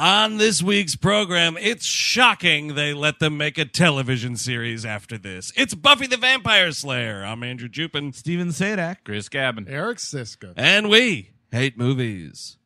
On this week's program, it's shocking they let them make a television series after this. It's Buffy the Vampire Slayer. I'm Andrew Jupin. Steven Sadak. Chris Cabin. Eric Siska. And we hate movies.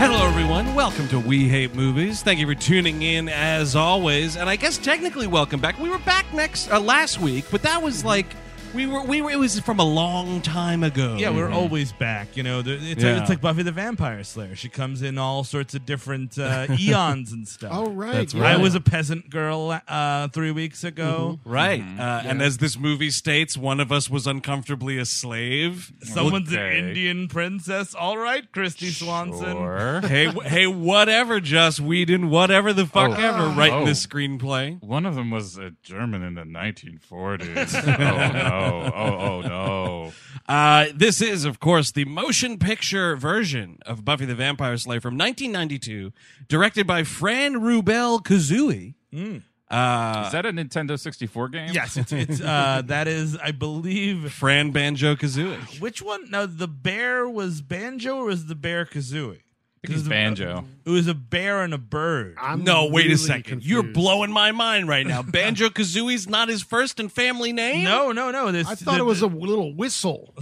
Hello, everyone. Welcome to We Hate Movies. Thank you for tuning in as always. And I guess technically, welcome back. We were back next uh, last week, but that was like we were we were it was from a long time ago. Mm-hmm. Yeah, Mm-hmm. we're always back. You know, there- it's, Yeah. it's like Buffy the Vampire Slayer. She comes in all sorts of different uh, eons and stuff. Oh, right. That's yeah. right. I was a peasant girl uh, three weeks ago. Right. Mm-hmm. Uh, And as this movie states, one of us was uncomfortably a slave. Someone's Mm-hmm. Okay. an Indian princess. All right, Christy Swanson. Sure. hey, w- hey, whatever, Joss Whedon, whatever the fuck Oh. ever, writing Oh. this screenplay. One of them was a German in the 1940s. oh, no. Oh, oh, no. Uh, this is, of course, the motion picture version of Buffy the Vampire Slayer from 1992, directed by Fran Rubel Kazooie. Uh, Is that a Nintendo 64 game? Yes, it's, it's uh, that is, I believe. Fran Banjo Kazooie. Which one? No, the bear was banjo, or was the bear kazooie? think it's Banjo. It was a bear and a bird. I'm No, wait really a second. confused. You're blowing my mind right now. Banjo Kazooie's not his first and family name? no, no, no. This, I thought it was a little whistle.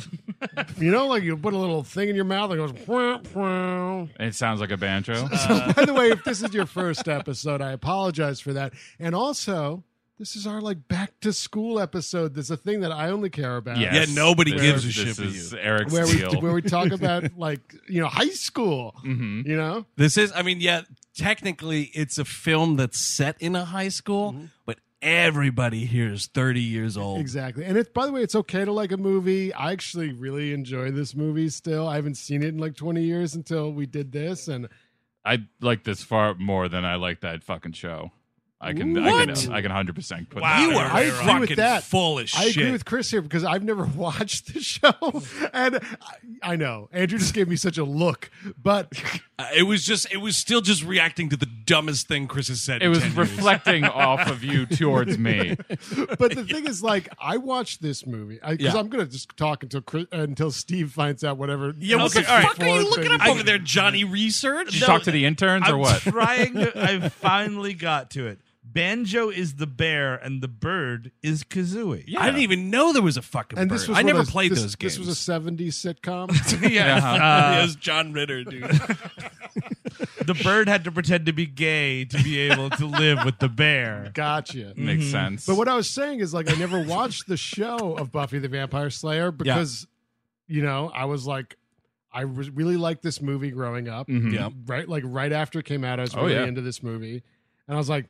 you know, like you put a little thing in your mouth and it goes. "Wah, wah." It sounds like a banjo. Uh, So, by the way, if this is your first episode, I apologize for that. And also, this is our like back to school episode. There's a thing that I only care about. Yes. Yeah, nobody This is- gives a shit This for is you. Eric's Where we, deal. where we talk about like you know high school, you know This is, I mean, yeah, technically it's a film that's set in a high school, but everybody here is 30 years old. exactly. And it's by the way, it's okay to like a movie. I actually really enjoy this movie still. I haven't seen it in like 20 years until we did this, and I like this far more than I like that fucking show. I can, I What? can, I can 100% put Wow, that you out are there. I agree fucking with that. full of I shit. agree with Chris here because I've never watched the show, and I, I know Andrew just gave me such a look, but Uh, it was just, it was still just reacting to the dumbest thing Chris has said. It in was 10 years. reflecting off of you towards me. but the thing is, like, I watched this movie because Yeah. I'm gonna just talk until Chris, until Steve finds out whatever. Yeah, what okay, the fuck are forward you looking thing up is. over there, Johnny Research? Did you talk to the interns or I'm what? trying to. I finally got to it. Banjo is the bear, and the bird is Kazooie. Yeah. I didn't even know there was a fucking And bird. this was I one of never those- played this- those games. This was a '70s sitcom. yeah, Uh-huh. it was John Ritter, dude. The bird had to pretend to be gay to be able to live with the bear. gotcha. Mhm. Makes sense. But what I was saying is, like, I never watched the show of Buffy the Vampire Slayer because, you know, I was like, I re- really liked this movie growing up. yeah. right like right after it came out, I was Oh, really yeah. into this movie, and I was like,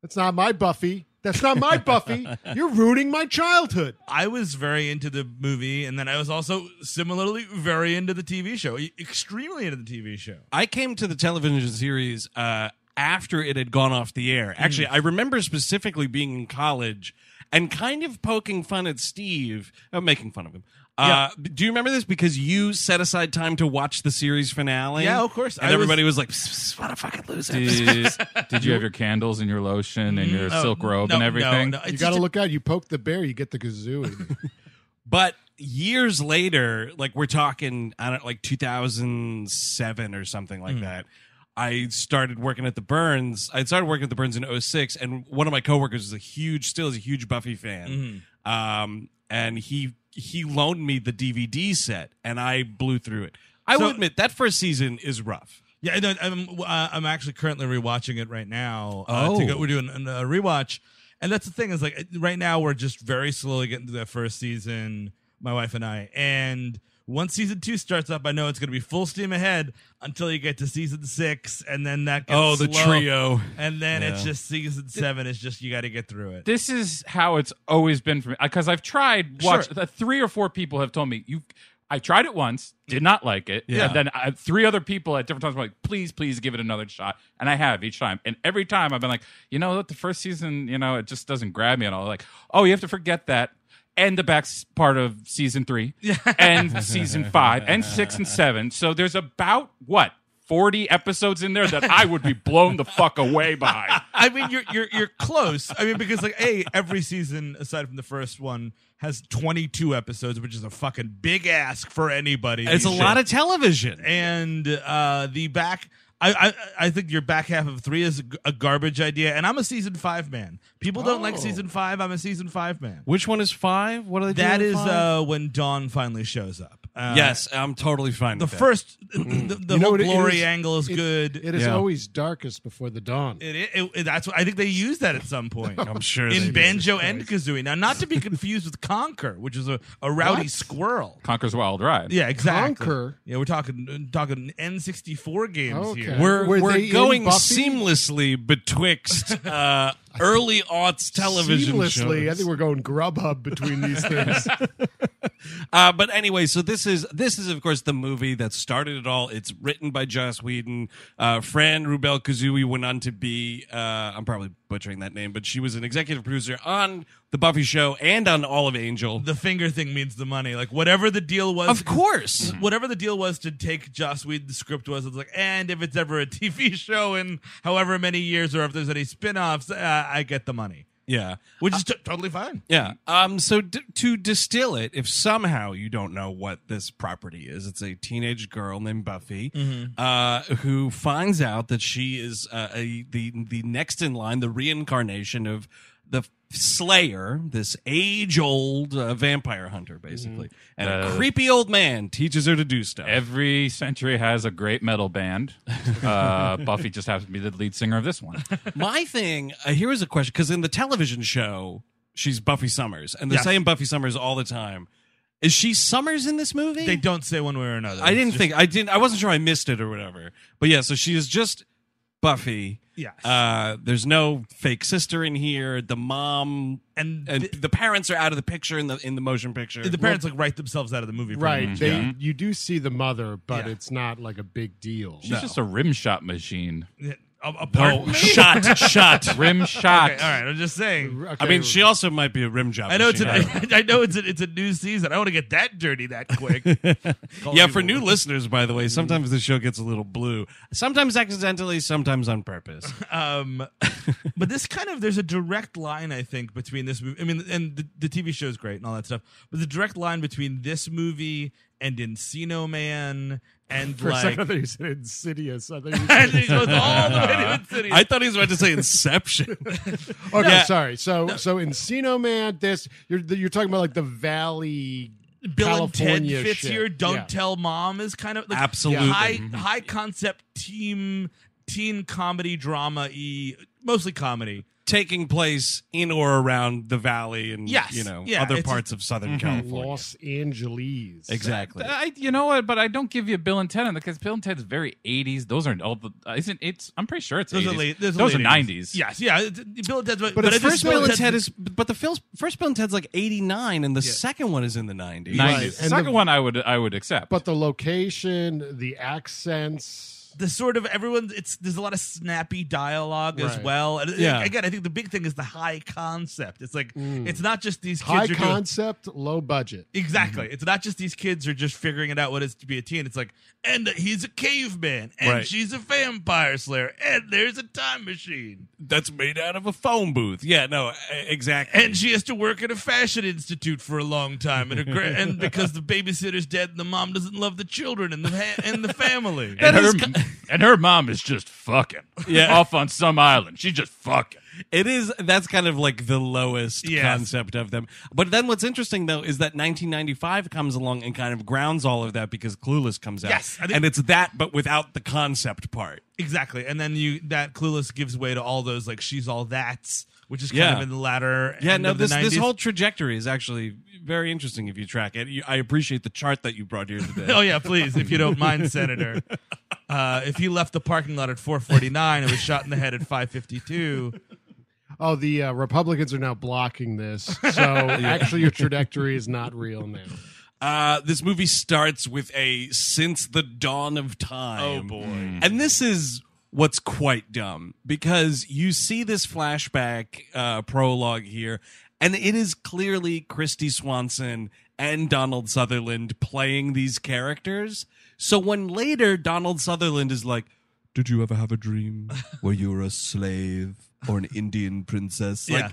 "That's not my Buffy. That's not my Buffy. You're ruining my childhood." I was very into the movie, and then I was also similarly very into the TV show. Extremely into the TV show. I came to the television series uh, after it had gone off the air. Actually, Mm. I remember specifically being in college and kind of poking fun at Steve, uh, making fun of him. Uh, Do you remember this? Because you set aside time to watch the series finale. Yeah, of course. And I was- everybody was, like, "Psst, psst, "What a fucking loser!" did, did you have your candles and your lotion and your Mm, No, silk oh, robe no, and no, everything? no. It's You got to just- look out. You poke the bear, you get the kazooie. But years later, like we're talking, I don't like 2007 or something Hmm. like that. I started working at the Burns. I started working at the Burns in 06, and one of my coworkers is a huge, still is a huge Buffy fan. Mm-hmm. Um, and he he loaned me the DVD set, and I blew through it. I So- will admit that first season is rough. Yeah, I don't- I'm uh, I'm actually currently rewatching it right now. uh, Oh. to go, we're doing an- a rewatch, and that's the thing is like right now we're just very slowly getting to that first season. My wife and I, and once season two starts up, I know it's going to be full steam ahead until you get to season six, and then that gets Oh, the slow. trio. and then it's Yeah. just season seven. It's just you got to get through it. This is how it's always been for me because I've tried watch Sure. uh, three or four people have told me you. I tried it once, did not like it, Yeah. and then I, three other people at different times were like, "Please, please give it another shot," and I have each time. And every time I've been like, "You know what? The first season, you know, it just doesn't grab me at all." Like, "Oh, you have to forget that." And the back s- part of season three, and season five, and six and seven. So there's about what forty episodes in there that I would be blown the fuck away by. I mean, you're you're you're close. I mean, because like, a every season aside from the first one has 22 episodes, which is a fucking big ask for anybody. It's a lot of television. and uh, the back. I, I I think your back half of three is a g- a garbage idea, and I'm a season five man. People don't Oh. like season five. I'm a season five man. Which one is five? What are they That doing? is with five? uh, when Dawn finally shows up. Uh, yes, I'm totally fine. the with that. first, the, the You know whole what it glory is? angle is It- good. It is Yeah. always darkest before the dawn. It, it, it- that's what I think they used that at some point. I'm sure in they did. banjo and kazooie. Now, not to be confused with Conquer, which is a, a rowdy What? squirrel. Conquer's Wild Ride. Yeah, exactly. Conquer? Yeah, we're talking talking N64 games Okay. here. We're Were they we're in going Buffy? seamlessly betwixt uh, early aughts television Seamlessly, shows. I think we're going Grubhub between these things. Uh, but anyway, so this is this is of course the movie that started it all. It's written by Joss Whedon. Uh, Fran Rubel Kazooie went on to be uh, I'm probably butchering that name, but she was an executive producer on the Buffy show and on All of Angel. The finger thing means the money. Like whatever the deal was, of course, Whatever the deal was to take Joss Whedon's script was, it's like, and if it's ever a TV show in however many years, or if there's any spin-offs, uh, I get the money, yeah. which Uh, is t- totally fine. Yeah. Um. So d- to distill it, if somehow you don't know what this property is, it's a teenage girl named Buffy, Mm-hmm. uh, who finds out that she is uh, a, the the next in line, the reincarnation of the Slayer, this age old uh, vampire hunter, basically, Mm-hmm. and Uh, a creepy old man teaches her to do stuff. Every century has a great metal band. Uh, Buffy just happens to be the lead singer of this one. My thing uh, here is a question because in the television show, she's Buffy Summers, and they're Yes. saying Buffy Summers all the time. Is she Summers in this movie? They don't say one way or another. I It's didn't just- think I didn't. I wasn't sure I missed it or whatever. But yeah, so she is just Buffy. Yes. Uh, there's no fake sister in here. The mom And and th- the parents are out of the picture in the in the motion picture. the parents like write themselves out of the movie, pretty right. much. They you do see the mother, but Yeah. it's not like a big deal. She's just a rim shot machine. Yeah, a- a oh, part- shot, shot. Rim shot. Okay, all right, I'm just saying. Okay, I mean, she also might be a rim job. I know it's machine. I don't know. a, I know it's a, it's a new season. I don't want to get that dirty that quick. yeah, for new listeners, by the way, sometimes the show gets a little blue. Sometimes accidentally, sometimes on purpose. Um, but this kind of there's a direct line I think between this movie. I mean, and the, the TV show is great and all that stuff. But the direct line between this movie and Encino Man and for a like second, I thought you said insidious. I thought you and said, it goes all the way to Insidious. I thought he was about to say Inception. okay, Yeah. sorry. So, so Encino Man, this you're you're talking about like the Valley, Bill and Ted California fits shit. here. Don't Yeah. Mm-hmm. tell mom is kind of like Absolutely. high high concept team teen comedy drama e mostly comedy. taking place in or around the valley and Yes. you know Yeah, other it's Mm-hmm. a- parts of Southern California. Los Angeles. Exactly. I, you know what? But I don't give you Bill and Ted on that because Bill and Ted's very '80s. Those aren't all the. uh, Isn't it's? I'm pretty sure it's Those 80s. are late. Those, Those late are '90s. Yes, yeah. it's- Bill and Ted's, but, But, I the just- first Bill and Ted is, but the fil- first Bill and Ted's like eighty nine, and the second one is in the nineties. 90s. Right, and Second the- one, I would I would accept. But the location, the accents. the sort of everyone. It's there's a lot of snappy dialogue as Right. well. And Yeah. again, I think the big thing is the high concept. It's like it's not just these kids Mm. High are doing- concept, low budget. Exactly. Mm-hmm. It's not just these kids are just figuring it out what it's to be a teen. It's like, and he's a caveman, and Right. she's a vampire slayer, and there's a time machine, That's made out of a phone booth. Yeah, no, e- exactly. and she has to work at a fashion institute for a long time, and, her gra- and because the babysitter's dead, and the mom doesn't love the children and the ha- and the family. and her, and her mom is just fucking off on some island. She's just fucking. It is that's kind of like the lowest concept of them. But then what's interesting though is that 1995 comes along and kind of grounds all of that because Clueless comes out. Yes, I think- and it's that but without the concept part. Exactly, and then you that clueless gives way to all those like she's all that's, which is kind Yeah. of in the latter. Yeah, end no, of the this this 90s. whole trajectory is actually very interesting if you track it. You, I appreciate the chart that you brought here today. Oh yeah, please, if you don't mind, Senator. Uh, if you left the parking lot at 4:49 and was shot in the head at 5:52, Oh, the uh, Republicans are now blocking this. So actually, your trajectory is not real now. Uh, this movie starts with a since the dawn of time. Oh boy. And this is what's quite dumb because you see this flashback uh, prologue here, and it is clearly Christy Swanson and Donald Sutherland playing these characters. So when later Donald Sutherland is like, Did you ever have a dream where you were a slave or an Indian princess? Like, Yeah.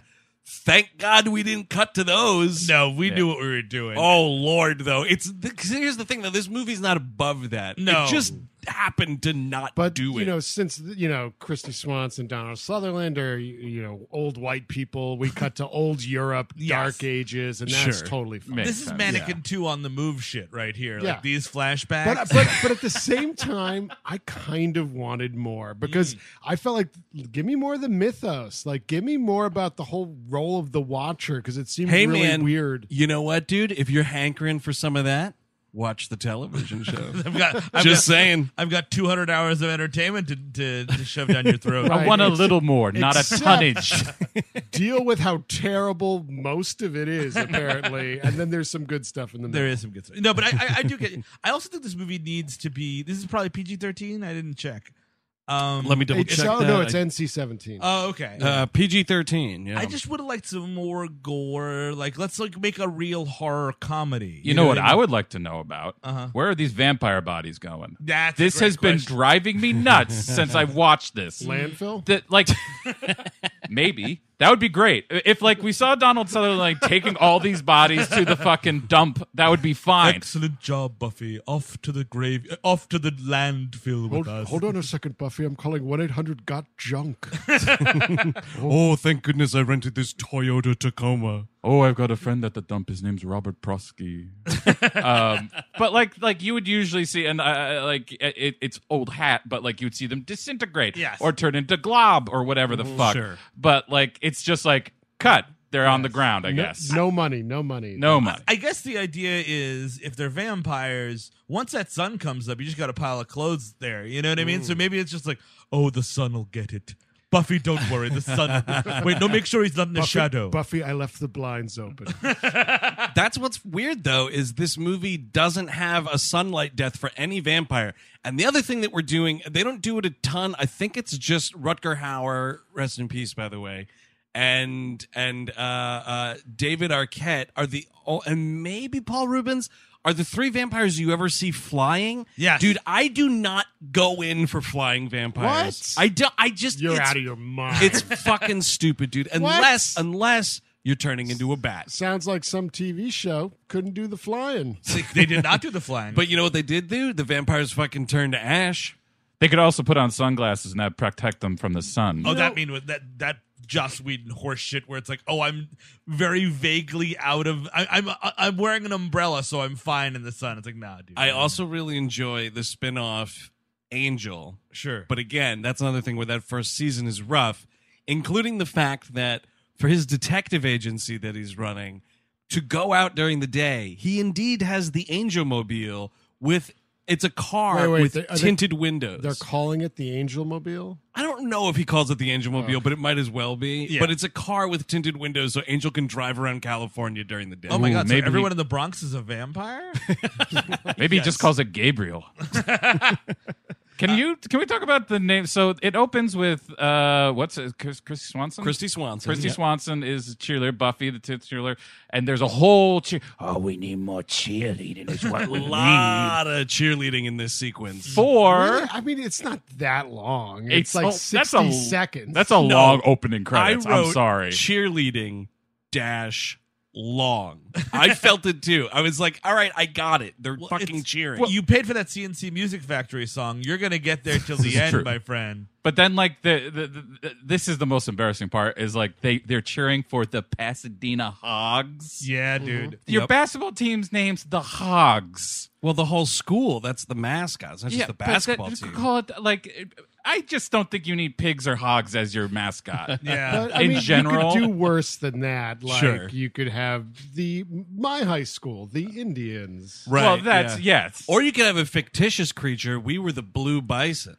thank God we didn't cut to those. no, we knew what we were doing. Oh Lord, though it's the, 'cause here's the thing though. This movie's not above that. No. it just happened to not But do you it. know, since you know Christy Swanson, Donald Sutherland, or you know, old white people, we cut to old Europe, Dark Ages, and that's Sure. totally fine. Makes this is sense. mannequin two on the move shit right here. Yeah. Like these flashbacks. But, but but at the same time, I kind of wanted more because Mm. I felt like give me more of the mythos, like give me more about the whole role of the Watcher because it seemed hey really man, weird. You know what, dude? If you're hankering for some of that, watch the television show. I've got, I've just got, saying. I've got 200 hours of entertainment to, to, to shove down your throat. I Right. want a Ex- little more, not a except- tonnage. Deal with how terrible most of it is, apparently, and then there's some good stuff in the middle. There is some good stuff. No, but I, I, I do get. I also think this movie needs to be. This is probably PG thirteen. I didn't check. Um, Let me double It's, check. oh that. no, it's NC-17. Oh, okay. uh, PG-13. Yeah, I just would have liked some more gore. Like, let's like make a real horror comedy. You know what mean? I would like to know about? Uh-huh. Where are these vampire bodies going? That's a this great has question. been driving me nuts since I've watched this. Landfill. that like maybe that would be great if like we saw Donald Sutherland like taking all these bodies to the fucking dump. That would be fine. Excellent job, Buffy. Off to the grave. uh, Off to the landfill with Hold, us. hold on a second, Buffy. I'm calling 1 800 Got Junk. oh, thank goodness I rented this Toyota Tacoma. Oh, I've got a friend at the dump. His name's Robert Prosky. um, but like, like you would usually see, and uh, like it, it's old hat, but like you would see them disintegrate, Yes. or turn into glob or whatever the fuck. sure. But like, it's just like cut. They're on the ground, I guess. No money, no money. no money. I guess the idea is if they're vampires, once that sun comes up, you just got a pile of clothes there. You know what I mean? So maybe it's just like, oh, the sun will get it. Buffy, don't worry. The sun. Wait, no, make sure he's not in the Buffy, shadow. Buffy, I left the blinds open. That's what's weird though is this movie doesn't have a sunlight death for any vampire. And the other thing that we're doing, they don't do it a ton. I think it's just Rutger Hauer, rest in peace, by the way, and and uh, uh, David Arquette are the oh, and maybe Paul Rubens are the three vampires you ever see flying. Yes. dude, I do not go in for flying vampires. What? I do. I just You're it's- out of your mind. It's fucking stupid, dude. Unless unless you're turning into a bat. Sounds like some TV show couldn't do the flying. They- they did not do the flying. But you know what they did do? The vampires fucking turned to ash. They could also put on sunglasses and that protect them from the sun. Oh, that mean that that Joss Whedon horse shit where it's like, oh, I'm very vaguely out of. I, I'm I'm wearing an umbrella, so I'm fine in the sun. It's like, nah, dude. I also really enjoy the spin-off Angel. sure, But again, that's another thing where that first season is rough, including the fact that for his detective agency that he's running, to go out during the day, he indeed has the Angel Mobile with it's a car Wait, wait, with they- are they- tinted windows. They're calling it the Angel Mobile. I don't know if he calls it the Angel Oh. Mobile, but it might as well be. Yeah. But it's a car with tinted windows so Angel can drive around California during the day. Oh my Ooh, god! So maybe he- everyone in the Bronx is a vampire. Maybe he just calls it Gabriel. can you? Can we talk about the name? So it opens with uh, what's it? Chris, Chris Swanson. Christy Swanson. Christy Yeah. Swanson is a cheerleader. Buffy the titular, and there's a whole cheer. Oh, we need more cheerleading. Is what we need. lot of cheerleading in this sequence. For Really? I mean, it's not that long. it's It's, like oh, that's sixty a, seconds. That's a long opening credits. I wrote I'm sorry. Cheerleading dash long. I felt it too. I was like, all right, I got it. They're Well, fucking it's- cheering. you paid for that CNC Music Factory song. You're gonna get there till the is end, true. my friend. But then, like the, the, the, the this is the most embarrassing part is like they they're cheering for the Pasadena Hogs. Yeah, Mm-hmm. dude. Your Yep. basketball team's name's the Hogs. well, the whole school, that's the mascot. It's not just the but that- basketball you team. Call it like it- I just don't think you need pigs or hogs as your mascot. Yeah. But, I In mean, general- you could do worse than that. Like Sure. you could have the my high school, the Indians. Right, well, that's yes. Or you could have a fictitious creature. We were the blue bison.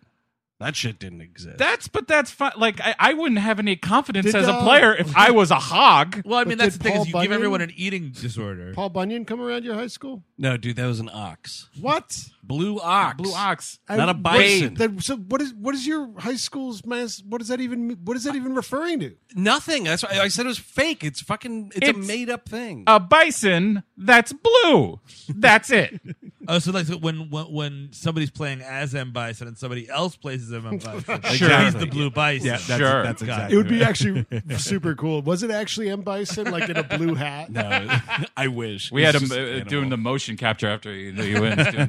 That shit didn't exist. that's but that's fine. Like I, I wouldn't have any confidence Did, as a uh, player if I was a hog. Well, I mean, But that's did the thing Paul is you give Bunyan- everyone an eating disorder. Paul Bunyan come around your high school? no, dude, that was an ox. What? Blue ox. Blue ox. Not I- a bison. wait, that- so what is what is your high school's mass? What does that even? mean- What is that even referring to? Nothing. That's why I said it was fake. It's fucking. It's, a It's- Oh, made up thing. A bison that's blue. That's it. Oh, so like so when, when when somebody's playing as M Bison and somebody else plays as M Bison, Sure. he's the Blue Bison. Yeah, that's- Sure. that's Got it. It would be actually super cool. Was it actually M Bison, like in a blue hat? no, I wish We had him uh, doing the motion capture after he, he wins doing the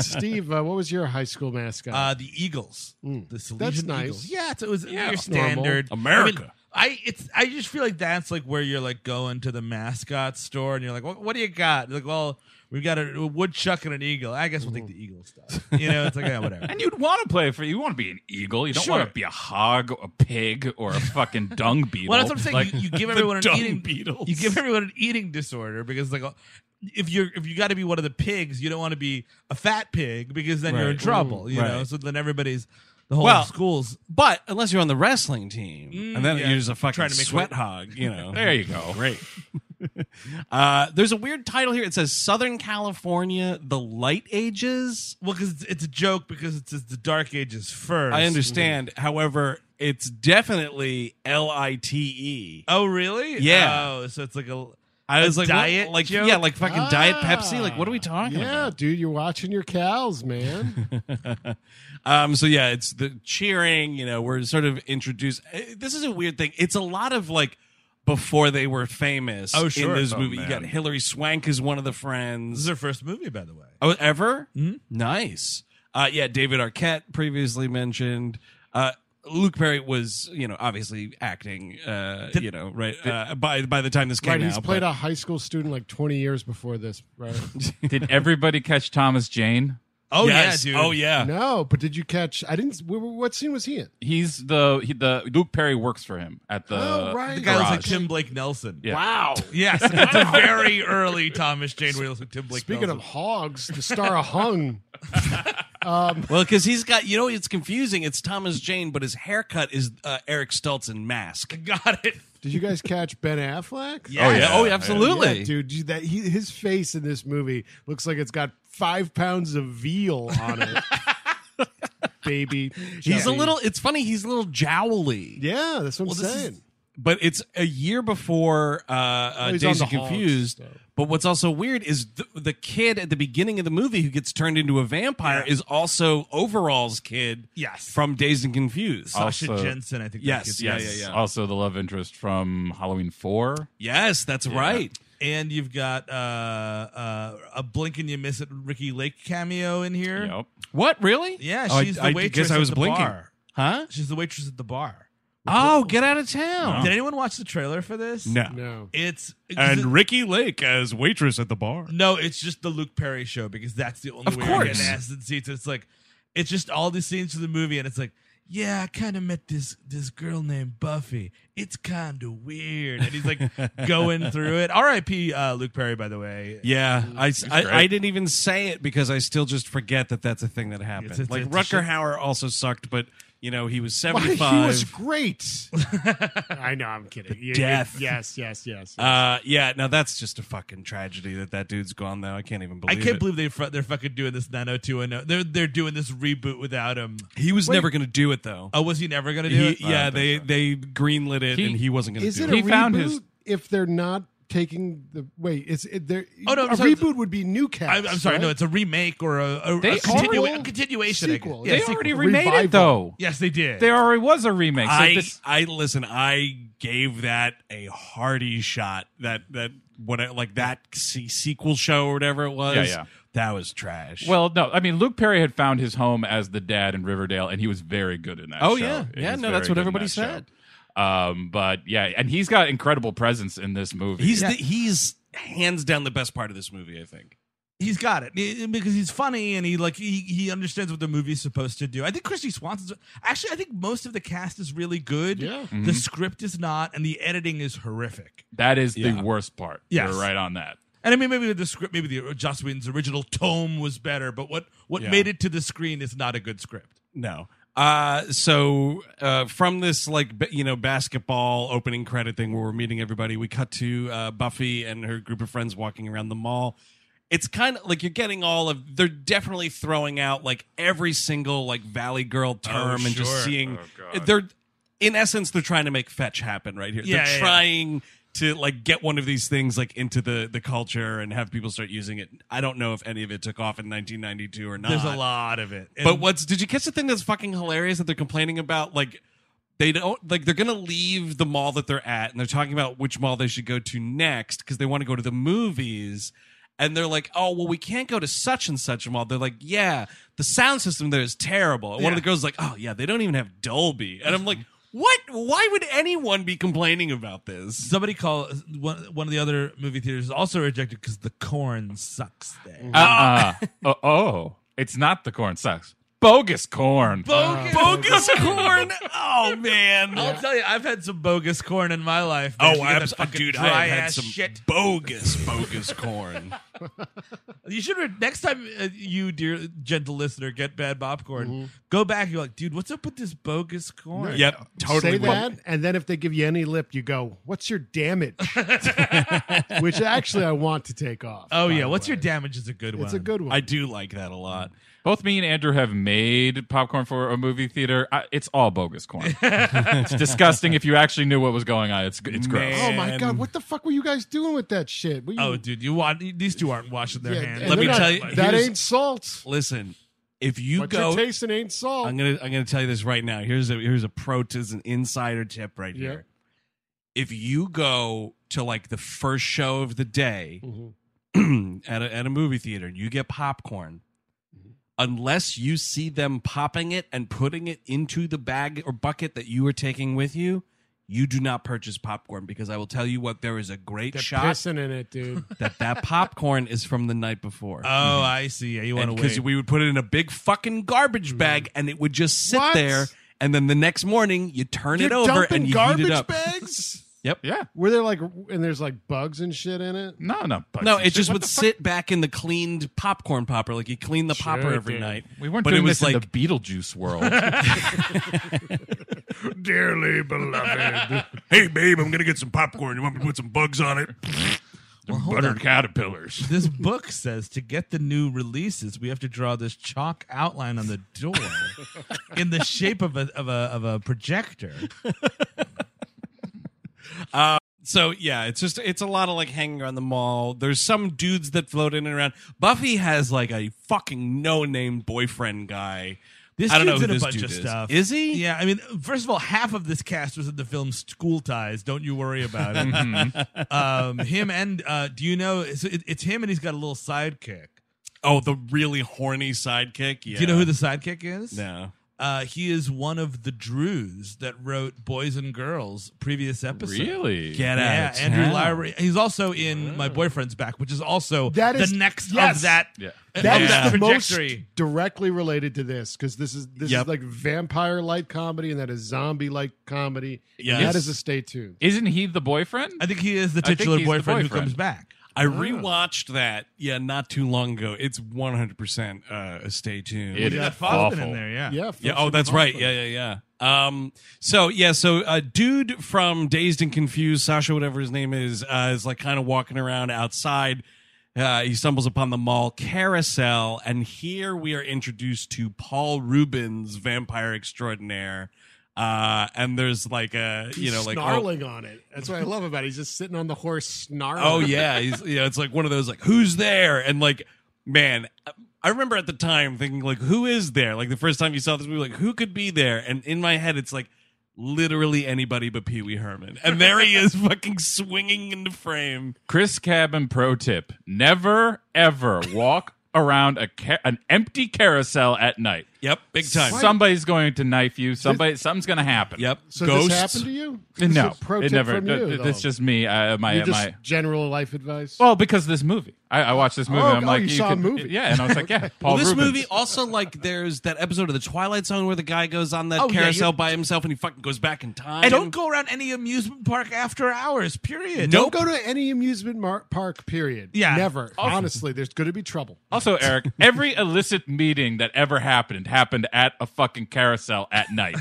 Steve, uh, what was your high school mascot? Uh, the Eagles, the Salesian Hmm. That's nice. Eagles. Yeah, it's- it was your it's normal. standard America. I, mean, I it's I just feel like that's like where you're like going to the mascot store and you're like, what, what do you got? They're like, well, we've got a, a woodchuck and an eagle. I guess we'll Mm-hmm. take the eagle stuff. You know, it's like yeah, whatever. And you'd want to play for you want to be an eagle. You don't Sure. want to be a hog, a pig, or a fucking dung beetle. Well, that's what I'm saying. Like, you, you give everyone an dung eating beetles. You give everyone an eating disorder because like oh, if you're if you got to be one of the pigs, you don't want to be a fat pig because then you're in Right. trouble. You know, Right. so then everybody's the whole Well, school's But unless you're on the wrestling team, and then yeah. you're just a fucking Trying to make sweat weight. hog, you know. there you go. Great. uh, there's a weird title here. It says Southern California, the Light Ages. well because it's, it's a joke because it's, it's the Dark Ages first. I understand. However, it's definitely L I T E. Oh really? Yeah. Oh, so it's like a I was like, what- diet like joke? yeah, like fucking Diet Ah. Pepsi. Like, what are we talking yeah, about? dude, you're watching your cows, man. Um, so yeah, it's the cheering. You know, we're sort of introduced. uh, This is a weird thing. It's a lot of like before they were famous. Oh, sure. In this Oh, movie, you man. got Hilary Swank as one of the this is Hmm? friends. her first movie by the way. Oh, ever nice. Uh, yeah, David Arquette previously mentioned. Uh, Luke Perry was, you know, obviously acting. Uh, you know, right uh, by by the time this came right, out, he's played but- a high school student like 20 years before this, right? Did everybody catch Thomas Jane? Oh Yes. yeah, dude. Oh yeah. no, but did you catch? I didn't. wh- wh- What scene was he in? He's the he, the Luke Perry works for him at the Oh, right. The guy looks like garage. Tim Blake Nelson. Yeah. Wow. Yes, it's a very early Thomas Jane where he looks like Tim Blake. Speaking Nelson. of hogs, the star of Hung. Well, because he's got, you know, it's confusing. It's Thomas Jane, but his haircut is uh, Eric Stoltzen mask. got it. Did you guys catch Ben Affleck? Yeah. Oh, Oh, absolutely. Yeah, dude, you- that he, his face in this movie looks like it's got five pounds of veal on it. Baby, He's Jeffy. a little. It's funny. He's a little jowly. Yeah, that's what I'm this saying. is- but it's a year before uh, uh, he's Days on of the Hogs, Confused. though. But what's also weird is th- the kid at the beginning of the movie who gets turned into a vampire is also Overall's kid. Yes. Uh, from Days and Confused. Sasha Also- Jensen, I think. Yes, that kid's yeah, name. yeah, yeah. Also, the love interest from Halloween Four. Yes, that's right. And you've got uh, uh, a blink and you miss it Ricky Lake cameo in here. Yep. What really? Yeah, Oh, I- she's I the waitress guess I was at the blinking. bar. Huh? She's the waitress at the bar. Oh, get out of town. Did anyone watch the trailer for this? No. It's it- And Ricky Lake as waitress at the bar. no, it's just the Luke Perry show because that's the only Of way we're course. getting ass in seats. It's like it's just all these scenes from the movie, and it's like, yeah, I kind of met this this girl named Buffy. It's kind of weird, and he's like going through it. R.I.P. Uh, Luke Perry, by the way. Yeah, I, I, great. I didn't even say it because I still just forget that that's a thing that happened. It's- it's- like it's a Rucker shit- Hauer also sucked, but you know he was Why, seventy he five. was great. I know, I'm kidding. You- you- death. Yes, yes, yes. uh, yeah, now that's just a fucking tragedy that that dude's gone. Though I can't even I believe. can't it. believe they fu- they're fucking doing this 90210. They're they're doing this reboot without him. he was never going to do it though. Oh, was he never gonna do He- it? yeah, they they greenlit it He- and he wasn't going to is do it it. a He reboot found his- if they're not taking the wait. It's it, there. Oh, no, a I'm sorry. reboot would be new cast. I'm, I'm sorry. right? No, it's a remake or a, a, They a continu- already- a continuation. I guess. Sequel. Yeah, They sequel. already remade Revival. it though. Yes, they did. There already was a remake. So I, this, I listen. I gave that a hearty shot. That that what I- like that se- sequel show or whatever it was. Yeah, yeah. That was trash. well, no, I mean Luke Perry had found his home as the dad in Riverdale, and he was very good in that. Oh, show. yeah. He Yeah, was no, very that's what good in everybody that show. said. Um, but yeah, and he's got incredible presence in this movie. he's the, he's hands down the best part of this movie. I think. he's got it eh, because he's funny and he like he, he understands what the movie's supposed to do. I think Christy Swanson's actually I think most of the cast is really good. Yeah. Mm-hmm. The script is not and the editing is horrific. that is Yeah. the worst part. Yes. You're right on that. And I mean maybe the script maybe the uh, Joss Whedon's original tome was better, but what what Yeah. made it to the screen is not a good script. No. Uh, so uh, from this like ba- you know basketball opening credit thing where we're meeting everybody, we cut to uh, Buffy and her group of friends walking around the mall. It's kind of like you're getting all of they're definitely throwing out like every single like Valley Girl term and just Oh, sure. seeing Oh, God. they're in essence they're trying to make fetch happen right here. Yeah, they're yeah, yeah. trying to like get one of these things like into the the culture and have people start using it. I don't know if any of it took off in 1992 or not. There's a lot of it. And Uh, But what's did you catch the thing that's fucking hilarious that they're complaining about? Like they don't like they're gonna leave the mall that they're at, and they're talking about which mall they should go to next because they want to go to the movies. And they're like, oh well, we can't go to such and such a mall. They're like, yeah, the sound system there is terrible. And one of Yeah. the girls is like, oh yeah, they don't even have Dolby. And I'm like, what? Why would anyone be complaining about this? somebody call one one of the other movie theaters is also rejected because the corn sucks there. Mm-hmm. Uh, uh, oh, it's not the corn sucks. Bogus corn. Bogus. Bogus corn. Oh man. I'll tell you, I've had some bogus corn in my life. man. You Oh, get I'm that fucking dude. I dry have had ass some shit. bogus, bogus corn. You should re- next time uh, you, dear gentle listener, get bad popcorn. Mm-hmm. Go back. You're like, dude, what's up with this bogus Uh, corn? Yep, totally. Say that, and then if they give you any lip, you go, "What's your damage?" Which actually, I want to take off. Oh by yeah. the What's way. your damage? Is a good one. It's a good one. I do like that a lot. Both me and Andrew have made popcorn for a movie theater. I, it's all bogus corn. it's disgusting. If you actually knew what was going on, it's it's gross. Man. oh my god, what the fuck were you guys doing with that shit? What you- Oh, dude, you want these two aren't washing their Yeah, hands. and Let they're me not- tell you- that here's- ain't salt. Listen, if you What go, you're tasting ain't salt. I'm gonna I'm gonna tell you this right now. Here's a here's a pro is an insider tip right Yeah. here. If you go to like the first show of the day Mm-hmm. at a, at a movie theater and you get popcorn, Mm-hmm. unless you see them popping it and putting it into the bag or bucket that you are taking with you. You do not purchase popcorn because I will tell you what there is a great They're shot pissing in it, dude. that that popcorn is from the night before. Oh, Uh, I see. Yeah, you want to wait. Because Mm-hmm. we would put it in a big fucking garbage bag and it would just sit Mm-hmm. What? there. And then the next morning, you turn it You're over dumping and you heat garbage it up. bags. Yep. Yeah. Were there like and there's like bugs and shit in it? No, no. bugs No, and it shit. just What would the fuck? sit back in the cleaned popcorn popper. Like you clean the popper Sure, every dude. night. We weren't but doing it was like this in the Beetlejuice world. Dearly beloved. Hey, babe, I'm gonna get some popcorn. You want me to put some bugs on it? Buttered caterpillars. this book says to get the new releases, we have to draw this chalk outline on the door in the shape of a of a of a projector. So yeah, it's just it's a lot of like hanging around the mall. There's some dudes that float in and around. Buffy has like a fucking no name boyfriend guy. This I don't know who dude's in a this bunch dude of is. stuff. Is he? Yeah, I mean, first of all, half of this cast was in the film School Ties. Don't you worry about it. Mm-hmm. um, him and uh, do you know? It's, it- it's him and he's got a little sidekick. Oh, the really horny sidekick. Yeah. Do you know who the sidekick is? No. Uh, he is one of the Drews that wrote Boys and Girls previous episode. really? Get Yeah, out. Andrew Lowry. He's also in My Boyfriend's Back, which is also That is- the next yes. of that. Yeah. of That is that the trajectory. most directly related to this because this is this Yep. is like vampire light comedy and that is zombie light comedy. Yes. And that is a stay tuned. Isn't he the boyfriend? I think he is the I think titular he's the boyfriend, who boyfriend. comes back. Oh. I rewatched that, yeah, not too long ago. It's 100% uh, a stay tuned. He's It is got Faustman awful. in there, yeah. Yeah. yeah, oh, that's right. Yeah, yeah, yeah. Um, so, yeah, so a dude from Dazed and Confused, Sasha, whatever his name is, uh, is like kind of walking around outside. Uh, he stumbles upon the mall carousel, and here we are introduced to Paul Rubens, vampire extraordinaire. Uh, and there's like a you know like oh- snarling on it. That's what I love about. it. He's just sitting on the horse snarling. Oh yeah, he's you know, it's like one of those like who's there and like man, I remember at the time thinking like who is there? Like the first time you saw this movie, like who could be there? And in my head, it's like literally anybody but Pee Wee Herman, and there he is, fucking swinging into frame. Chris Cabin pro tip: Never ever walk around a ca- an empty carousel at night. Yep, big time. Somebody's going to knife you. Somebody, something's going to happen. yep, So this happened to you? This No, is a pro it tip never. From you, It's though. just me. I, my, You just my. general life advice. Well, because of this movie, I, I watched this movie. Oh, and I'm oh, like, you saw a could- movie. yeah, and I was like, yeah. Paul Well, this Rubens. movie also like there's that episode of the Twilight Zone where the guy goes on that Oh, yeah, carousel you're- by himself and he fucking goes back in time. I don't go around any amusement park after hours. Period. Don't go to any amusement mar- park. Period. Yeah. never. Honestly, there's going to be trouble. Also, Eric, every illicit meeting that ever happened happened at a fucking carousel at night.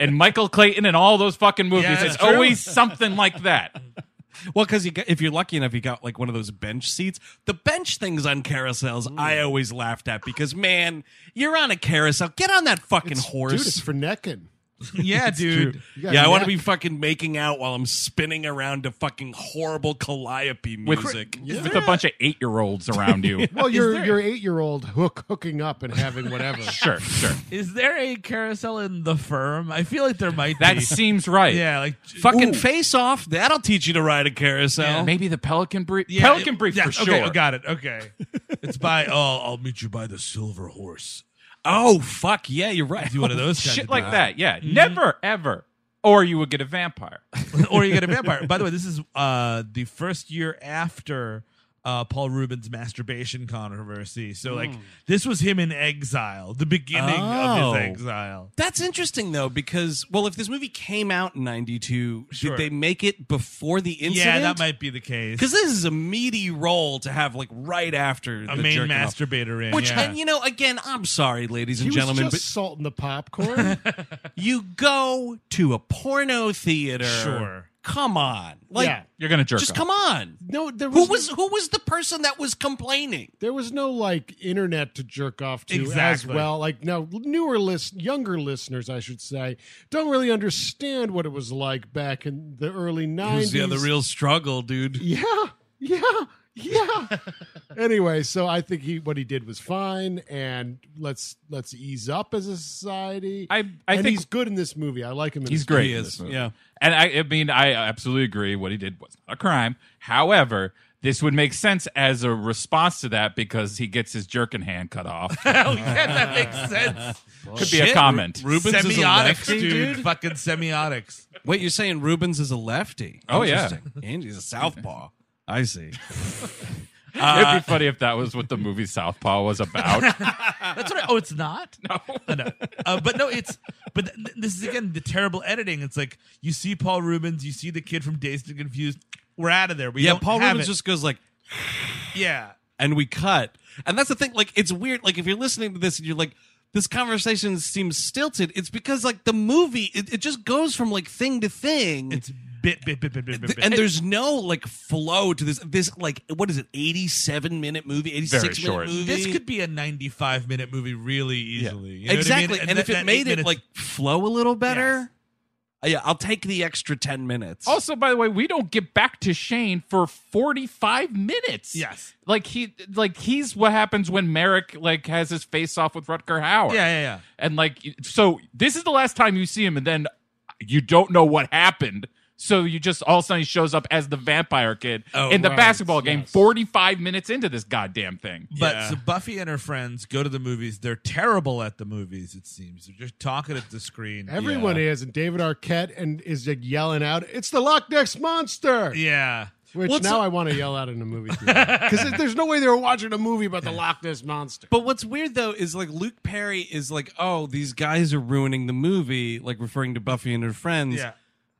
and Michael Clayton and all those fucking movies, Yeah, that's it's true. always something like that. Well, because you got, if you're lucky enough, you got like one of those bench seats. The bench things on carousels, I always laughed at because man, you're on a carousel. Get on that fucking Dude, it's horse. for necking. Yeah, dude. You got yeah, I want to be neck. fucking making out while I'm spinning around to fucking horrible calliope With, music. with a bunch of eight year olds around you. Well, your your eight year old hook hooking up and having whatever. sure, sure. Is there a carousel in the firm? I feel like there might That be. seems right. yeah, like Fucking face off. That'll teach you to ride a carousel. Maybe the Pelican Brief. Yeah, Pelican it- Brief yeah, for sure. okay, I got it. Okay, it's by. Oh, I'll meet you by the silver horse. Oh fuck yeah, you're right. Do one of those kinds Shit of like things. that. Yeah. Never, ever. Or you would get a vampire. or you get a vampire. By the way, this is uh, the first year after uh, Paul Rubin's masturbation controversy. So, like, this was him in exile, the beginning Hmm. Oh. of his exile. That's interesting though, because well, if this movie came out in '92, Sure. did they make it before the incident? Yeah, that might be the case. Because this is a meaty role to have like right after the a main jerking off. masturbator in. Which yeah. and you know, again, I'm sorry, ladies He and was gentlemen, just salting the popcorn. but you go to a porno theater. Sure. Come on, like Yeah. You're going to jerk just off. come on. no, there Who was, was who was the person that was complaining? there was no like internet to jerk off to as Exactly. well. Like no newer list, younger listeners, I should say, don't really understand what it was like back in the early nineties. struggle, dude. Yeah, yeah, yeah. anyway, so I think he what he did was fine, and let's let's ease up as a society. I- I and think- he's good in this movie. I like him. In He's this movie. great. He in is, this movie. yeah. And I, I mean, I absolutely agree. What he did was not a crime. However, this would make sense as a response to that because he gets his jerkin hand cut off. oh, yeah, that makes sense. Could be a comment. Rubens is a semiotics, lefty, dude. dude. Fucking semiotics. Wait, you're saying Rubens is a lefty? Oh, yeah. Interesting. and he's a southpaw. I see. It'd be funny if that was what the movie Southpaw was about. That's what. I, oh, it's not. No, no. Uh, but no, it's. But th- th- this is again the terrible editing. It's like you see Paul Rubens, you see the kid from Dazed and Confused. We're out of there. We yeah, don't Paul have Rubens it. just goes like, yeah. and we cut. And that's the thing. Like, it's weird. Like, if you're listening to this and you're like, this conversation seems stilted, it's because, like, the movie, it, it just goes from, like, thing to thing. It's bit bit bit bit bit bit. bit. Mm. and there's no, like, flow to this. This, like, what is it, 87 minute movie, 86 minute short. movie? this could be a 95 minute movie really easily. You know what I mean? exactly. And, that- if it that made eight it, minutes- like, flow a little better, uh, yeah, I'll take the extra 10 minutes. Also, by the way, we don't get back to Shane for 45 minutes. Yes. Like he like he's what happens when Merrick like has his face off with Rutger Hauer. Yeah, yeah, yeah. And like so this is the last time you see him and then you don't know what happened. So you just all of a sudden he shows up as the vampire kid Oh, in the right, basketball game yes. 45 minutes into this goddamn thing. But Yeah. so Buffy and her friends go to the movies. They're terrible at the movies. It seems they're just talking at the screen. Everyone is, and David Arquette and is like yelling out, "It's the Loch Ness Monster!" Yeah. Which What's now a- I want to yell out in a movie theater because there's no way they were watching a movie about the Loch Ness Monster. But what's weird though is like Luke Perry is like, oh, these guys are ruining the movie, like referring to Buffy and her friends. Yeah.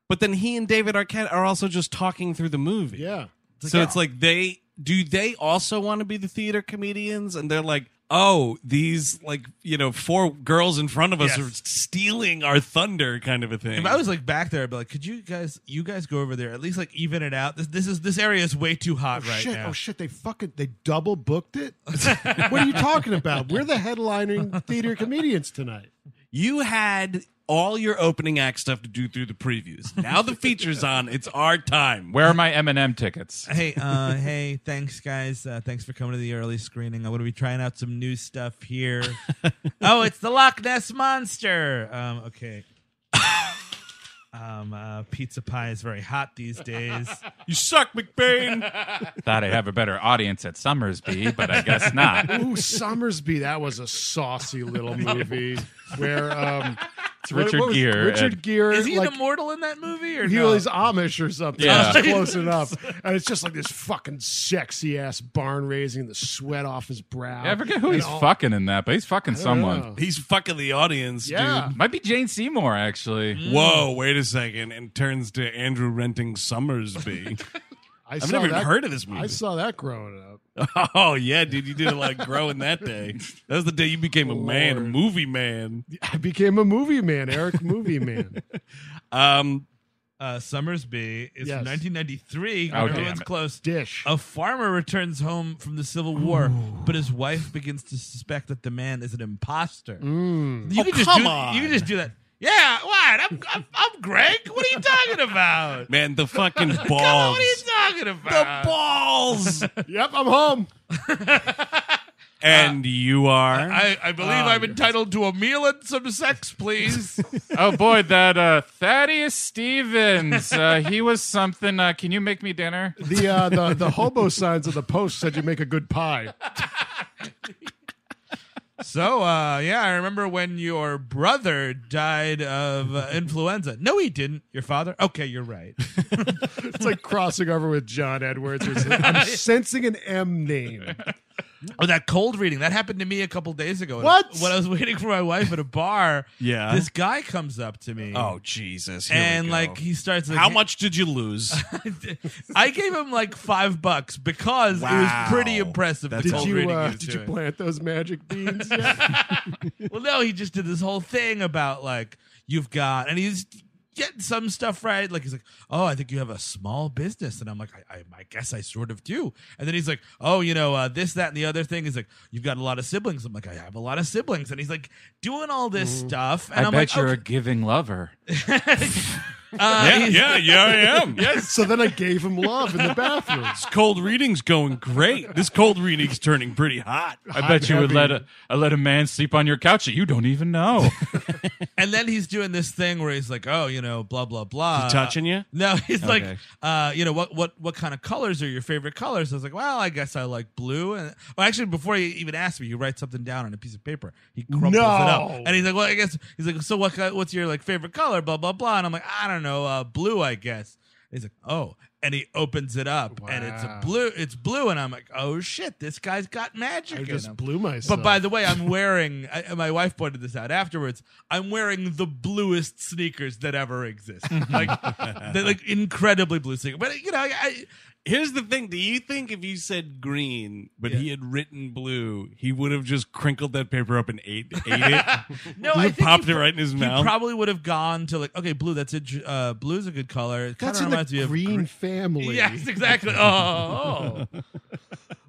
But then he and David Arquette are also just talking through the movie. yeah, So it's like they do they also want to be the theater comedians? And they're like, oh, these like, you know, four girls in front of us Yes. are stealing our thunder kind of a thing. If I was like back there, I'd be like, "Could you guys, you guys go over there at least like even it out? This, this is this area is way too hot right shit! now." Oh shit! They fucking they double booked it. what are you talking about? We're the headlining theater comedians tonight. you had all your opening act stuff to do through the previews. Now the feature's on. It's our time. Where are my M&M tickets? hey, uh, hey, thanks, guys. Uh, thanks for coming to the early screening. I'm going to be trying out some new stuff here. oh, it's the Loch Ness Monster. Um, okay. Um, uh, pizza pie is very hot these days. You suck, McBain. Thought I'd have a better audience at Summersby, but I guess not. Ooh, Summersby. That was a saucy little movie where um, It's Richard what was- Gere. Richard and- Gere. Is he like, an immortal in that movie or he no? was Amish or something. Yeah. That's close enough. And it's just like this fucking sexy ass barn raising, the sweat off his brow. I forget who And he's all- fucking in that, but he's fucking someone. know. He's fucking the audience, Yeah. dude. Might be Jane Seymour, actually. Whoa, wait a second. And turns to Andrew renting Summersby. I I've saw never that- even heard of this I movie. saw that growing up. Oh yeah, dude, you did a lot of growing that day. That was the day you became a man, a Lord. movie man. I became a movie man, Eric Movie Man. Um, uh, Summersby is Yes. from 1993. Oh, damn Everyone's it. close. Dish. A farmer returns home from the Civil War, but his wife begins to suspect that the man is an imposter. You Oh, can just come do, on. You can just do that. Yeah, what? I'm, I'm, I'm Greg. What are you talking about? man, the fucking balls. Come on, what are you talking about? the balls. Yep, I'm home. and you are. I, I believe I'm entitled to a meal and some sex, please. oh boy, that uh, Thaddeus Stevens. Uh, he was something. Uh, can you make me dinner? The uh, the the hobo signs on the post said you make a good pie. so, uh, yeah, I remember when your brother died of uh, influenza. No, he didn't. Your father? Okay, you're right. It's like crossing over with John Edwards. It's like, I'm sensing an M name. Oh, that cold reading that happened to me a couple days ago. What? When I was waiting for my wife at a bar, Yeah. this guy comes up to me. oh Jesus! Here we and go. like he starts. Like, how much did you lose? I gave him like five bucks because Wow. it was pretty impressive. the That's cold Did you reading uh, he was did you doing. plant those magic beans yet? Well, no, he just did this whole thing about like you've got, and he's getting some stuff right. Like he's like, "Oh, I think you have a small business," and I'm like, "I, I, I guess I sort of do." And then he's like, "Oh, you know, uh, this, that, and the other thing." He's like, "You've got a lot of siblings." I'm like, "I have a lot of siblings," and he's like doing all this stuff, and Mm. I am bet like, you're okay. a giving lover. Uh, he's- yeah, yeah, I am. Yes, so then I gave him love in the bathroom. this cold reading's going great. This cold reading's turning pretty hot. I bet you would happy. let a I let a man sleep on your couch that you don't even know. And then he's doing this thing where he's like, "Oh, you know, blah blah blah." Is he touching you? No, he's Okay. like, uh, you know, what what what kind of colors are your favorite colors? I was like, well, I guess I like blue. And well, actually, before he even asked me, he writes something down on a piece of paper. He crumples it up, No. and he's like, well, I guess he's like, so what? ki- What's your like favorite color? Blah blah blah. And I'm like, I don't know, uh, blue, I guess. He's like, oh, and he opens it up, and it's a Wow. blue. It's blue, and I'm like, oh shit, this guy's got magic. I in just him. blew myself. But by the way, I'm wearing. I, and my wife pointed this out afterwards. I'm wearing the bluest sneakers that ever exist. Like, they're like incredibly blue sneakers. But you know, I, Here's the thing. Do you think if you said green, but Yeah. he had written blue, he would have just crinkled that paper up and ate, ate it? no, He I would've think he popped it pro- right in his he mouth. probably would have gone to like, okay, blue. That's a uh, blue's a good color. It kinda that's in the reminds me green, of gre- family. Yes, exactly. Oh, oh.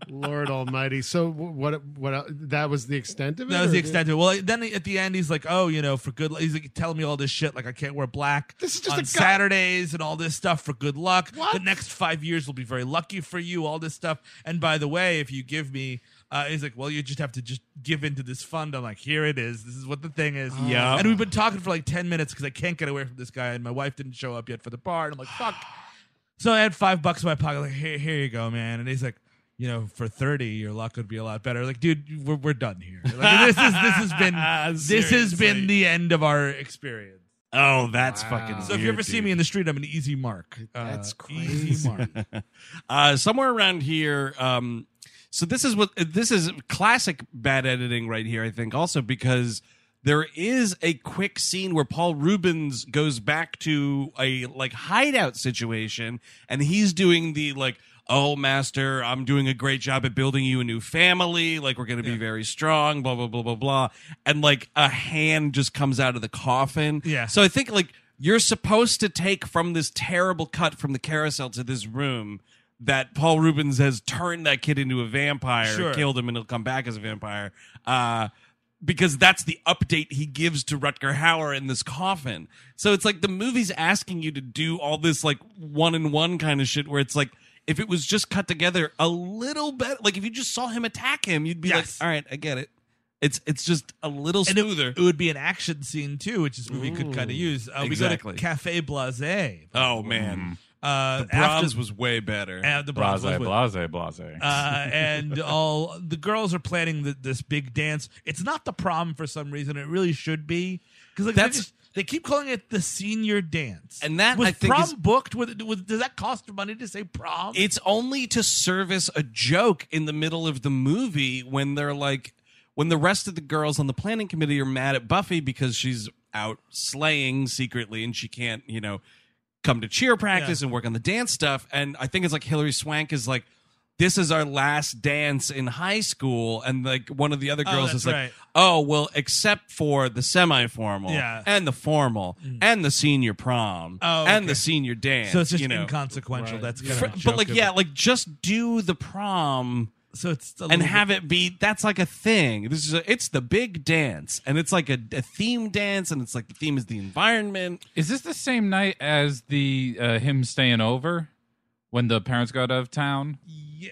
Lord Almighty. So wh- what? What? el- That was the extent of it. that was or the did- extent of it. Well, then at the end, he's like, "Oh, you know, for good." luck. He's like telling me all this shit, like I can't wear black This is just on a guy- Saturdays and all this stuff for good luck. What? The next five years will be very lucky for you. All this stuff. And by the way, if you give me, uh, he's like, "Well, you just have to just give into this fund." I'm like, "Here it is. This is what the thing is." Oh. Yeah. And we've been talking for like ten minutes because I can't get away from this guy, and my wife didn't show up yet for the bar, and I'm like, "Fuck." So I had five bucks in my pocket. Like, here, here you go, man. And he's like, you know, for thirty, your luck would be a lot better. Like, dude, we're, we're done here. Like, this is this has been this has Seriously. been the end of our experience. Oh, that's fucking. So if you weird, ever see dude. me in the street, I'm an easy mark. Uh, That's Easy mark. uh, somewhere around here. Um, so this is what this is classic bad editing right here. I think also because there is a quick scene where Paul Rubens goes back to a like hideout situation, and he's doing the like. Oh, master, I'm doing a great job at building you a new family. Like, we're going to be very strong, blah, blah, blah, blah, blah. And like a hand just comes out of the coffin. Yeah. So I think like you're supposed to take from this terrible cut from the carousel to this room that Paul Rubens has turned that kid into a vampire, Sure. killed him, and he'll come back as a vampire. Uh, because that's the update he gives to Rutger Hauer in this coffin. So it's like the movie's asking you to do all this like one in one kind of shit where it's like if it was just cut together a little bit like if you just saw him attack him, you'd be Yes. like, All right, I get it. It's it's just a little And smoother. it, it would be an action scene too, which this movie could kind of use. Uh, Exactly. We go to Cafe Blase. oh man. Uh, Brahms after- was way better. uh, the Brahms Blase, was- blase, blase. uh, and all the girls are planning the, this big dance. It's not the prom for some reason. It really should be because like That's- that's they keep calling it the senior dance, And that, was I think, prom is- booked. With, with does that cost money to say prom? it's only to service a joke in the middle of the movie when they're like when the rest of the girls on the planning committee are mad at Buffy because she's out slaying secretly and she can't, you know, come to cheer practice and work on the dance stuff. And I think it's like Hillary Swank is like, this is our last dance in high school. And like one of the other girls that's is like, right. oh, well, except for the semi formal Yeah. Mm. and the formal and the senior prom Oh, and okay. the senior dance. so it's just you know. inconsequential. That's kind Fr- of a but joke like of yeah it. like just do the prom So it's a and little have it be that's like a thing this is a, it's the big dance and it's like a, a theme dance and it's like the theme is the environment Is this the same night as the uh, him staying over when the parents got out of town? Yeah,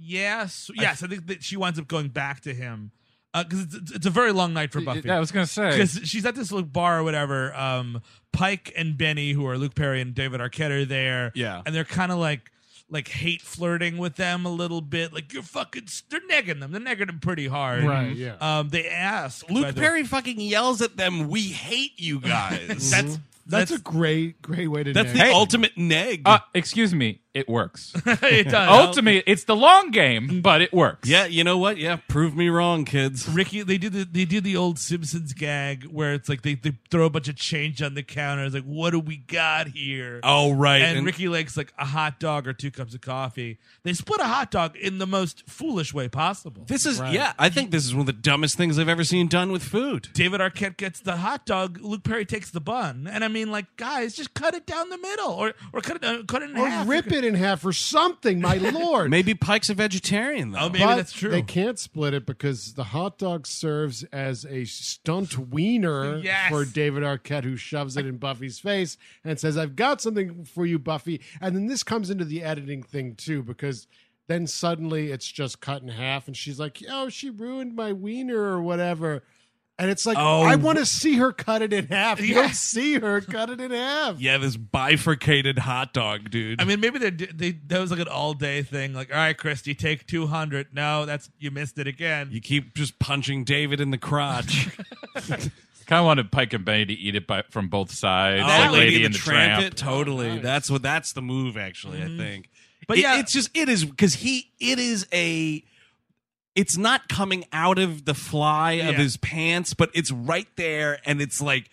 yes, yes. I, think that she winds up going back to him because it's it's, it's a very long night for Buffy. Yeah, I was gonna say. because she's at this little bar or whatever. Um, Pike and Benny, who are Luke Perry and David Arquette, are there. Yeah. and they're kind of like like hate flirting with them a little bit. Like you're fucking, they're negging them. They're negging them pretty hard. Right, yeah. Um, they ask by luke the- perry fucking yells at them we hate you guys that's That's, a great, great way to. that's the neg. ultimate neg Uh, excuse me, it works. it does. Ultimately, it's the long game, but it works. yeah you know what yeah prove me wrong kids Ricky, they did the they did the old Simpsons gag where it's like they, they throw a bunch of change on the counter. It's like, what do we got here? oh right and, Ricky likes like a hot dog or two cups of coffee. They split a hot dog in the most foolish way possible. this is yeah i think this is one of the dumbest things i've ever seen done with food David Arquette gets the hot dog. Luke Perry takes the bun. And I mean, like, guys, just cut it down the middle, or or cut it uh, cut it in or half. rip it in half or something. My lord. maybe pike's a vegetarian though Oh, maybe But that's true. They can't split it because the hot dog serves as a stunt wiener Yes. for David Arquette, who shoves it in Buffy's face and says, "I've got something for you, Buffy." And then this comes into the editing thing too, because then suddenly it's just cut in half, and she's like, "Oh, she ruined my wiener or whatever." And it's like, Oh. I want to see her cut it in half. You don't Yes. see her cut it in half. yeah this bifurcated hot dog dude I mean, maybe they did- they that was like an all day thing. Like, all right, Christy, take two hundred. No, that's you missed it again. You keep just punching David in the crotch. Kind of wanted Pike and Benny to eat it by, from both sides. Oh. that like Lady in the, Tramp. It, totally. That's what. That's the move. Actually, I think. But It- yeah. it's just it is because he it is a. It's not coming out of the fly of Yeah. his pants, but it's right there, and it's like.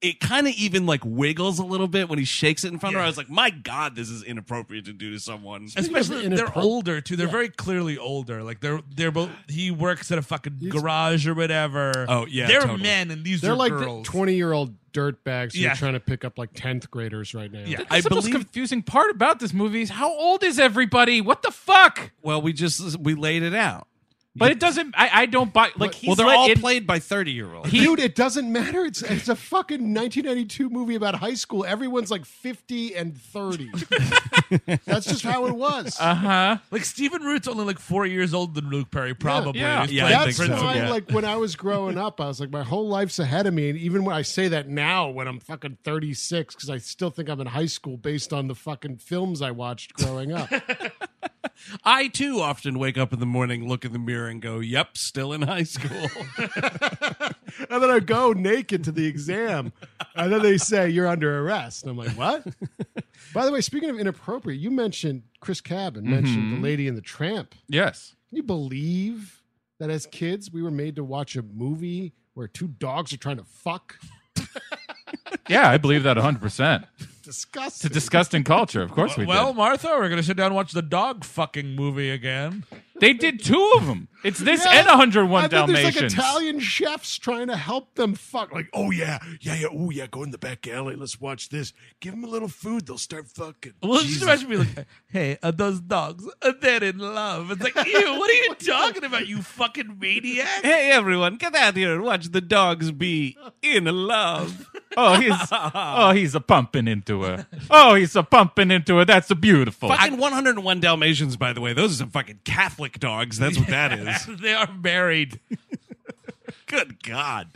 It kind of even like wiggles a little bit when he shakes it in front of her. I was like, "My God, this is inappropriate to do to someone." Speaking of Especially they're inappro- older too. They're very clearly older. Like they're they're both. He works at a fucking He's- garage or whatever. Oh, yeah, they're totally. men and these They're are like girls. twenty-year-old dirtbags who Yeah. are trying to pick up like tenth graders right now. Yeah. I That's the most believe- confusing part about this movie is how old is everybody? What the fuck? Well, we just we laid it out. But it doesn't. I, I don't buy. Like he's well, they're let all in- played by thirty-year-olds. Dude, it doesn't matter. It's it's a fucking 1992 movie about high school. Everyone's like 50 and 30. That's just how it was. Uh-huh. Like Stephen Root's only like four years older than Luke Perry, probably. Yeah. He's Yeah, playing I the That's think so. principal. why, yeah. like, when I was growing up, I was like, my whole life's ahead of me. And even when I say that now, when I'm fucking 36, because I still think I'm in high school based on the fucking films I watched growing up. I too often wake up in the morning, look in the mirror, and go, "Yep, still in high school." and then I go naked to the exam. And then they say, you're under arrest. And I'm like, what? By the way, speaking of inappropriate, you mentioned Chris Cabin mentioned Mm-hmm. the lady in the tramp. Yes. Can you believe that as kids we were made to watch a movie where two dogs are trying to fuck? Yeah, I believe that 100. percent It's a Disgusting. disgusting culture. Of course we Well, did. Martha, we're gonna sit down and watch the dog fucking movie again. They did two of them. It's this and 101 I think Dalmatians. There's like Italian chefs trying to help them fuck. Like, oh yeah, yeah, yeah, oh yeah, go in the back alley. Let's watch this. Give them a little food. They'll start fucking. Well, just imagine me like, hey, are those dogs, are they're in love. It's like, ew, what are you talking about, you fucking maniac? Hey everyone, get out here and watch the dogs be in love. Oh, he's oh, he's a pumping into her. Oh, he's a pumping into her. That's a beautiful. Fucking 101 Dalmatians, by the way. Those are some fucking Catholic dogs. That's what that is. they are married. Good God.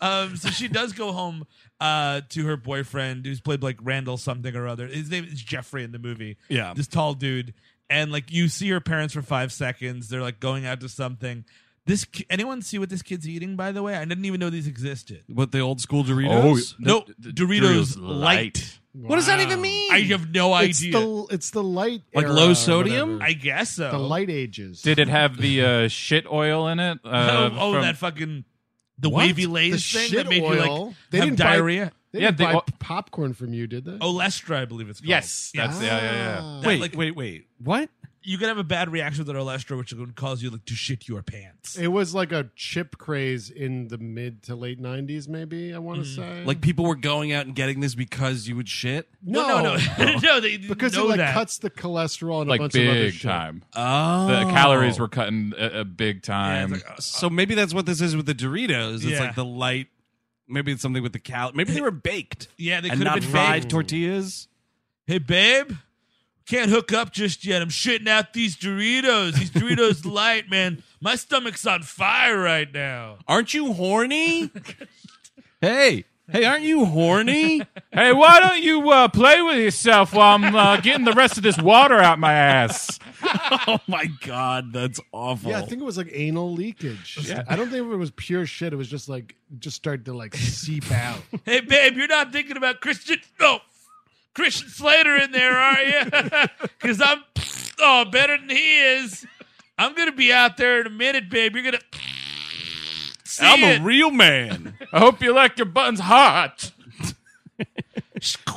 Um, so she does go home uh, to her boyfriend, who's played by, like Randall something or other. His name is Jeffrey in the movie. Yeah. this tall dude, and like you see her parents for five seconds. They're like going out to something. This ki- anyone see what this kid's eating? By the way, I didn't even know these existed. What, the old school Doritos? Oh, No, Doritos, Doritos light. What does that even mean? I have no It's idea. the it's the light Like era low or sodium? whatever. I guess so. the light ages. Did it have the uh, shit oil in it? Uh, Oh, oh, from- that fucking the What? wavy The lays thing shit that made you oil? like They have didn't buy- diarrhea. They Yeah, didn't they- Oh. buy popcorn from you, did they? Olestra, I believe it's called. yes, that's yeah, yeah, yeah. Ah. That, like, wait, wait. What? you could have a bad reaction to that Olestra, which would cause you like to shit your pants. It was like a chip craze in the mid to late '90s, maybe. I want to Mm-hmm. say, Like people were going out and getting this because you would shit? no, no, no, no they didn't because know it like that. cuts the cholesterol and a Like bunch of other big shit. time. Oh. The calories were cutting a, a big time. So maybe that's what this is with the Doritos. It's Yeah. like the light. Maybe it's something with the cal. Maybe they were baked. Yeah, they and could have not been fried baked. tortillas. Hey, babe, can't hook up just yet. I'm shitting out these Doritos. These Doritos light, man. My stomach's on fire right now. Aren't you horny? hey, hey, aren't you horny? Hey, why don't you uh, play with yourself while I'm uh, getting the rest of this water out my ass? oh my god, that's awful. Yeah, I think it was like anal leakage. I don't think it was pure shit. It was just like just started to like seep out. Hey, babe, you're not thinking about Christian? No, Christian Slater in there, are you? Because I'm oh better than he is. I'm gonna be out there in a minute, babe. You're gonna see I'm it. a real man. I hope you like your buttons hot.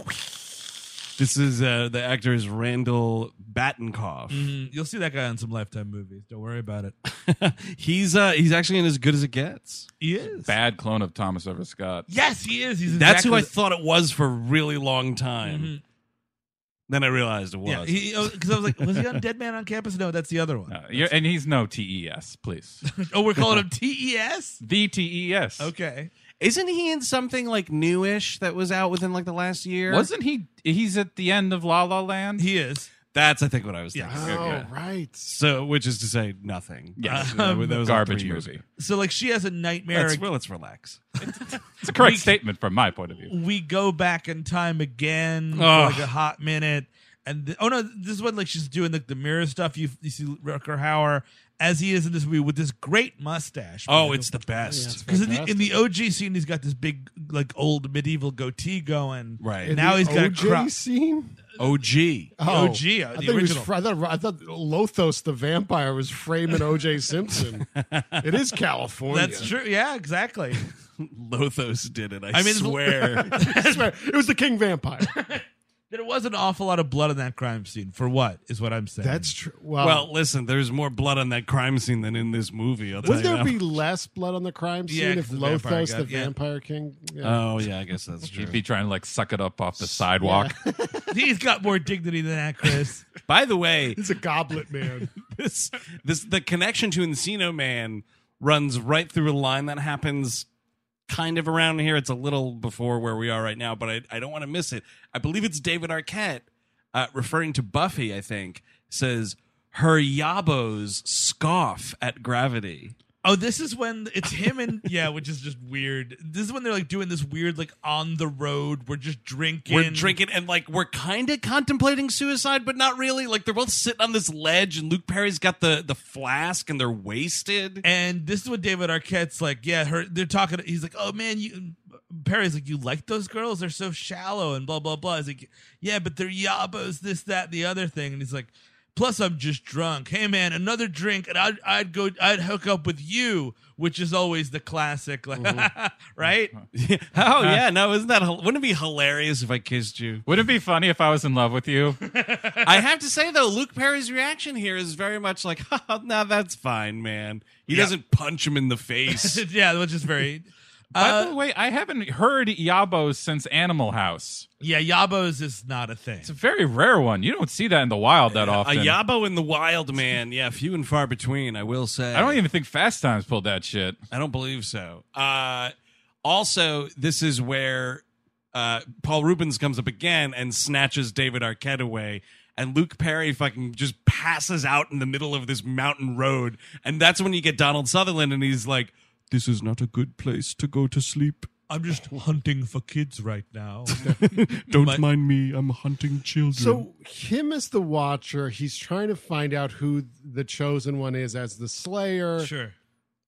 this is uh, the actor is Randall Battenkoff. Mm, You'll see that guy on some Lifetime movies. Don't worry about it. he's uh, he's actually in as good as it gets. He is. Bad clone of Thomas Ever Scott. Yes, he is. He's That's exactly who I the- thought it was for a really long time. Mhm. Then I realized it was. Yeah, because I was like, was he on Dead Man on Campus? No, that's the other one. Uh, you're, and he's no TES, please. Oh, we're calling him TES. The E TES. Okay. Isn't he in something like newish that was out within like the last year? Wasn't he? He's at the end of La La Land. He is. That's I think what I was thinking. Yeah. oh, Okay. right. So, which is to say, nothing. Yeah. Uh, that was like garbage three years movie. ago. So like she has a nightmare. Let's, well, let's relax. It's a correct statement from my point of view. we go back in time again for Ugh. like a hot minute. And th- oh no, this is when like she's doing like the mirror stuff. You you see Rucker Hauer as he is in this movie with this great mustache. Oh, it's the best. because in the, in the OG scene he's got this big like old medieval goatee going. Right. And now he's got a OJ crop. scene. Oh. OG. OG, uh, the I thought, he was original. fr- I, thought, I thought Lothos the vampire was framing O.J. Simpson. it is California. That's true. Yeah, exactly. Lothos did it. I, I mean, it's- swear. I swear, it was the king vampire. there was an awful lot of blood in that crime scene. For what is what I'm saying? That's true. Well, well, listen. There's more blood on that crime scene than in this movie. I'll would tell there you be less blood on the crime scene Yeah, 'cause if the Lothos vampire the got- yeah. vampire king? Yeah. that. Oh yeah, I guess that's true. He'd be trying to like suck it up off the sidewalk. he's got more dignity than that, Chris. By the way, He's a goblet man. this this the connection to Encino Man runs right through a line that happens kind of around here. It's a little before where we are right now, but I, I don't want to miss it. I believe it's David Arquette uh, referring to Buffy. I think says her yabos scoff at gravity. Oh, this is when it's him and yeah, which is just weird. This is when they're like doing this weird like on the road. We're just drinking. We're drinking and like we're kind of contemplating suicide, but not really. Like they're both sitting on this ledge, and Luke Perry's got the the flask, and they're wasted. and this is what David Arquette's like. Yeah, her. They're talking. He's like, oh man, you. Perry's like, you like those girls? They're so shallow and blah blah blah. He's like, yeah, but they're yabos, this, that, and the other thing. And he's like, Plus, I'm just drunk. Hey, man, another drink, and I'd, I'd go, I'd hook up with you, which is always the classic, like, right? Oh yeah, no, isn't that hil- wouldn't it be hilarious if I kissed you? Wouldn't it be funny if I was in love with you? I have to say though, Luke Perry's reaction here is very much like, oh, "No, that's fine, man." He doesn't punch him in the face. yeah, which is very. uh, By the way, I haven't heard Yabos since Animal House. Yeah, yabos is not a thing. It's a very rare one. You don't see that in the wild that A often. Yabo in the wild, man. Yeah, few and far between. I will say. I don't even think Fast Times pulled that shit. I don't believe so. Uh, also, this is where uh, Paul Rubens comes up again and snatches David Arquette away. And Luke Perry fucking just passes out in the middle of this mountain road. And that's when you get Donald Sutherland, and he's like, This is not a good place to go to sleep. I'm just hunting for kids right now. Don't mind me. I'm hunting children. So him as the Watcher, he's trying to find out who the chosen one is as the Slayer. sure.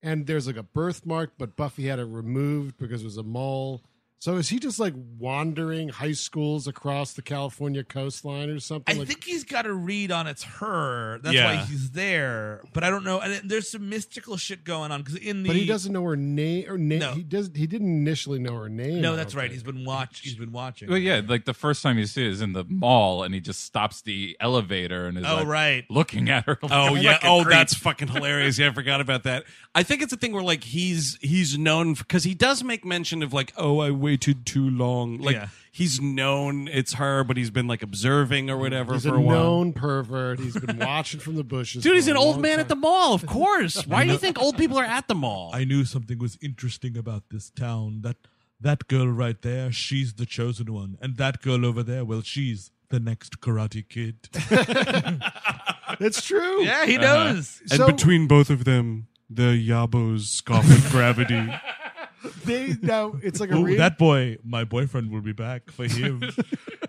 And there's like a birthmark, but Buffy had it removed because it was a mole. So is he just like wandering high schools across the California coastline or I something? like, think he's got a read on it's her. That's why Yeah. he's there. But I don't know. And there's some mystical shit going on because in the but he doesn't know her name. Or na- No. he does. He didn't initially know her name. No, I that's don't right. think. He's been watch. He's been watching. Well, yeah, like the first time you see it is in the mall, and he just stops the elevator and is Oh like, right. looking at her. like Oh a yeah! fucking Oh, creep. that's fucking hilarious. Yeah, I forgot about that. I think it's a thing where like he's he's known because he does make mention of like, oh, I waited too long. Like Yeah. he's known it's her, but he's been like observing or whatever He's for a a while. known pervert. He's been watching from the bushes. Dude, for he's a an old long man time. at the mall. Of course. Why do you think old people are at the mall? I knew something was interesting about this town. That that girl right there, she's the chosen one, and that girl over there, well, she's the next Karate Kid. Uh-huh. It's true. yeah, he knows. So both of them, the Yabos scoff at gravity. they now it's like a Ooh, re- that boy, my boyfriend will be back for him.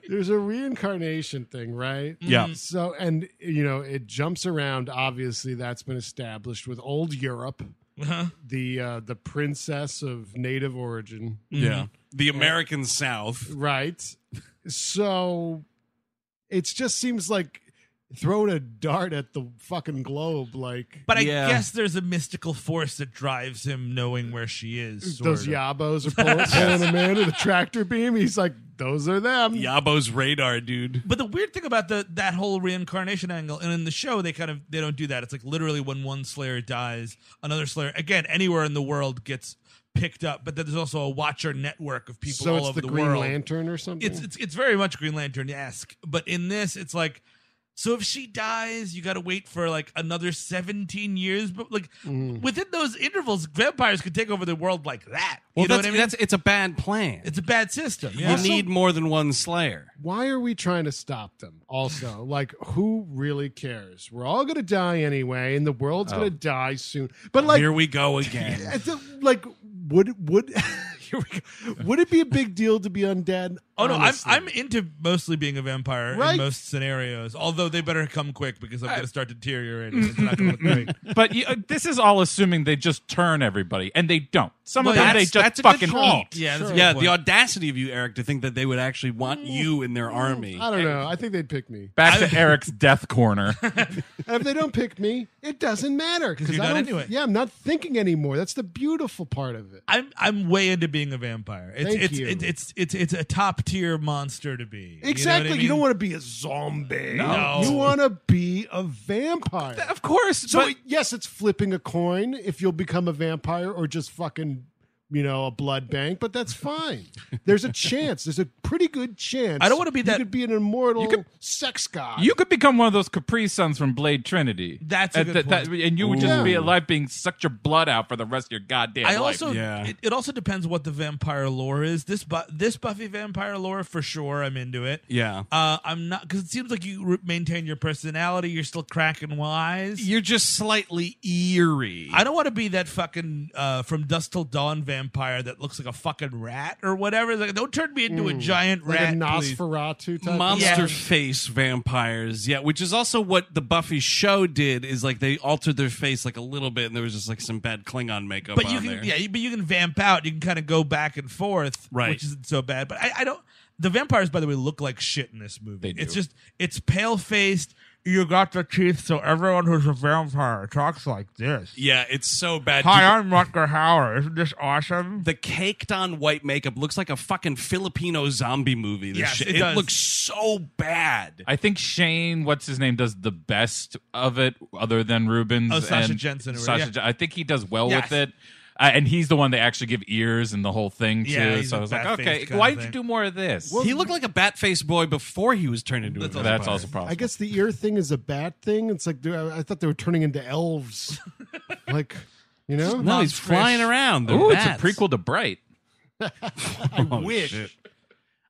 there's a reincarnation thing, right? Yeah. Mm-hmm. Mhm. So and you know it jumps around. Obviously, that's been established with old Europe, the uh, the princess of native origin, Mm-hmm. yeah. The American South. right? So it just seems like throwing a dart at the fucking globe, like But I Yeah. guess there's a mystical force that drives him knowing where she is. sort those of. yabos are pulling, pulling him in with a tractor beam. He's like, those are them. Yabos radar, dude. But the weird thing about the that whole reincarnation angle, and in the show they kind of they don't do that. It's like literally when one Slayer dies, another Slayer again anywhere in the world gets picked up. But then there's also a Watcher network of people So all it's over the, the, Green world. Lantern or something. It's it's it's very much Green Lantern esque. But in this, it's like. So if she dies, you got to wait for like another 17 years. But like Mm. within those intervals, vampires could take over the world like that. Well, you know that's, what I mean? that's it's a bad plan. it's a bad system. you Yeah. need more than one Slayer. why are we trying to stop them also like who really cares we're all gonna die anyway and the world's gonna die soon but like Oh. Here we go again. it's a- like would would here we go. would it be a big deal to be undead Oh no, I'm Honestly. I'm into mostly being a vampire in Right. most scenarios. Although they better come quick because I'm going to start deteriorating. It's not gonna look great. But you, uh, this is all assuming they just turn everybody, and they don't. Some Well, of them that's- they that's just a good fucking call. eat. Yeah, that's a good yeah, point. the audacity of you, Eric, to think that they would actually want you in their army. Mm. i don't know i think they'd pick me Back to Eric's death corner. and if they don't pick me it doesn't matter because you're i not don't anyway. yeah i'm not thinking anymore that's the beautiful part of it I'm I'm way into being a vampire. It's Thank it's, you. it's it's it's it's a top tier monster to be. exactly you, You, don't want to be a zombie No. you want to be a vampire of course. So but- it- yes, it's flipping a coin if you'll become a vampire or just fucking, you know, a blood bank. But that's fine. There's a chance. There's a pretty good chance. I don't wanna be that- You could be an immortal could- sex god. You could become one of those Capri Suns from Blade Trinity. That's a Uh, good point. and you would just Ooh. be alive, being sucked your blood out for the rest of your goddamn I life. also Yeah. it, it also depends what the vampire lore is. This bu- this Buffy vampire lore for sure. I'm into it. Yeah. Uh, I'm not because it seems like you re- maintain your personality. You're still cracking wise. You're just slightly eerie. I don't want to be that fucking uh, from dusk till dawn vampire that looks like a fucking rat or whatever. Like, don't turn me into a giant like rat. a please. Nosferatu type. Monster Yeah. face vampires, yeah, which is also what the Buffy show did. Is like they altered their face like a little bit, and there was just like some bad Klingon makeup. But on you can, there. yeah, you- but you can vamp out. You can kind of go back and forth, Right. Which isn't so bad. But I, I don't. the vampires, by the way, look like shit in this movie. They It's do. just it's pale faced. You got the teeth, so everyone who's a vampire talks like this. Yeah, it's so bad. Hi, Dude, I'm Rutger Hauer. Isn't this awesome? the caked on white makeup looks like a fucking Filipino zombie movie. This Yes, shit. it does. looks so bad. I think Shane, what's his name, does the best of it, other than Rubens. Oh, Sasha and Jensen or- Sasha, yeah. Jen- I think he does well Yes. with it, uh, and he's the one that actually give ears and the whole thing too. Yeah, he's so a I was like, bat-faced okay, kind of why did thing. you do more of this? he looked like a bat faced boy before he was turned into a vampire. That's also possible. I guess the ear thing is a bad thing. It's like dude, I I thought they were turning into elves, like you know. No, he's flying around. They're Ooh, it's a bats. prequel to Bright. Oh, I wish.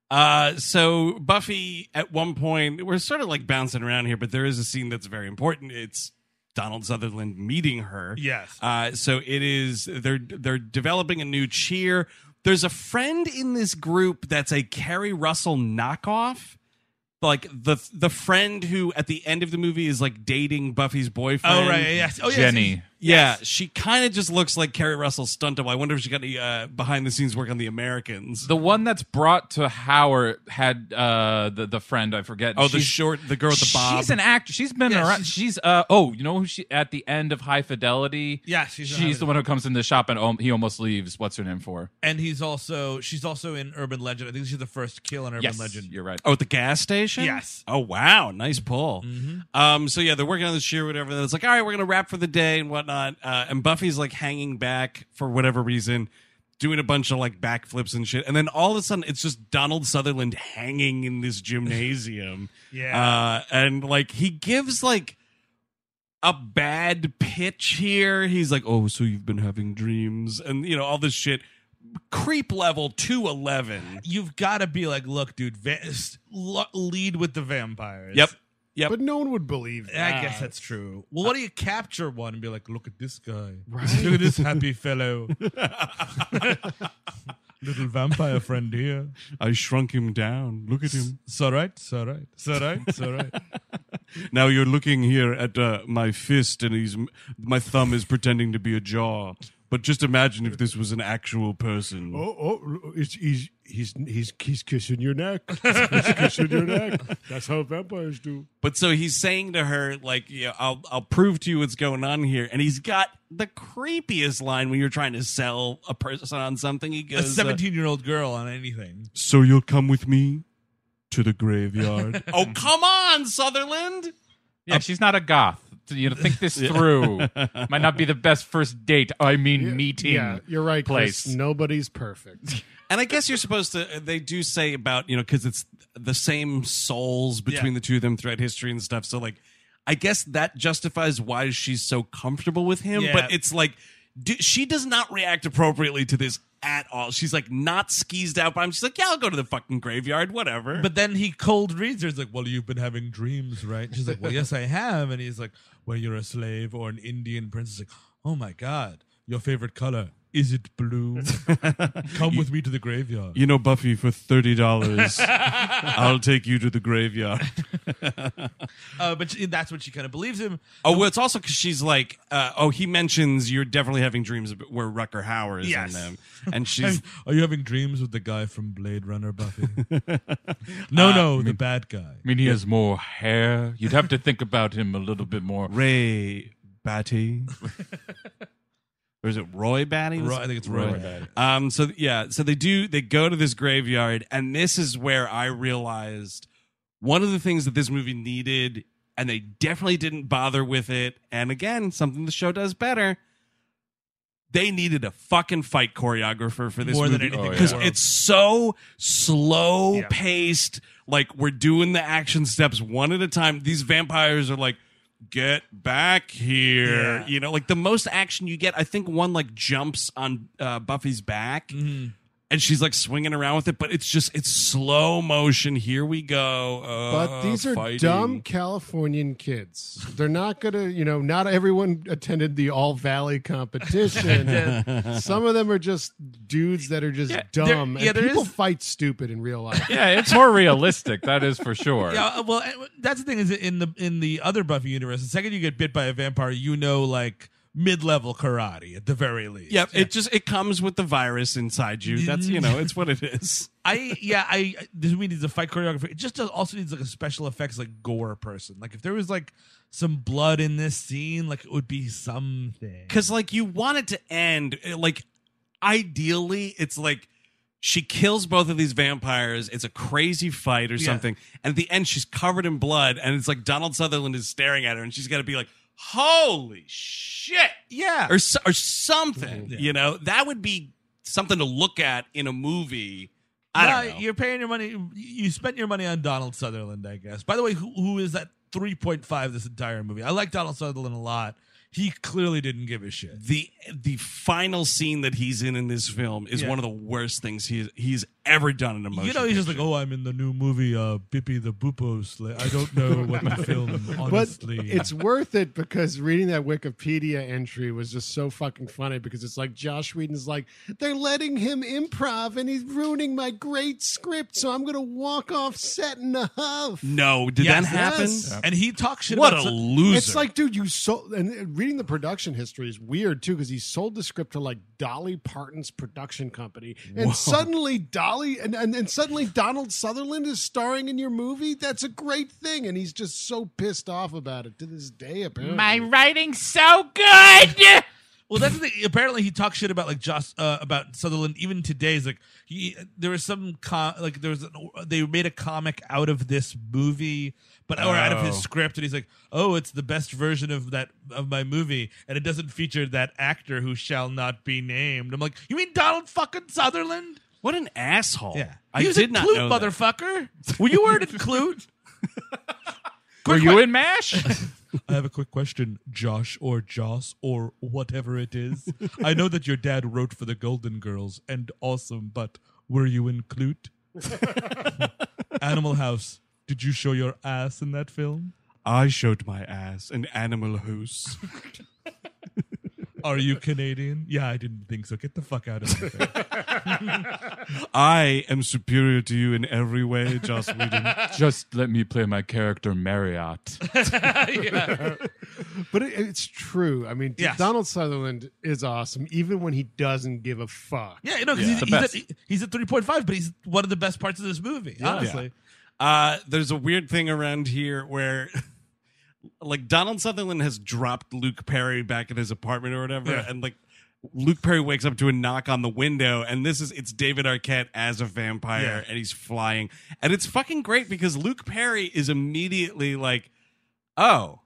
Uh, so Buffy, at one point, we're sort of like bouncing around here, but there is a scene that's very important. It's Donald Sutherland meeting her. Yes. Uh, so it is they're they're developing a new cheer. There's a friend in this group that's a Carrie Russell knockoff. Like the the friend who at the end of the movie is like dating Buffy's boyfriend. Oh right, yes. Oh yes. Jenny. Yeah, she kind of just looks like Carrie Russell stunt double. I wonder if she got any uh, behind the scenes work on the Americans. The one that's brought to Howard had uh, the the friend I forget. Oh, the She's- short, the girl with the bob. She's an actor. She's been Yeah, around. she's- She's, uh oh, you know who she at the end of High Fidelity. Yes, she's she's, in High the one who comes in the shop and om- he almost leaves. What's her name for? And he's also she's also in Urban Legend. I think she's the first kill in Urban Legend. You're right. Oh, at the gas station? Yes. Oh, wow. Nice pull. Mm-hmm. Um, so, yeah, they're working on this year, whatever. It's like, all right, we're going to wrap for the day and whatnot. Uh, and Buffy's like hanging back for whatever reason, doing a bunch of like backflips and shit. And then all of a sudden, it's just Donald Sutherland hanging in this gymnasium. Yeah. Uh, and like, he gives like a bad pitch here. He's like, oh, so you've been having dreams and, you know, all this shit. Creep level 211. You've got to be like, look, dude, va- s- lo- lead with the vampires. Yep. Yep. But no one would believe that. I guess that's true. Well, what do you capture one and be like, look at this guy. Look at this happy fellow. Little vampire friend here. I shrunk him down. Look at him. It's all right. It's all right. It's all right. It's all right. Now you're looking here at uh, my fist, and he's my thumb is pretending to be a jaw. But just imagine if this was an actual person. Oh, oh, it's, he's, he's, he's, he's kissing your neck. He's kissing your neck. That's how vampires do. But so he's saying to her, like, yeah, I'll I'll prove to you what's going on here. And he's got the creepiest line when you're trying to sell a person on something. He A goes, uh, 17 year old girl on anything. "So you'll come with me to the graveyard?" oh, come on, Sutherland. Yeah, she's not a goth. You know, think this through. Might not be the best first date. I mean, meeting. Yeah, you're right, Chris. Place. Nobody's perfect. And I guess you're supposed to. They do say about you know because it's the same souls between Yeah. the two of them throughout history and stuff. So like, I guess that justifies why she's so comfortable with him. Yeah. But it's like do, she does not react appropriately to this at all. She's like not skeezed out by him. She's like, yeah, I'll go to the fucking graveyard, whatever. But then he cold reads her. He's like, Well, you've been having dreams, right? She's like, Well, yes, I have. And he's like, Well, you're a slave or an Indian princess. Like, oh my God, your favorite color. Is it blue? Come with me to the graveyard. you know, Buffy, for thirty dollars, I'll take you to the graveyard. Uh, but she, that's what she kind of believes him. Oh, well, it's also because she's like, uh, oh, he mentions you're definitely having dreams ab- where Rucker Hauer is Yes. in them, and she's Are you having dreams with the guy from Blade Runner, Buffy? Uh, no, no, the bad guy. I mean, he has more hair. You'd have to think about him a little bit more. Ray Batty. or is it Roy Batty? Roy, I think it's Roy. Um, so yeah, so they do they go to this graveyard, and this is where I realized one of the things that this movie needed, and they definitely didn't bother with it, and again, something the show does better. They needed a fucking fight choreographer for this More than movie anything in the because world. it's so slow Yeah. paced. Like we're doing the action steps one at a time. These vampires are like, get back here. Yeah. You know, like the most action you get. I think one like jumps on uh, Buffy's back Mm-hmm. and she's like swinging around with it, but it's just it's slow motion. Here we go. Uh, But these are fighting. dumb Californian kids. They're not going to, you know, not everyone attended the All Valley competition. Some of them are just dudes that are just there- dumb. yeah, and there people is- fight stupid in real life. Yeah, it's more realistic. That is for sure. Yeah, uh, well, uh, that's the thing is in the in the other Buffy universe, the second you get bit by a vampire, you know like mid level karate at the very least. Yep, it just it comes with the virus inside you. That's you know, it's what it is. I yeah I this movie needs a fight choreographer. It just does, also needs like a special effects like gore person. Like if there was like some blood in this scene, like it would be something. because like you want it to end uh, like ideally it's like she kills both of these vampires it's a crazy fight or something and at the end she's covered in blood and it's like donald sutherland is staring at her and she's got to be like holy shit Yeah. Mm-hmm. or, so- or something you know that would be something to look at in a movie i Yeah, don't know You're paying your money. You spent your money on Donald Sutherland, I guess. By the way, who, who is that 3.5 this entire movie? I like Donald Sutherland a lot. He clearly didn't give a shit. the the final scene that he's in in this film is Yeah. one of the worst things he's he's ever done in a movie you know, he's just like, oh, I'm in the new movie, uh, Bippy the Boopo Slay. I don't know what the film, But honestly. it's worth it because reading that Wikipedia entry was just so fucking funny because it's like Josh Whedon's like, they're letting him improv and he's ruining my great script, so I'm going to walk off set in a huff. no did Yes, that happen yes. and he talks shit What about a Sut- loser! It's like, dude, you sold. And reading the production history is weird too, because he sold the script to like Dolly Parton's production company, and suddenly Dolly and, and and suddenly Donald Sutherland is starring in your movie. That's a great thing, and he's just so pissed off about it to this day. Apparently, My writing's so good. Well, that's the thing. Apparently, he talks shit about like Joss uh, about Sutherland even today. Is like he there was some com- like there was an, they made a comic out of this movie, but or out of his Oh. script, and he's like, oh, it's the best version of that of my movie, and it doesn't feature that actor who shall not be named. I'm like, you mean Donald fucking Sutherland? What an asshole! Yeah, I he was did in not Clute, know that. motherfucker. Were you word at Clute? Were you in Mash? I have a quick question, Josh or Joss or whatever it is. I know that your dad wrote for the Golden Girls and awesome, but were you in Clute? Animal House, did you show your ass in that film? I showed my ass an Animal House. Are you Canadian? Yeah, I didn't think so. Get the fuck out of here. I am superior to you in every way, Joss Whedon. Just let me play my character Marriott. But it, it's true. I mean, Yes. Donald Sutherland is awesome, even when he doesn't give a fuck. Yeah, you know, 'cause the he's, best. he's, at, he's at 3.5, but he's one of the best parts of this movie, honestly. Uh, there's a weird thing around here where, like, Donald Sutherland has dropped Luke Perry back at his apartment or whatever, and like. Luke Perry wakes up to a knock on the window, and this is it's David Arquette as a vampire, and he's flying. And it's fucking great because Luke Perry is immediately like, Oh,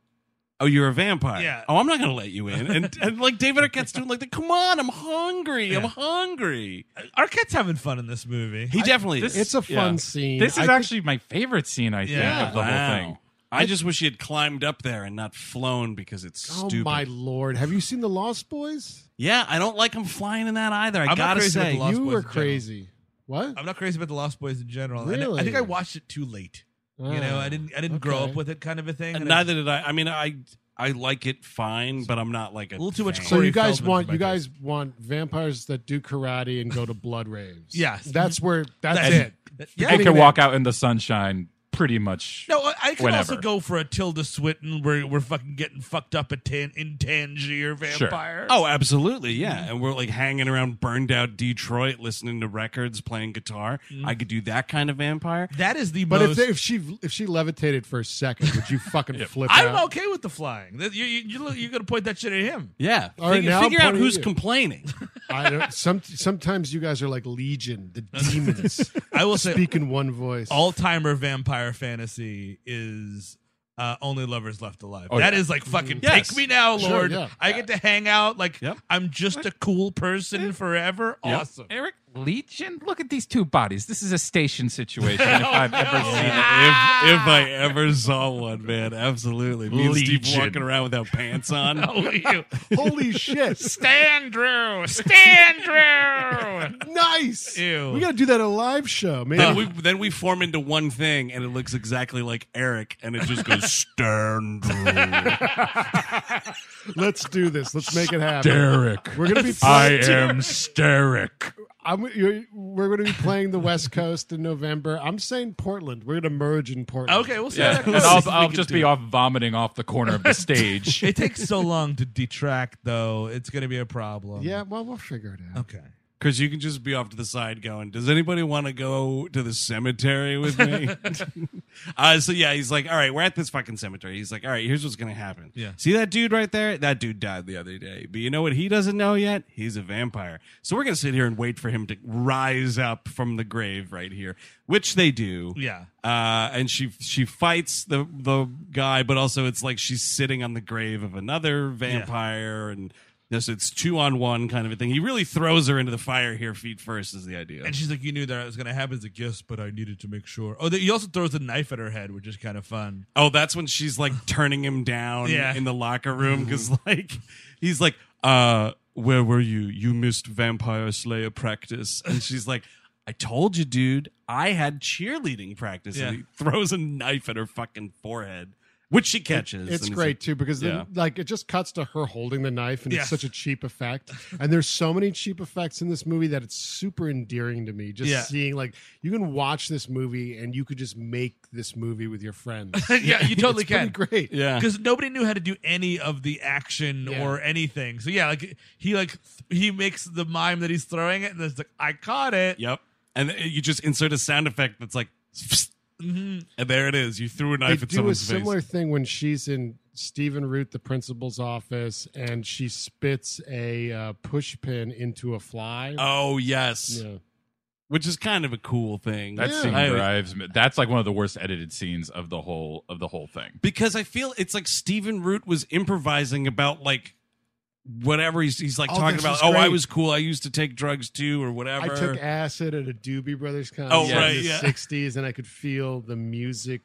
oh, you're a vampire. Yeah. Oh, I'm not gonna let you in. And and like David Arquette's doing like the come on, I'm hungry. I'm hungry. Arquette's having fun in this movie. He definitely this- is. It's a fun Yeah. scene. This is I think- actually my favorite scene, I think, Yeah. of the Wow. whole thing. I just wish he had climbed up there and not flown because it's Oh stupid. my lord! Have you seen the Lost Boys? Yeah, I don't like him flying in that either. I not gotta crazy with say, The Lost you Boys were in general. crazy. What? I'm not crazy about the Lost Boys in general. I- I, Really? Ah, think I watched it too late. You know, I didn't I didn't grow okay. up with it kind of a thing. and and I- neither did I. I mean, I I like it fine, but I'm not like a, A little too much fan. So Corey you guys Feldman want for my you guys want vampires that do karate and go to blood raves? Yes. that's where that's, That's- it. Yeah, and Beginning can there. walk out in the sunshine pretty much. No, I- I could also Whenever. go for a Tilda Swinton where we're fucking getting fucked up at tan- in Tangier vampire. Oh, absolutely, Mm-hmm. yeah. And we're like hanging around burned out Detroit, listening to records, playing guitar. Mm-hmm. I could do that kind of vampire. that is the But if, most. they, if she if she levitated for a second, would you fucking flip I'm out? okay with the flying. That- You, you, you look- you're going to point that shit at him. Yeah, All right, figure, now I'm figure out pointing at who's you. complaining. I don't, some, sometimes you guys are like Legion, the demons. I will say, Speak in one voice. all timer vampire fantasy is uh, only lovers left alive. That is Oh, yeah. Mm-hmm. like fucking Yes. take me now, Sure, Lord. yeah. I get to hang out. Like Yep. I'm just a cool person forever. Awesome. Eric Legion, look at these two bodies. This is a station situation if I've ever seen it. if, if I ever saw one, man, absolutely. Me and Steve Legion. walking around without pants on. Oh, Holy shit! Standrew! Standrew! nice. Ew. We got to do that at a live show, Then man. we then we form into one thing, and it looks exactly like Eric, and it just goes stern. Let's do this. Let's make it happen. Derek. We're gonna be. I Playing, am Steric. I'm, you're, we're gonna be playing the West Coast in November. I'm saying Portland. We're gonna merge in Portland. Okay, we'll see. how Yeah. that And goes. I'll, I'll just be off vomiting off the corner of the stage. It takes so long to detract, though. It's going to be a problem. Yeah. Well, we'll figure it out. Okay. Because you can just be off to the side going, Does anybody want to go to the cemetery with me? uh, so, yeah, he's like, All right, we're at this fucking cemetery. He's like, All right, here's what's going to happen. Yeah. See that dude right there? That dude died the other day. But you know what he doesn't know yet? He's a vampire. So, we're going to sit here and wait for him to rise up from the grave right here, which they do. Yeah. Uh, and she she fights the the guy, but also it's like she's sitting on the grave of another vampire, and this it's two on one kind of a thing. He really throws her into the fire here, feet first, is the idea. And she's like, "You knew that was going to happen." It's like, "Yes, but I needed to make sure." Oh, he also throws a knife at her head, which is kind of fun. oh, that's when she's like turning him down Yeah. in the locker room Mm-hmm. because like he's like, uh, "Where were you? You missed vampire slayer practice," and she's like. I told you, dude. I had cheerleading practice, and Yeah. he throws a knife at her fucking forehead, which she catches. It's and great like- too because then, Yeah. like it just cuts to her holding the knife, and Yeah. it's such a cheap effect. And there's so many cheap effects in this movie that it's super endearing to me. Just Yeah. seeing like you can watch this movie and you could just make this movie with your friends. yeah, you totally it's pretty can. great. Yeah, because nobody knew how to do any of the action Yeah. or anything. So yeah, like he like th- he makes the mime that he's throwing it, and it's like I caught it. Yep. And th- you just insert a sound effect that's like, and there it is. You threw a They knife at do a someone's face. similar thing when she's in Stephen Root, the principal's office, and she spits a uh, push pin into a fly. Oh yes, Yeah. which is kind of a cool thing. That Yeah. scene I- drives me. That's like one of the worst edited scenes of the whole of the whole thing. because I feel it's like Stephen Root was improvising about like whatever he's he's like Oh, talking this about. is Oh, I great. was cool. I used to take drugs too, or I whatever. took acid at a Doobie Brothers concert Oh, right, in the yeah. '60s, and I could feel the music.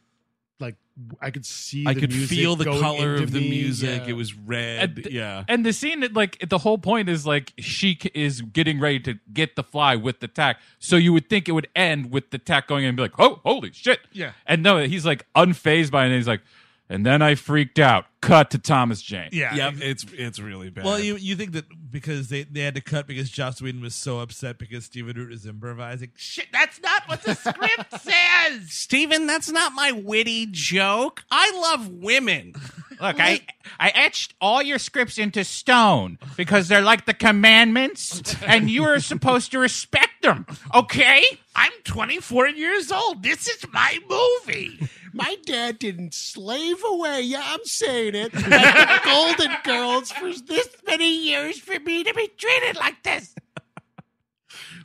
Like I could see, I the could music feel the going color into of the me. music. Yeah. It was red. And th- yeah. And the scene that like the whole point is like she c- is getting ready to get the fly with the tack. So you would think it would end with the tack going in and be like, oh, holy shit. Yeah. And no, he's like unfazed by it. And he's like, and then I freaked out. Cut to Thomas Jane. Yeah. Yep. It's it's really bad. Well, you you think that because they, they had to cut because Joss Whedon was so upset because Steven Root is improvising. Shit, that's not what the script says. Steven, that's not my witty joke. I love women. Look, I I etched all your scripts into stone because they're like the commandments, and you are supposed to respect them. Okay? I'm 24 years old. This is my movie. My dad didn't slave away. Yeah, I'm saying it. Like the Golden Girls for this many years for me to be treated like this.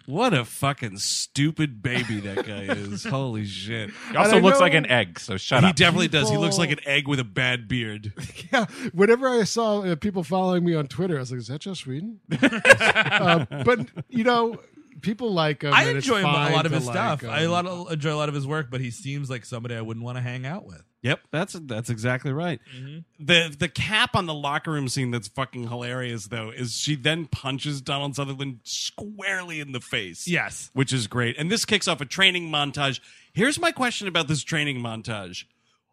What a fucking stupid baby that guy is. Holy shit. He also And I looks know- like an egg. So shut He up. definitely does. He Oh. looks like an egg with a bad beard. Yeah, whenever I saw uh, people following me on Twitter, I was like, "Is that Josh Whedon?" uh, but you know, people like him. I and it's enjoy him- a fine lot of to his like stuff. I a him. lot of, enjoy a lot of his work, but he seems like somebody I wouldn't want to hang out with. Yep, that's that's exactly right. Mm-hmm. The the cap on the locker room scene that's fucking hilarious though is she then punches Donald Sutherland squarely in the face. Yes. Which is great. And this kicks off a training montage. Here's my question about this training montage.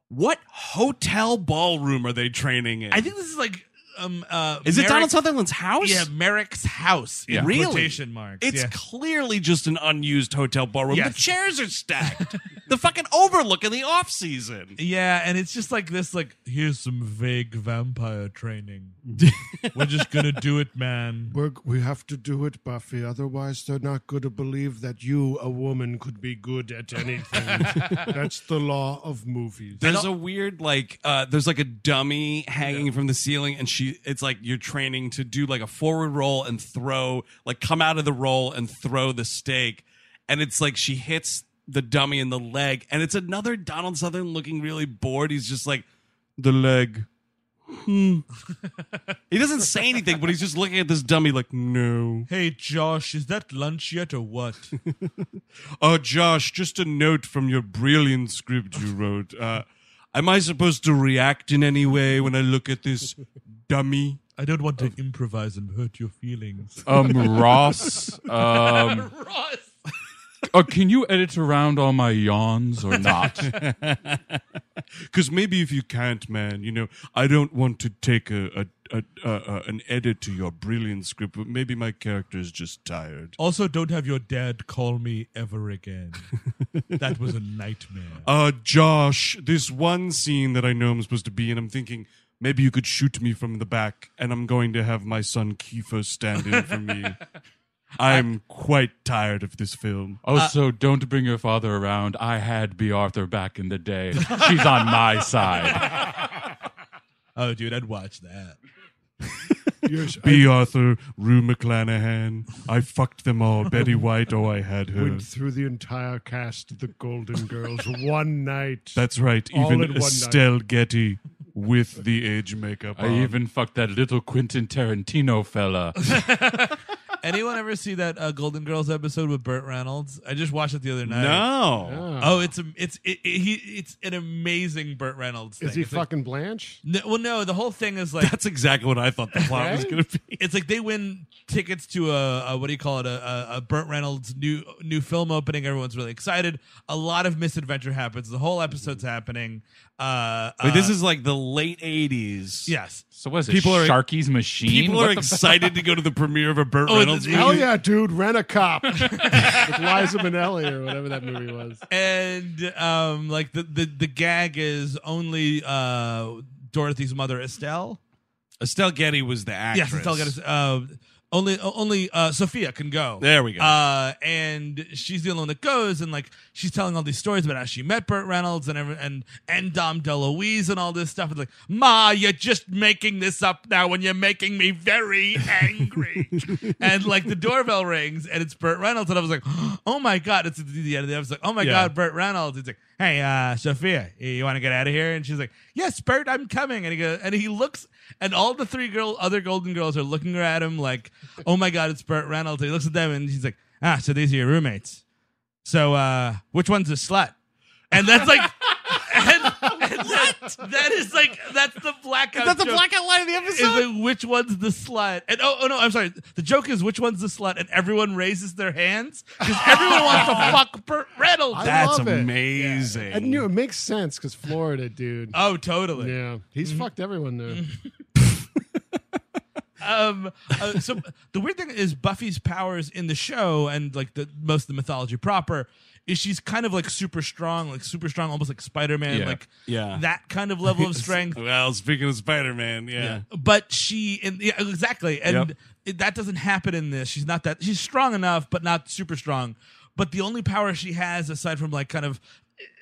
What hotel ballroom are they training in? I think this is like um uh is it Merrick- Donald Sutherland's house? Yeah, Merrick's house. in Yeah. Really? Quotation marks. It's yeah. clearly just an unused hotel ballroom. Yes. The chairs are stacked. the fucking overlook in the off season. Yeah, and it's just like this like here's some vague vampire training. We're just gonna do it, man. We're, we have to do it, Buffy. Otherwise, they're not going to believe that you, a woman, could be good at anything. That's the law of movies. There's a weird like uh there's like a dummy hanging from the ceiling and she it's like you're training to do like a forward roll and throw like come out of the roll and throw the stake and it's like she hits the dummy in the leg and it's another Donald Southern looking really bored he's just like the leg Hmm. he doesn't say anything but he's just looking at this dummy like no Hey Josh, is that lunch yet or what? Oh, Josh, just a note from your brilliant script you wrote. Uh, am I supposed to react in any way when I look at this dummy? I don't want to improvise and hurt your feelings. Um, Ross. Um, Ross. uh, can you edit around all my yawns or not? Because maybe if you can't, man, you know, I don't want to take a, a, a, a, a an edit to your brilliant script, but maybe my character is just tired. Also, don't have your dad call me ever again. that was a nightmare. Uh, Josh, this one scene that I know I'm supposed to be in, I'm thinking maybe you could shoot me from the back, and I'm going to have my son Kiefer stand in for me. I'm quite tired of this film. Also, Oh, don't bring your father around. I had B. Arthur back in the day. She's on my side. Oh, dude, I'd watch that. B. Arthur, Rue McClanahan. I fucked them all. Betty White, oh, I had her. Went through the entire cast of the Golden Girls one night. That's right, All in even one night. Estelle Getty with the age makeup I on. even fucked that little Quentin Tarantino fella. Anyone ever see that uh, Golden Girls episode with Burt Reynolds? I just watched it the other night. No. Oh, it's a, it's it, it, he it's an amazing Burt Reynolds. Thing. Is he It's like- fucking Blanche? No, well, no, the whole thing is like That's exactly what I thought the plot was Right? going to be. it's like they win tickets to a, a what do you call it a, a, a Burt Reynolds new new film opening. Everyone's really excited. A lot of misadventure happens. The whole episode's happening. Uh, Mm-hmm. Wait, this uh, is like the late 80s. yes. So what is it? People are- Sharky's machine. People What are the f- excited to go to the premiere of a Burt Oh, Reynolds the- movie. Hell yeah, dude! Rent a cop with Liza Minnelli or whatever that movie was. and um, like the, the the gag is only uh, Dorothy's mother Estelle. Estelle Getty was the actress. Yes, Estelle got us. Uh, only, only uh, Sophia can go. There we go. Uh, and she's the only one that goes, and like she's telling all these stories about how she met Burt Reynolds and every, and and Dom DeLuise and all this stuff. And like, Ma, you're just making this up now, and you're making me very angry. and like the doorbell rings, and it's Burt Reynolds, and I was like, Oh my god! It's at the end of the episode. Oh my Yeah. god, Burt Reynolds. He's like, Hey, uh, Sophia, you want to get out of here? And she's like, Yes, Burt, I'm coming. And he goes, and he looks, and all the three girl, other Golden Girls are looking at him like, Oh my god, it's Burt Reynolds. And he looks at them, and he's like, Ah, so these are your roommates. So uh, which one's a slut? And that's like. And, and that, that is like that's the blackout. That's the blackout line of the episode. Is like, which one's the slut? And oh, oh no, I'm sorry. The joke is which one's the slut, and everyone raises their hands because everyone wants to fuck Burt Reynolds. I That's love it. amazing. And you know, it makes sense because Florida, dude. oh, totally. yeah, he's Mm-hmm. fucked everyone there. um, uh, so the weird thing is Buffy's powers in the show and like the most of the mythology proper is she's kind of like super strong, like super strong, almost like Spider Man, Yeah. like Yeah. that kind of level of strength. Well, speaking of Spider Man, yeah. But she, and, yeah, exactly, and Yep. it, that doesn't happen in this. She's not that. She's strong enough, but not super strong. But the only power she has, aside from like kind of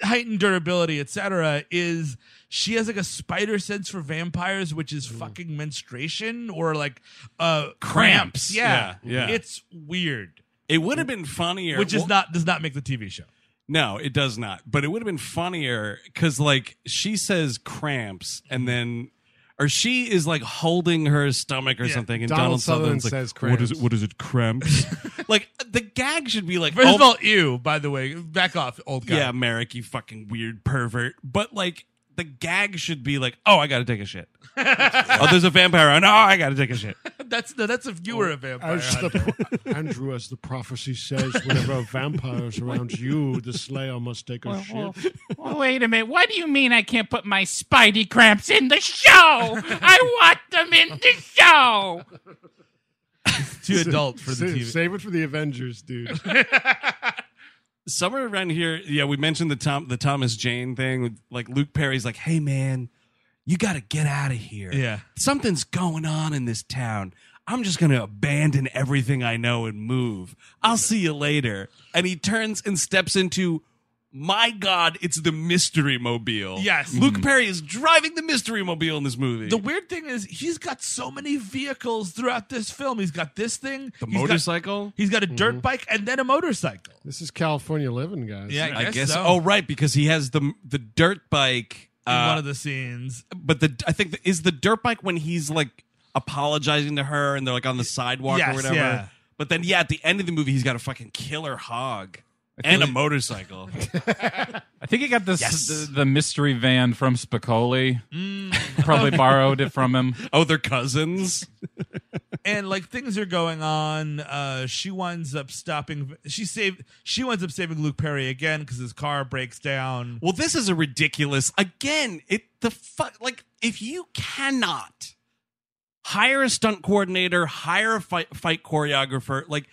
heightened durability, etc., is she has like a spider sense for vampires, which is fucking menstruation or like uh Cramps. Yeah, Yeah, yeah. it's weird. It would have been funnier. Which Well- is not does not make the TV show. No, it does not. But it would have been funnier because, like, she says cramps, and then, or she is like holding her stomach or Yeah. something, and Donald Donald, Sutherland's Sutherland like, says "What is cramps." it? What is it? Cramps?" like uh, the gag should be like, First oh, of all, ew. By the way, back off, old guy. yeah, Merrick, you fucking weird pervert." But like. The gag should be like, oh, I gotta take a shit. oh, there's a vampire on. Oh, I gotta take a shit. that's no, that's if you were a vampire. As the pro- Andrew, as the prophecy says, whenever a vampire is around you, the Slayer must take a shit. Oh, wait a minute. What do you mean I can't put my Spidey cramps in the show? I want them in the show. Too adult for the Sa- TV. Save it for the Avengers, dude. somewhere around here, yeah, we mentioned the Tom the Thomas Jane thing. With, like Luke Perry's like, "Hey man, you got to get out of here. Yeah. something's going on in this town. I'm just gonna abandon everything I know and move. I'll see you later." And he turns and steps into. My God, it's the Mystery Mobile. Yes. Mm-hmm. Luke Perry is driving the Mystery Mobile in this movie. The weird thing is he's got so many vehicles throughout this film. He's got this thing, The he's got- motorcycle? he's got a dirt bike, and then a motorcycle. This is California living, guys. Yeah, I guess. so. Oh, right, because he has the the dirt bike. in uh, one of the scenes. but the I think the, is the dirt bike when he's like apologizing to her and they're like on the sidewalk Yes, or whatever. yeah. But then yeah, at the end of the movie, he's got a fucking killer hog and a motorcycle. I think he got this Yes. the, the mystery van from Spicoli. Probably borrowed it from him. oh, they're cousins. And like things are going on. Uh, she winds up stopping. She saved. She winds up saving Luke Perry again because his car breaks down. Well, this is a ridiculous. Again, it the fuck like if you cannot hire a stunt coordinator, hire a fight, fight choreographer, like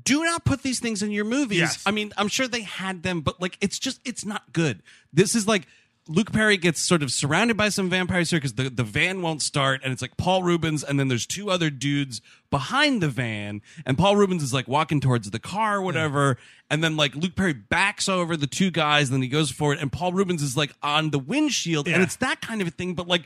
do not put these things in your movies. Yes. I mean, I'm sure they had them, but like it's just it's not good. This is like Luke Perry gets sort of surrounded by some vampires here because the, the van won't start, and it's like Paul Rubens, and then there's two other dudes behind the van, and Paul Rubens is like walking towards the car, or whatever, and then like Luke Perry backs over the two guys, and then he goes forward, and Paul Rubens is like on the windshield, and Yeah. it's that kind of a thing, but like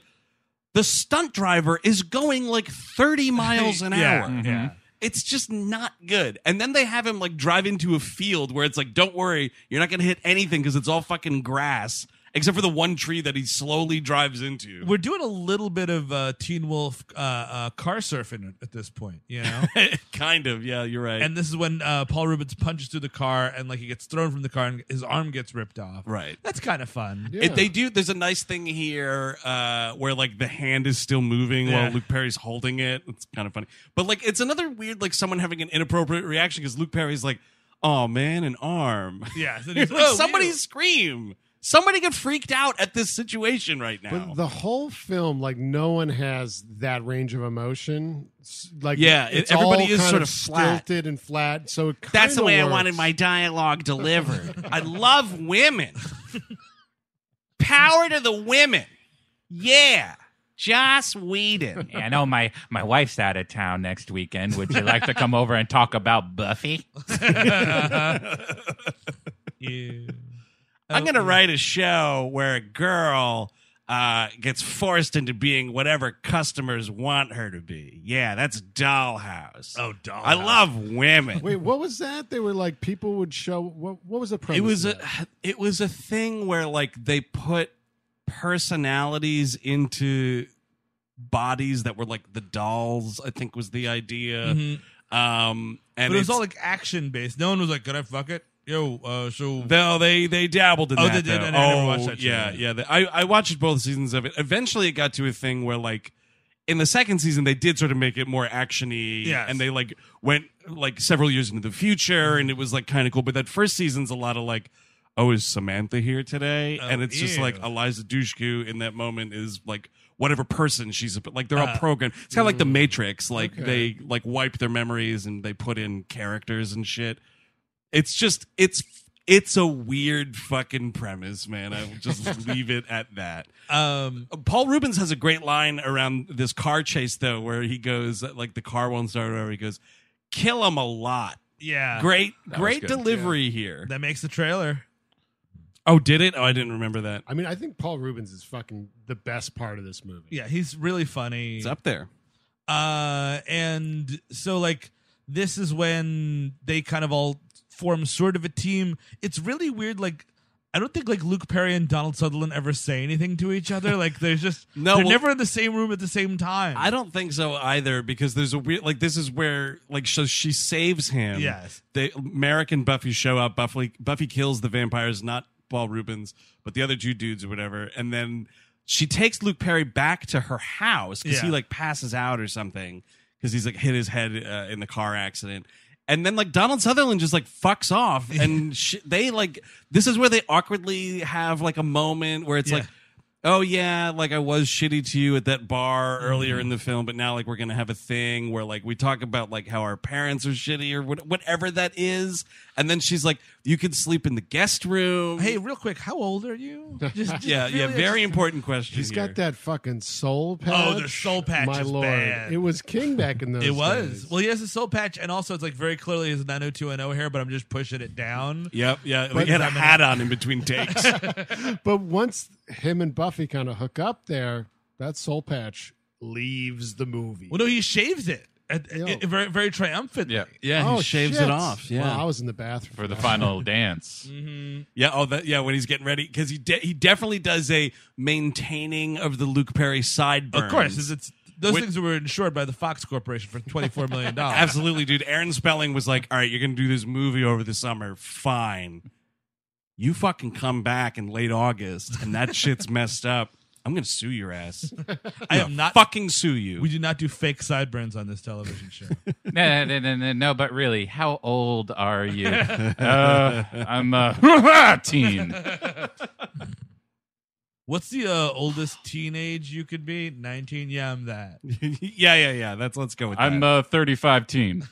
the stunt driver is going like 30 miles an Yeah, Mm-hmm. hour. yeah. It's just not good. And then they have him like drive into a field where it's like, don't worry, you're not going to hit anything because it's all fucking grass, except for the one tree that he slowly drives into. We're doing a little bit of uh, Teen Wolf uh, uh, car surfing at this point, you know. kind of. Yeah, you're right. and this is when uh, Paul Rubens punches through the car, and like he gets thrown from the car, and his arm gets ripped off. Right. That's kind of fun. If they do, there's a nice thing here uh, where like the hand is still moving Yeah. while Luke Perry's holding it. It's kind of funny, but like it's another weird like someone having an inappropriate reaction because Luke Perry's like, "Oh man, an arm." Yeah, so like, he's like, "Oh, somebody ew." scream. Somebody get freaked out at this situation right now. But the whole film, like no one has that range of emotion. S- Like Yeah, it- it's everybody all is kind sort of of flat. stilted and flat. So it That's the kinda way I works. wanted my dialogue delivered. I love women. Power to the women. Yeah. Joss Whedon. Yeah, I know my, my wife's out of town next weekend. Would you like to come over and talk about Buffy? Ew. I'm gonna write a show where a girl uh, gets forced into being whatever customers want her to be. Yeah, that's Dollhouse. Oh, doll. I love women. Wait, what was that? They were like people would show. What, what was the premise? it was of a that? it was a thing where like they put personalities into bodies that were like the dolls. I think was the idea. Um, and Mm-hmm. But it was it's- all like action based. No one was like, "Can I fuck it?" Yo, uh, so No, they they dabbled in Oh, that. they did? though. I never Oh, watched that show. Yeah, yeah. The- I I watched both seasons of it. Eventually, it got to a thing where like in the second season they did sort of make it more actiony. Yes. and they like went like several years into the future, and it was like kind of cool. But that first season's a lot of like. Oh, is Samantha here today? Oh, and it's just ew. like Eliza Dushku in that moment is like whatever person she's like. They're Uh, all programmed. It's kind of mm. like the Matrix. Like they like wipe their memories and they put in characters and shit it's just it's it's a weird fucking premise, man. I will just leave it at that. um, Paul Rubens has a great line around this car chase though, where he goes like the car won't start over. He goes, "Kill him a lot." yeah, Great, That was great good. delivery here. That makes the trailer. Oh, did it? Oh, I didn't remember that. I mean, I think Paul Rubens is fucking the best part of this movie. Yeah, he's really funny. It's up there. Uh, and so like this is when they kind of all form sort of a team. It's really weird. Like I don't think like Luke Perry and Donald Sutherland ever say anything to each other. Like there's just No, they're well- never in the same room at the same time. I don't think so either because there's a weird like this is where like so she saves him. Yes. They Merrick and Buffy show up. Buffy Buffy kills the vampires, not Paul Rubens, but the other two dudes or whatever. And then she takes Luke Perry back to her house because he Yeah. like passes out or something because he's like hit his head uh, in the car accident. And then like Donald Sutherland just like fucks off and sh- they like this is where they awkwardly have like a moment where it's Yeah. like oh yeah like i was shitty to you at that bar Mm-hmm. earlier in the film but now like we're gonna have a thing where like we talk about like how our parents are shitty or what, whatever that is and then she's like you can sleep in the guest room Hey, real quick, how old are you? Just, just yeah yeah really- very important question He's here. got that fucking soul patch. Oh, the soul patch My is lord, bad. it was king back in those. It was. days. Well, he has a soul patch, and also it's like very clearly his 90210 hair, but I'm just pushing it down. Yep, yeah. He had a hat on in between takes. But once him and Buffy kind of hook up there, that soul patch leaves the movie. Well, no, he shaves it. At, Yo. it- very, very triumphantly. Yeah. yeah, he oh, shaves shit. it off. Yeah, Wow, I was in the bathroom for the final dance. Yeah, oh, that, yeah. When he's getting ready, because he de- he definitely does a maintaining of the Luke Perry sideburns. Of course, it's, it's those Wait- things were insured by the Fox Corporation for twenty four million dollars. Absolutely, dude. Aaron Spelling was like, "All right, you're gonna do this movie over the summer. Fine, you fucking come back in late August, and that shit's messed up. I'm gonna sue your ass. I am not. fucking sue you." We do not do fake sideburns on this television show. no, no, no, no, no, but really, how old are you? uh, I'm a teen. What's the uh, oldest teenage you could be? Nineteen. Yeah, I'm that. yeah, yeah, yeah. That's let's go with that. I'm a 35 teen.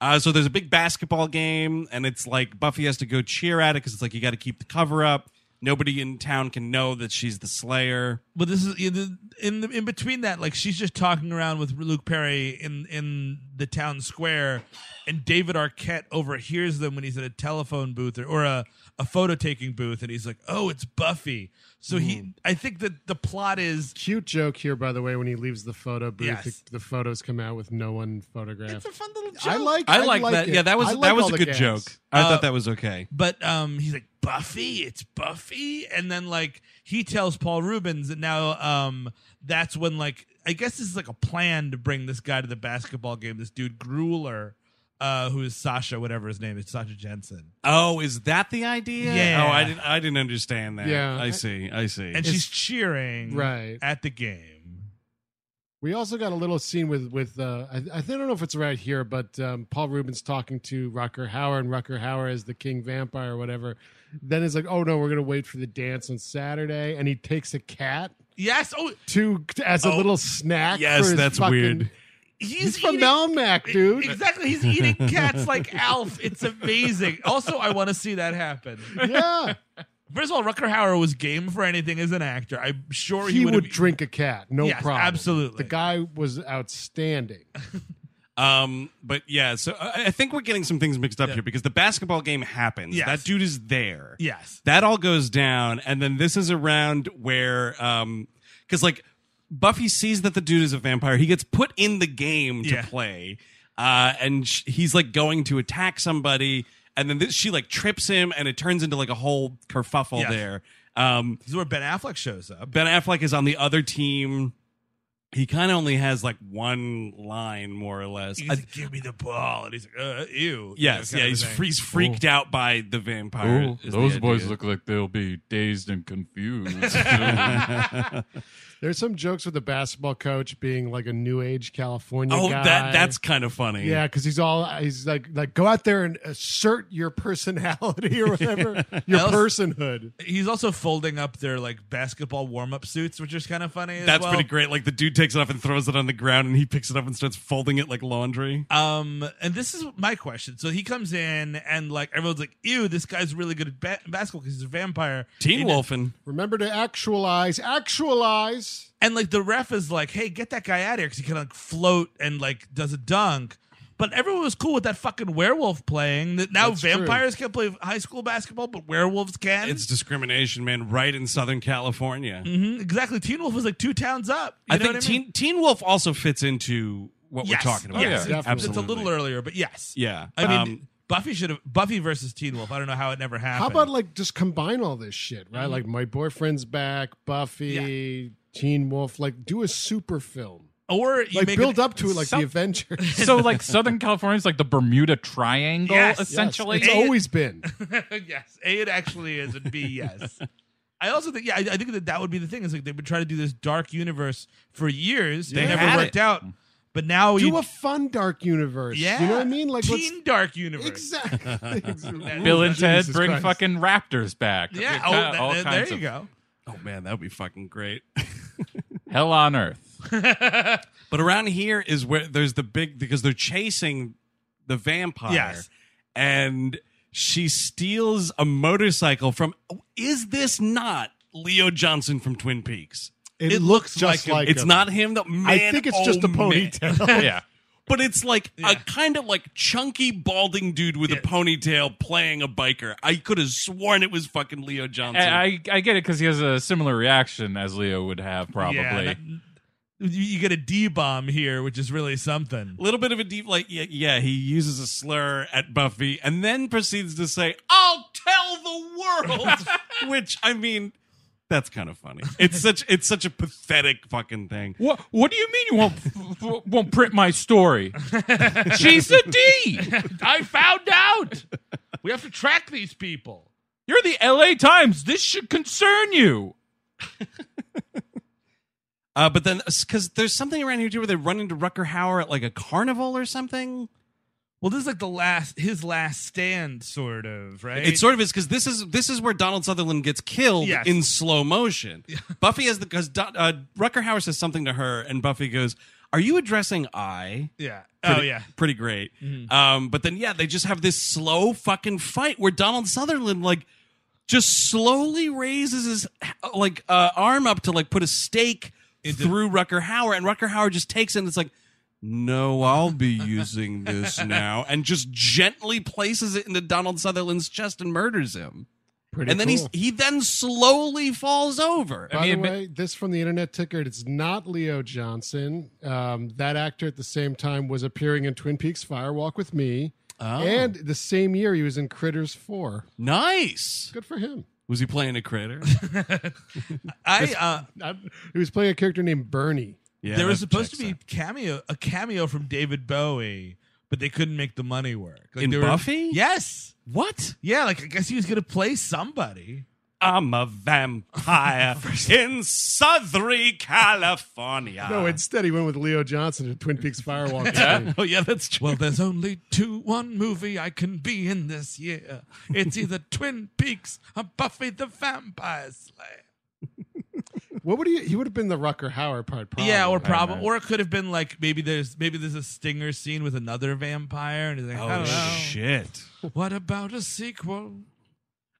Uh, so there's a big basketball game, and it's like Buffy has to go cheer at it because it's like you got to keep the cover up. Nobody in town can know that she's the Slayer. But this is in in, in between that, like she's just talking around with Luke Perry in in the town square, and David Arquette overhears them when he's at a telephone booth or, or a a photo taking booth, and he's like, "Oh, it's Buffy." So Mm. he, I think that the plot is Cute joke here, by the way, when he leaves the photo booth, Yes. the, the photos come out with no one photographed. fun little joke. I like. I, like, that. it. Yeah, that was I like that was all a the good gags. joke. I Uh, thought that was okay. But um, he's like Buffy, it's Buffy, and then like he tells Paul Rubens, and now um, that's when like I guess this is like a plan to bring this guy to the basketball game. This dude Grueler, uh, who is Sasha, whatever his name is, Sasha Jensen, Oh, is that the idea? Yeah. Oh, I didn't. I didn't understand that. Yeah. I see. I see. and she's cheering right. at the game. We also got a little scene with with uh, I, I don't know if it's right here, but um, Paul Rubens talking to Rucker Hauer, and Rucker Hauer is the king vampire or whatever. Then it's like, oh no, we're gonna wait for the dance on Saturday, and he takes a cat Yes. Oh, to as a Oh. little snack. Yes, for his that's fucking- weird. he's, He's from eating- Melmac, dude. Exactly. He's eating cats like Alf. It's amazing. Also, I want to see that happen. Yeah, First of all, Rucker Hauer was game for anything as an actor. I'm sure he, he would've- would drink a cat, no Yes, problem. absolutely. the guy was outstanding. Um, but yeah, so I, I think we're getting some things mixed up here because the basketball game happens. Yes. That dude is there. Yes. That all goes down, and then this is around where um because like Buffy sees that the dude is a vampire. He gets put in the game to Yeah. play. Uh and sh- he's like going to attack somebody, and then this, she like trips him and it turns into like a whole kerfuffle Yes. there. Um This is where Ben Affleck shows up. Ben Affleck is on the other team. He kind of only has like one line more or less. He's I- like, "Give me the ball," and he's like, "Uh, ew." Yes, You know, yeah, kind of he's, thing. fre- he's freaked out by the vampire. Ooh, is the those boys idea. look like they'll be dazed and confused. There's some jokes with the basketball coach being like a new age California Oh, guy. that that's kind of funny. Yeah, because he's all he's like like go out there and assert your personality or whatever your I also- personhood. He's also folding up their like basketball warm up suits, which is kind of funny. as that's well. pretty great. Like the dude takes it off and throws it on the ground, and he picks it up and starts folding it like laundry. Um, and this is my question. So he comes in, and like everyone's like, "Ew, this guy's really good at ba- basketball because he's a vampire." Teen Wolfing. Remember to actualize, actualize. And like the ref is like, "Hey, get that guy out of here," because he can like float and like does a dunk. But everyone was cool with that fucking werewolf playing. That Now That's true. vampires can't play high school basketball, but werewolves can. It's discrimination, man. Right in Southern California. Mhm, exactly. Teen Wolf was like two towns up. You I know think what Teen Teen Wolf also fits into what Yes. we're talking about. Yes. yeah, It's- definitely. It's a little earlier, but yes. Yeah, I mean, Um, Buffy should have Buffy versus Teen Wolf. I don't know how it never happened. How about like just combine all this shit, right? Like my boyfriend's back, Buffy, Teen Wolf. Like do a super film, or you like make build an- up to it, like some- the Avengers. so like Southern California is like the Bermuda Triangle, Yes, yes. essentially. it's always been. yes. A it actually is, and B yes. I also think yeah, I, I think that that would be the thing is like they've been trying to do this dark universe for years. They They never had worked it. out, but now you Do a fun dark universe. yeah, you know what I mean? Like let's teen dark universe. exactly. Bill and Ted Jesus bring Christ. fucking raptors back. Yeah, Ki- oh, th- all th- kinds there you of go. oh man, that would be fucking great. hell on earth. But around here is where there's the big because they're chasing the vampire. Yes. And she steals a motorcycle from is this not Leo Johnson from Twin Peaks? It, looks like just him. like It's him. not him though. Man, I think it's oh, just a man. ponytail. yeah, But it's like a kind of like chunky balding dude with Yeah. a ponytail playing a biker. I could have sworn it was fucking Leo Johnson. And I I get it because he has a similar reaction as Leo would have probably. Yeah, that- you, you get a D bomb here, which is really something. little bit of a deep like yeah, yeah he uses a slur at buffy and then proceeds to say i'll tell the world which i mean that's kind of funny it's such it's such a pathetic fucking thing What What do you mean you won't f- f- won't print my story? She's a D. I found out. We have to track these people. You're the L.A. Times. This should concern you. uh but then because there's something around here too where they run into rucker hauer at like a carnival or something Well, this is like the last his last stand, sort of, right? It sort of is because this is this is where Donald Sutherland gets killed Yes. in slow motion. Buffy has the because uh, Rucker Hauer says something to her, and Buffy goes, Are you addressing I? Yeah. Pretty, oh yeah. pretty great. Um, but then yeah, they just have this slow fucking fight where Donald Sutherland like just slowly raises his like uh, arm up to like put a stake through Rucker Hauer, and Rucker Hauer just takes it. and It's like. No, I'll be using this now, and just gently places it into Donald Sutherland's chest and murders him. Pretty and then cool. he's he then slowly falls over. By mean, the but- way, this from the internet ticket. It's not Leo Johnson. Um, that actor at the same time was appearing in Twin Peaks: Firewalk with Me, Oh. and the same year he was in Critters Four. Nice. Good for him. Was he playing a critter? I uh, I, he was playing a character named Bernie. Yeah, there was that supposed to checks be out. cameo a cameo from David Bowie, but they couldn't make the money work. Like In they were- Buffy? Yes. what? Yeah, like I guess he was gonna play somebody. I'm a vampire in Southern California. Ah. No, instead he went with Leo Johnson to Twin Peaks: Firewalk. with Me. oh yeah, that's true. Well, there's only two one movie I can be in this year. It's either Twin Peaks or Buffy the Vampire Slayer. What would he? He would have been the Rucker Hauer part. Probably. yeah, or problem, or it could have been like maybe there's maybe there's a stinger scene with another vampire, and he's like, I oh don't know. shit. What about a sequel?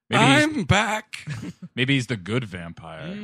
Maybe he's, back. maybe he's the good vampire. Oh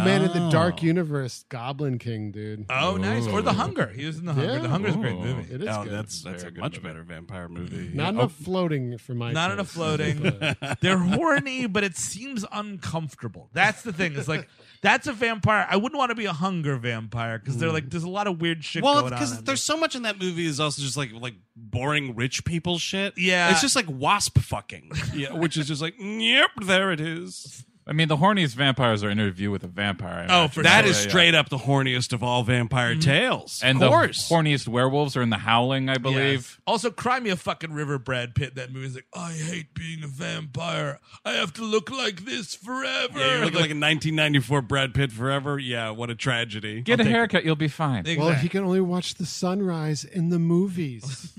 man, in the Dark Universe, Goblin King, dude. Oh, nice. Or The Hunger. He was in The Hunger. Yeah. The Hunger's a great movie. It is oh, good. Mm-hmm. that's that's a much better vampire movie. not enough floating for my. Not enough taste. floating. They're horny, but it seems uncomfortable. That's the thing. It's like that's a vampire. I wouldn't want to be a hunger vampire because they're like there's a lot of weird shit Well, going on. because in there's so much in that movie is also just like like boring rich people shit. Yeah. it's just like wasp fucking. yeah, which is just like, yep, there it is. I mean, the horniest vampires are interview with a vampire. I Oh, imagine. for That sure. is yeah. straight up the horniest of all vampire tales. And of the course. horniest werewolves are in the Howling, I Yes. believe. Also, cry me a fucking river, Brad Pitt. That movie's like, I hate being a vampire. I have to look like this forever. Yeah, you're looking like a 1994 Brad Pitt forever. Yeah, what a tragedy. Get a haircut, you'll be fine. Exactly. Well, he can only watch the sunrise in the movies,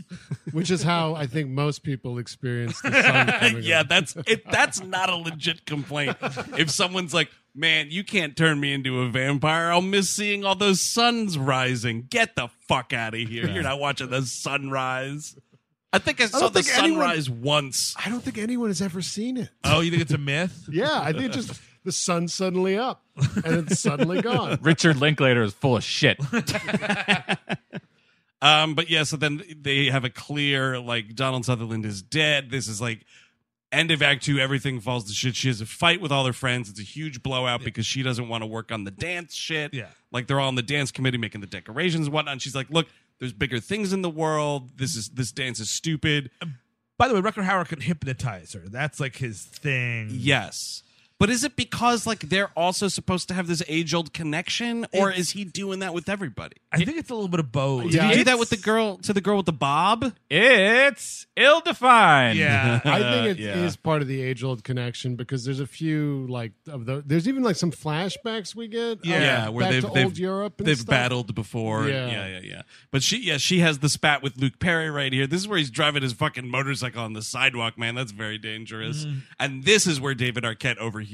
which is how I think most people experience the sun. Coming yeah, up. that's it. That's not a legit complaint. if someone's like, "Man, you can't turn me into a vampire. I'll miss seeing all those suns rising. Get the fuck out of here. You're not watching the sunrise." I think I saw the think anyone- sunrise once. I don't think anyone has ever seen it. oh, you think it's a myth? Yeah, I think just the sun suddenly up and it's suddenly gone. Richard Linklater is full of shit. Um, but yeah, so then they have a clear like Donald Sutherland is dead. This is like end of Act Two. Everything falls to shit. She has a fight with all her friends. It's a huge blowout because she doesn't want to work on the dance shit. Yeah. like they're all on the dance committee making the decorations and whatnot. And she's like, "Look, there's bigger things in the world. This is this dance is stupid." By the way, Rucker Hauer can hypnotize her. That's like his thing. Yes. But is it because like they're also supposed to have this age old connection, or is he doing that with everybody? I think it's a little bit of both. Yeah. Did he do that with the girl to the girl with the bob? It's ill defined. Yeah. I think it is part of the age old connection because there's a few like of the there's even like some flashbacks we get. Yeah, of yeah, where back they've to they've, old Europe. And they've stuff. battled before. Yeah. Yeah. yeah, yeah, yeah. But she, yeah, she has the spat with Luke Perry right here. This is where he's driving his fucking motorcycle on the sidewalk, man. That's very dangerous. Mm. And this is where David Arquette overhears.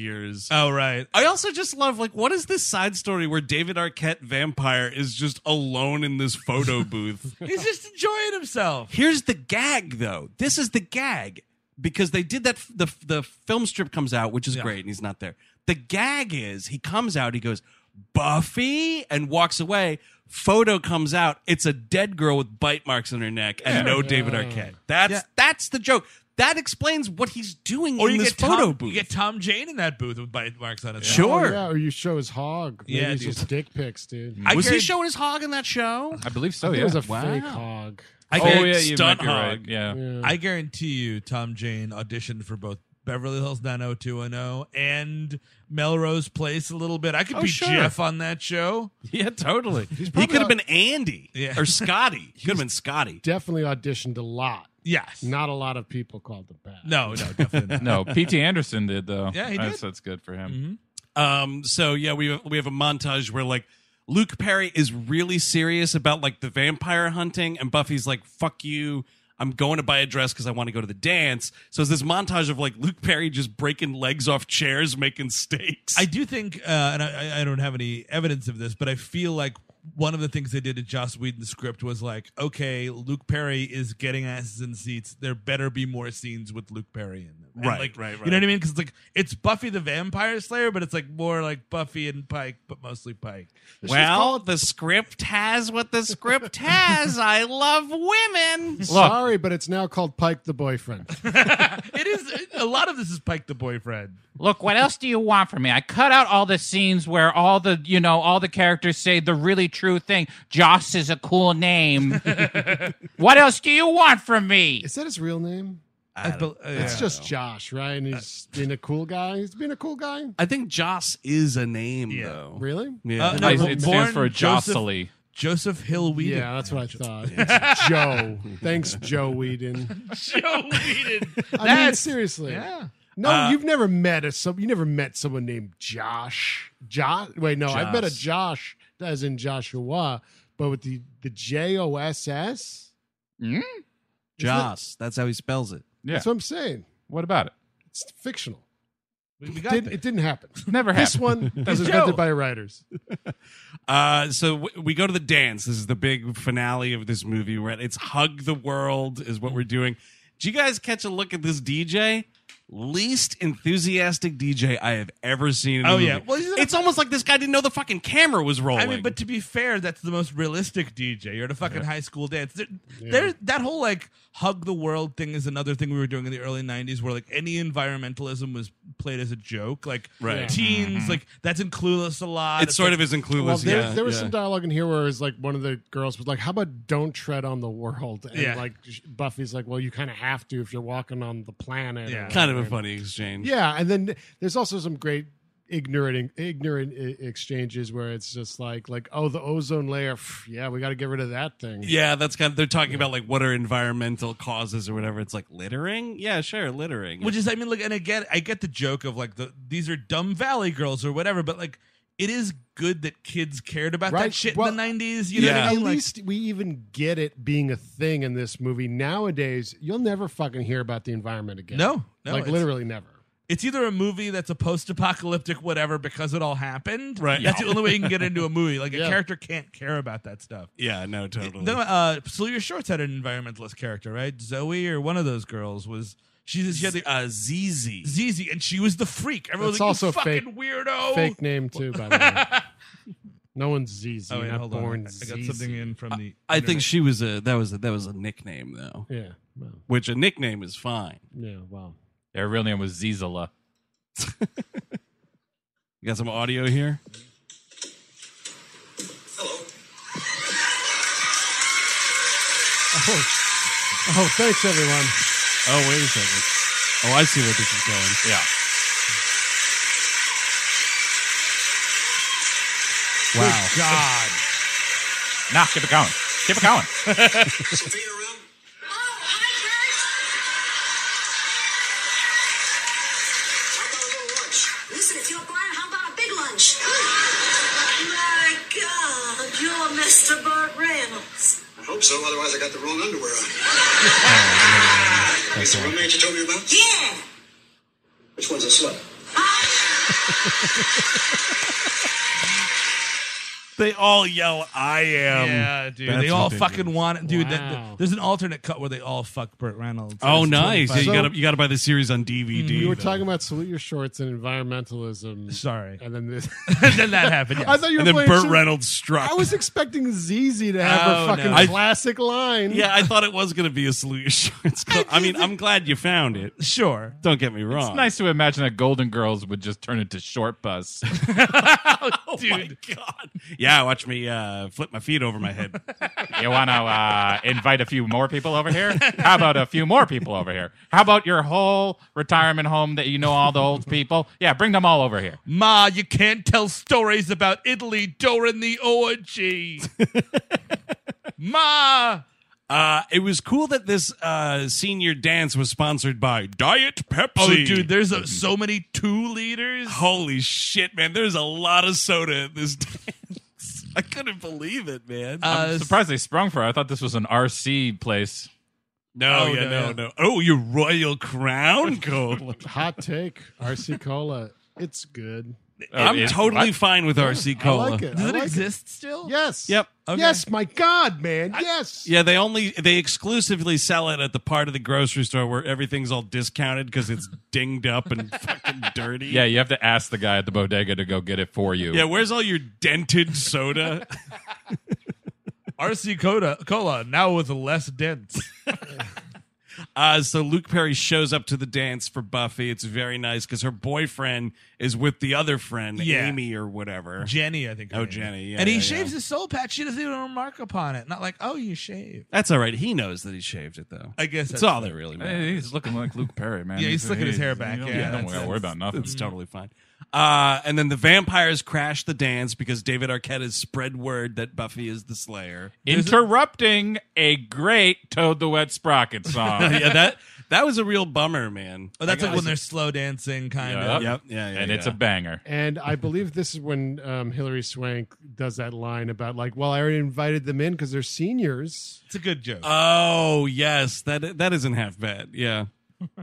Oh, right. I also just love like what is this side story where David Arquette vampire is just alone in this photo booth? He's just enjoying himself. Here's the gag, though. This is the gag because they did that. f- The the film strip comes out, which is Yeah. great, and he's not there. The gag is he comes out, he goes Buffy, and walks away. Photo comes out. It's a dead girl with bite marks on her neck and no David Arquette. That's Yeah. that's the joke. That explains what he's doing in this photo Tom, booth. You get Tom Jane in that booth with bite marks on his Sure. Oh, yeah, or you show his hog. Maybe Yeah, it's dude. just dick pics, dude. I was he carried- showing his hog in that show? I believe so. It Oh, Yeah. was a fake hog. I oh guarantee, yeah, you might stunt be right. hog. Yeah. I guarantee you, Tom Jane auditioned for both Beverly Hills 90210 and Melrose Place a little bit. I could be Oh, sure. Jeff on that show. Yeah, totally. He probably could have not- been Andy Yeah. or Scotty. He could have been Scotty. Definitely auditioned a lot. Yes. Not a lot of people called the back. No, no, definitely not. No, P.T. Anderson did though. Yeah, he That's- did. That's good for him. Um, so yeah, we we have a montage where like Luke Perry is really serious about like the vampire hunting, and Buffy's like, "Fuck you." I'm going to buy a dress because I want to go to the dance. So it's this montage of like Luke Perry just breaking legs off chairs, making stakes. I do think, uh, and I, I don't have any evidence of this, but I feel like one of the things they did to Joss Whedon's script was like, okay, Luke Perry is getting asses in seats. There better be more scenes with Luke Perry in them. And, Right, like, right, You know right. what I mean? Because like it's Buffy the Vampire Slayer, but it's like more like Buffy and Pike, but mostly Pike. Well, the script has what the script has. I love women. Mm-hmm. Sorry, but it's now called Pike the Boyfriend. it is a lot of this is Pike the boyfriend. Look, what else do you want from me? I cut out all the scenes where all the, you know, all the characters say the really true thing. Joss is a cool name. what else do you want from me? Is that his real name? I bel- uh, It's yeah. just Josh, right? And he's being a cool guy. He's being a cool guy. I think Joss is a name though. Really? Yeah. Uh, I- no, it born stands for Joseph- Jocely. Joseph Hill Whedon. Yeah, that's what I thought. It's Joe. Thanks, Joe Whedon. Joe Whedon. I mean, That's- seriously. yeah. No, you've never met a some. You never met someone named Josh. Josh. Wait, no, I've met a Josh, as in Joshua, but with the the J O S S. Joss. That's how he spells it. Yeah. That's what I'm saying. What about it? It's fictional. We, we got Didn't, there. it didn't happen. Never This happened. one was Joe. invented by writers. Uh, so w- we go to the dance. This is the big finale of this movie. We're at, it's Hug the World is what we're doing. Did you guys catch a look at this DJ? Least enthusiastic DJ I have ever seen. In a Oh, movie. yeah. Well, he's- it's almost like this guy didn't know the fucking camera was rolling. I mean, but to be fair, that's the most realistic DJ. You're at a fucking high school dance. There, there, that whole like hug the world thing is another thing we were doing in the early '90s, where like any environmentalism was played as a joke. Like Right. Mm-hmm. teens, like that's in Clueless a lot. it's sort like- of is in Clueless. Well, there, yeah, there was yeah. some dialogue in here where it was like one of the girls was like, "How about don't tread on the world?" And Yeah. like Buffy's like, "Well, you kind of have to if you're walking on the planet." or Yeah. kind of a whatever. funny exchange. Yeah, and then there's also some great ignorant ignorant i- exchanges where it's just like like oh the ozone layer pff, yeah we got to get rid of that thing Yeah, that's kind of they're talking about like what are environmental causes or whatever. It's like littering. Yeah, sure, littering. which is I mean, like, and again, I get the joke of like the these are dumb valley girls or whatever, but like it is good that kids cared about that Right. shit Well, in the '90s. You know yeah. what I at mean? Like, least we even get it being a thing in this movie nowadays you'll never fucking hear about the environment again no, no, like it's- literally never it's either a movie that's a post-apocalyptic whatever because it all happened. Right. That's the only way you can get into a movie. Like a Yeah. character can't care about that stuff. yeah, no, totally. Then, uh, Salute Your Shorts had an environmentalist character, right? Zoe or one of those girls was she, she had the uh, ZZ. ZZ, and she was the freak. Everyone was That's like, also you fucking fake- weirdo. fake name too by the way no one's ZZ Oh, wait, not hold born on. I- I got ZZ. something in from the. I think internet. she was a that was a, that was a nickname though, yeah well, which a nickname is fine. yeah wow Their real name was Zizala. You got some audio here. oh thanks everyone Oh wait a second. Oh, I see where this is going. Yeah. Wow. God. Nah, keep it going. Keep it going. Oh, hi, Bert. How about a little lunch? Listen, if you're blind, how about a big lunch? My God, you're Mr. Burt Reynolds. I hope so, otherwise I got the wrong underwear on. It's the roommate you told me about? Yeah. Which one's a slut? They all yell, "I am." Yeah, dude. That's They all ridiculous. fucking want it, dude. that- that- Wow. there's an alternate cut where they all fuck Burt Reynolds. Oh, It's nice! Yeah, 25. you got to you got to buy the series on DVD. we Mm-hmm. were though. talking about salute your shorts and environmentalism Sorry. and then this then that happened. Yes. I thought you were and then playing Burt some- Reynolds struck. I was expecting ZZ to have Oh, her fucking no. I- classic line. yeah, I thought it was going to be a salute your shorts. Club. I mean, I'm glad you found it. sure. Don't get me wrong. It's nice to imagine that Golden Girls would just turn into Short Bus. oh dude. my god! Yeah, watch me uh, flip my feet over my head. You want to uh, invite a few more people over here? How about a few more people over here? How about your whole retirement home that you know all the old people? Yeah, bring them all over here. Ma, you can't tell stories about Italy during the orgy. Ma. Uh, it was cool that this uh, senior dance was sponsored by Diet Pepsi. Oh, dude, there's uh so many two liters. Holy shit, man. There's a lot of soda in this dance. I couldn't believe it, man. Um, Uh, I'm surprised they sprung for it. I thought this was an RC place. no, oh, yeah, no, no, yeah. no. Oh, your Royal Crown Cola. Hot take, RC Cola. It's good. I'm it- totally what? fine with RC Cola. I like it. Does I it like exist still? Yes. Yep. Okay. Yes, my God, man. Yes. Yeah, they only they exclusively sell it at the part of the grocery store where everything's all discounted because it's dinged up and fucking dirty. Yeah, you have to ask the guy at the bodega to go get it for you. Yeah, where's all your dented soda? RC Cola, Cola now with less dents. Uh, so Luke Perry shows up to the dance for Buffy. It's very nice because her boyfriend is with the other friend, Yeah. Amy or whatever. Jenny, I think. her Oh, name is. Jenny, yeah, and he yeah, shaves yeah. his soul patch. She doesn't even remark upon it. Not like, oh, you shave. That's all right. He knows that he shaved it though. I guess that's that's all that really matters. Hey, he's looking like Luke Perry, man. Yeah, he's slicking his hair back. You Yeah, don't, you don't that's- gotta worry about nothing. Mm. It's totally fine. Uh, and then the vampires crash the dance because David Arquette has spread word that Buffy is the Slayer. Interrupting a great Toad the Wet Sprocket song. yeah, that that was a real bummer, man. Oh, that's I like when got- they're slow dancing, kind Yup. of. Yep, yeah, yeah, and it's yeah. a banger. And I believe this is when um, Hillary Swank does that line about like, well, I already invited them in because they're seniors. It's a good joke. Oh yes, that that isn't half bad. Yeah.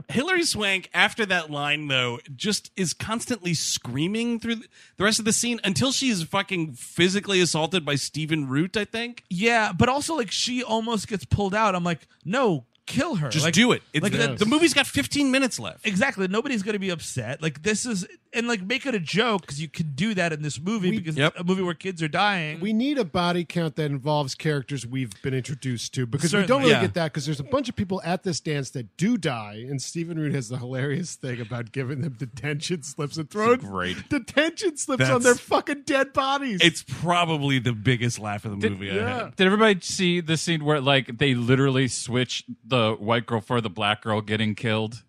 Hillary Swank, after that line though, just is constantly screaming through the the rest of the scene until she is fucking physically assaulted by Stephen Root. I think. yeah, but also like she almost gets pulled out. I'm like, no, kill her. Just Like- do it. It's, Like the, that, the movie's got 15 minutes left. exactly. Nobody's gonna be upset. Like this is, and like make it a joke because you can do that in this movie because Yep. it's a movie where kids are dying. We need a body count that involves characters we've been introduced to because we don't Certainly, really yeah. get that because there's a bunch of people at this dance that do die, and Stephen Root has the hilarious thing about giving them detention slips and throwing great- detention slips on That's- their fucking dead bodies. It's probably the biggest laugh of the movie. I had. yeah. Did everybody see the scene where like they literally switch the white girl for the black girl getting killed?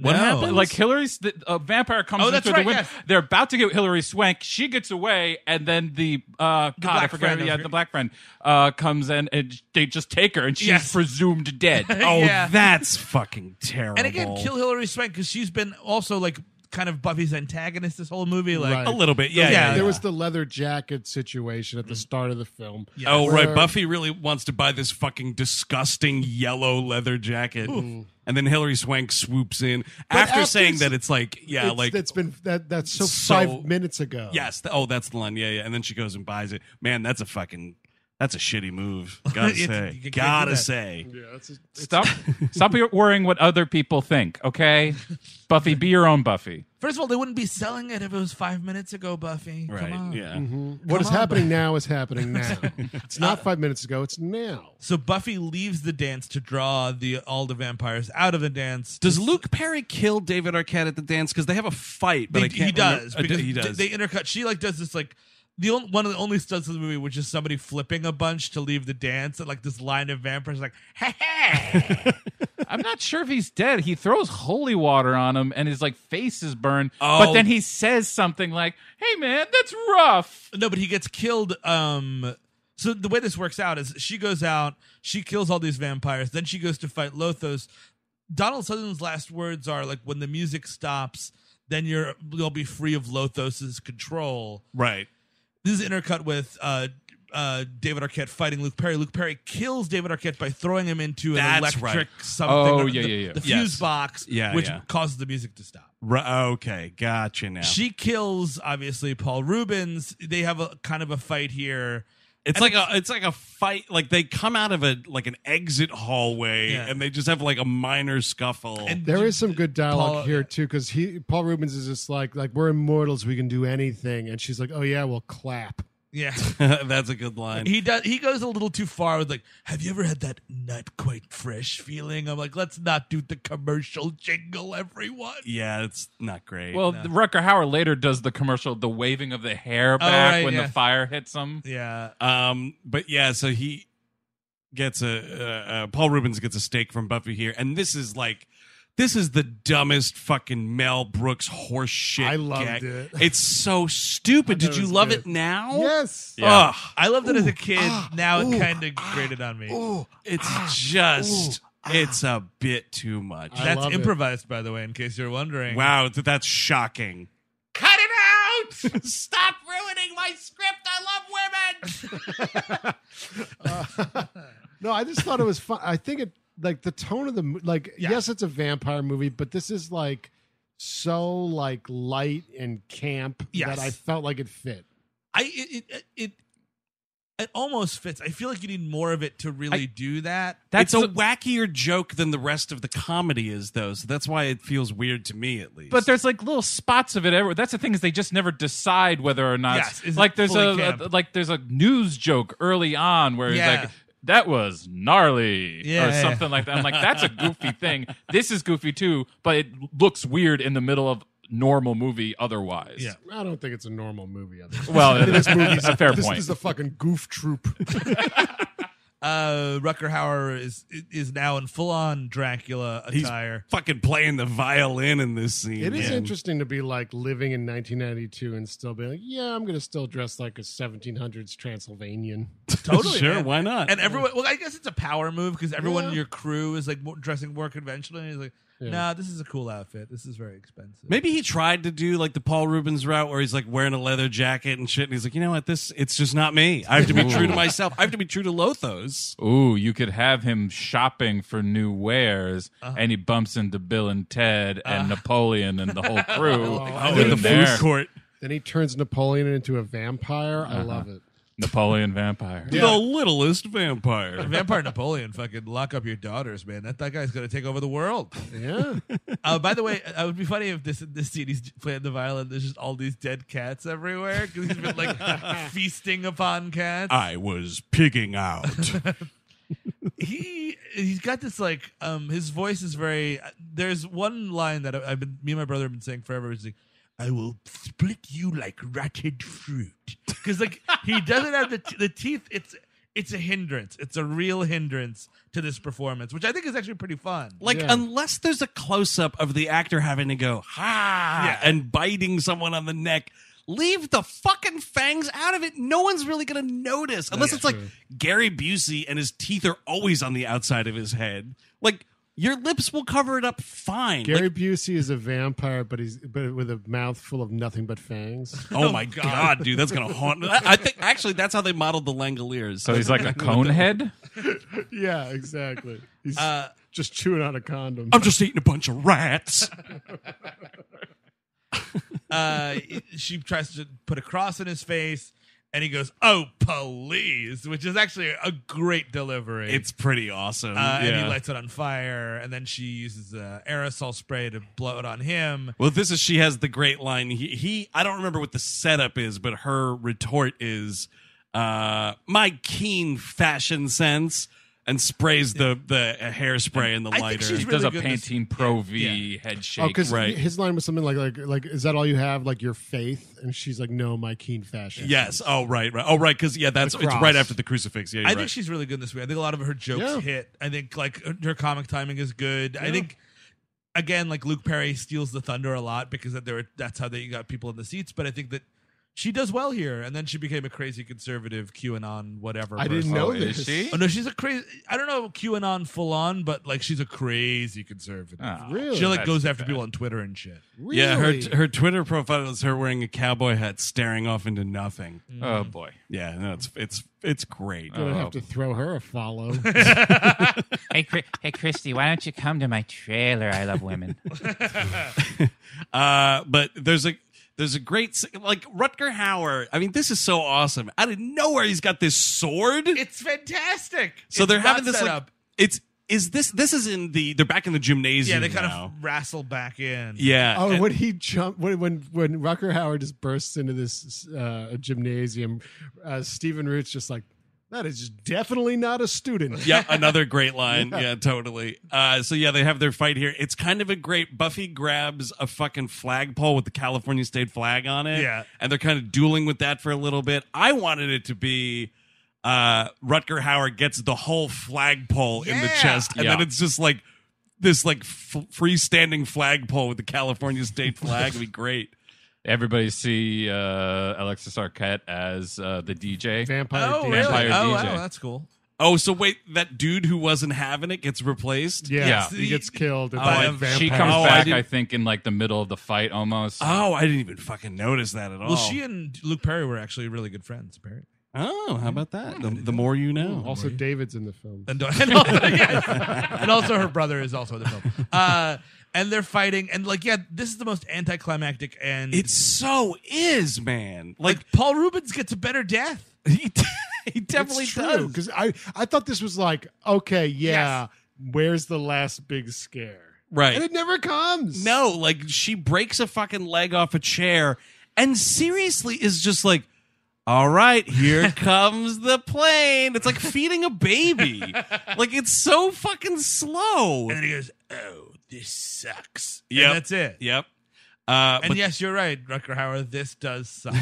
what But, Like Hillary's, the, a vampire comes Oh, in that's through right, the window. yes. They're about to get Hillary Swank. She gets away, and then the uh, God, I black forget, friend, I yeah, forget. the black friend uh, comes in, and they just take her, and she's Yes. presumed dead. Oh, Yeah. that's fucking terrible. And again, kill Hillary Swank because she's been also like kind of Buffy's antagonist this whole movie. Like, Right. a little bit. Yeah, Yeah, yeah. there yeah. Mm. was the leather jacket situation at the start of the film. Oh right, Where- Buffy really wants to buy this fucking disgusting yellow leather jacket, and then Hillary Swank swoops in after, after saying s- that it's like yeah, It's- like that's been that that's so, So- five minutes ago. yes, th- oh that's the line, yeah, yeah, and then she goes and buys it. Man, that's a fucking that's a shitty move. Gotta It's- say, you can't do gotta that. say. Yeah, it's a- Stop, stop worrying what other people think. Okay, Buffy, be your own Buffy. first of all, they wouldn't be selling it if it was five minutes ago, Buffy. Come on. Right, yeah. What is happening now is happening now. it's not five minutes ago. It's now. So Buffy leaves the dance to draw the all the vampires out of the dance. Does Luke Perry kill David Arquette at the dance? Because they have a fight, but They- I can't he does remember- because Uh, he does. they intercut. She like does this like the only, one of the only stunts of the movie, which is somebody flipping a bunch to leave the dance, and like this line of vampires like, hey, hey. I'm not sure if he's dead. He throws holy water on him, and his like face is burned. Oh. But then he says something like, "Hey, man, that's rough." No, but he gets killed. Um, so the way this works out is she goes out, she kills all these vampires, then she goes to fight Lothos. Donald Sutherland's last words are like, "When the music stops, then you're you'll be free of Lothos's control." right. This is intercut with uh, uh, David Arquette fighting Luke Perry. Luke Perry kills David Arquette by throwing him into an That's electric right. something. Oh, the- yeah, yeah, yeah. The Yes. fuse box, Yeah, which yeah. causes the music to stop. Right. Okay, gotcha now. She kills obviously Paul Rubens. They have a kind of a fight here. It's like a it's like a fight. Like they come out of a like an exit hallway Yeah. and they just have like a minor scuffle. And There is some good dialogue Paul- here too, because he Paul Rubens is just like like we're immortals, we can do anything, and she's like, oh yeah, well clap. Yeah. That's a good line. He does. He goes a little too far with like, "Have you ever had that not quite fresh feeling?" I'm like, "Let's not do the commercial jingle, everyone." yeah, it's not great. Well, Rucker Hauer later does the commercial, the waving of the hair back right, when yeah. the fire hits him. Yeah, um, but yeah, so he gets a uh, uh, Paul Rubens gets a steak from Buffy here, and this is like this is the dumbest fucking Mel Brooks horse shit. I loved gag. it. It's so stupid. thought Did it you was love good. it now? Yes. Oh. Yeah. Ugh. I loved it as a kid. Ah, now it kind of grated on me. It's just it's a bit too much. Ah, I That's love it. improvised, by the way, in case you're wondering. wow, th- that's shocking. Cut it out! Stop ruining my script. I love women. No, I just thought it was fun. I think it like the tone of the mo- like Yeah. yes, it's a vampire movie, but this is like so like light and camp Yes. that I felt like it fit. I it it, it it almost fits. I feel like you need more of it to really do that. it's a, wackier joke than the rest of the comedy is, though. So that's why it feels weird to me, at least. But there's like little spots of it everywhere. That's the thing is they just never decide whether or not. Yes, is it like there's fully a, camp? like there's a news joke early on where Yeah. he's like that was gnarly Yeah, or yeah. something like that. I'm like that's a goofy thing. This is goofy too, but it looks weird in the middle of normal movie otherwise. Yeah. I don't think it's a normal movie. Otherwise. Well, this movie's a fair this point. is the fucking goof troop. Uh, Rucker Hauer is is now in full on Dracula he's attire. fucking playing the violin in this scene. It is man. interesting to be like living in 1992 and still be like, yeah, I'm gonna still dress like a 1700s Transylvanian. Totally, Sure, man. why not? And everyone, well, I guess it's a power move because everyone in Yeah. your crew is like more, dressing more conventionally. He's like, Yeah. nah, this is a cool outfit. This is very expensive. Maybe he tried to do like the Paul Rubens route where he's like wearing a leather jacket and shit. And he's like, you know what? This, it's just not me. I have to be true to myself. I have to be true to Lothos. Ooh, you could have him shopping for new wares, Uh-huh. and he bumps into Bill and Ted and Napoleon and the whole crew. Oh, in in the there. food court. Then he turns Napoleon into a vampire. I love it. Napoleon vampire. The littlest vampire. Vampire Napoleon, fucking lock up your daughters, man. That that guy's gonna take over the world. Yeah. Uh, by the way, uh, it would be funny if this this scene he's playing the violin. There's just all these dead cats everywhere because he's been like feasting upon cats. I was pigging out. he he's got this like um his voice is very uh, there's one line that I- i've been me and my brother have been saying forever is like i will split you like rotted fruit because like he doesn't have the, t- the teeth it's it's a hindrance it's a real hindrance to this performance which i think is actually pretty fun Like Yeah. unless there's a close up of the actor having to go ha and biting someone on the neck, leave the fucking fangs out of it. No one's really gonna notice unless it's like Gary Busey and his teeth are always on the outside of his head. Like your lips will cover it up fine. Gary Like, Busey is a vampire, but he's but with a mouth full of nothing but fangs. oh my god, dude, that's gonna haunt. me. I I think actually that's how they modeled the Langoliers. So he's like a cone head? yeah, exactly. He's just chewing on a condom. Uh, I'm just eating a bunch of rats. uh she tries to put a cross in his face and he goes oh please which is actually a great delivery It's pretty awesome. uh, and he Yeah. lights it on fire, and then she uses uh, aerosol spray to blow it on him. Well, this is she has the great line. He, he I don't remember what the setup is, but her retort is, uh, "My keen fashion sense," and sprays the the uh, hairspray and the I think lighter. she's He does really a good this- Pantene Pro V head Oh, shake. because right. his line was something like, like, like, is that all you have? Like your faith? And she's like, no, my keen fashion. yes. Oh, right, right. Oh, right. Because yeah, that's it's cross. right after the crucifix. Yeah, you're I right. think she's really good in this way. I think a lot of her jokes Yeah. hit. I think like her- her comic timing is good. I think again, like Luke Perry steals the thunder a lot because that there were, that's how they got people in the seats. But I think that she does well here, and then she became a crazy conservative QAnon whatever. I didn't person. know Oh, this. is she? Oh no, she's a crazy. I don't know QAnon full on, but like she's a crazy conservative. Ah, Really? she like that's goes too after bad. people on Twitter and shit. really? yeah, her her Twitter profile is her wearing a cowboy hat, staring off into nothing. Oh boy. Yeah, no, it's it's it's great. I'm gonna have to throw her a follow. Hey, Chri- hey, Christy, why don't you come to my trailer? I love women. Uh, but there's a there's a great s- like Rutger Hauer. I mean, this is so awesome. Out of nowhere, he's got this sword. It's fantastic. so It's they're not having this set like up. it's is this this is in the they're back in the yeah, gymnasium. they kind now. of wrestle back in. yeah. oh, and- when he jump when when when Rucker Howard just bursts into this uh, gymnasium, uh, Stephen Root's just like, that is definitely not a student. yeah, another great line. Yeah, totally. Uh, so yeah, they have their fight here. It's kind of a great. Buffy grabs a fucking flagpole with the California state flag on it. Yeah. and they're kind of dueling with that for a little bit. I wanted it to be. Uh, Rutger Hauer gets the whole flagpole in the Yeah. chest, and Yeah. then it's just like this like f- freestanding flagpole with the California state flag. It'd be great. Everybody see uh, Alexis Arquette as uh, the DJ. Vampire. Oh, DJ. really? Vampire oh, DJ. wow, that's cool. Oh, so wait, that dude who wasn't having it gets replaced? Yeah, Yeah. he gets killed. and Oh, by a and vampire. She comes Oh, I back, didn't- I, think, in like the middle of the fight almost. Oh, I didn't even fucking notice that at all. Well, she and Luke Perry were actually really good friends, apparently. Oh, how about that? The, the more you know. Also, David's in the film. And, and also, yes. and also her brother is also in the film. Uh, and they're fighting, and like, yeah, this is the most anticlimactic end. It so is, man. Like, like Paul Rubens gets a better death. he, he definitely It's true does. because I I thought this was like okay yeah where's the last big scare Right. and it never comes No, like she breaks a fucking leg off a chair and seriously is just like, all right, here comes the plane. It's like feeding a baby. like it's so fucking slow. And then he goes, "Oh, this sucks." Yep. and that's it. Yep. Uh, And but, yes, you're right, Rucker Howard. This does suck.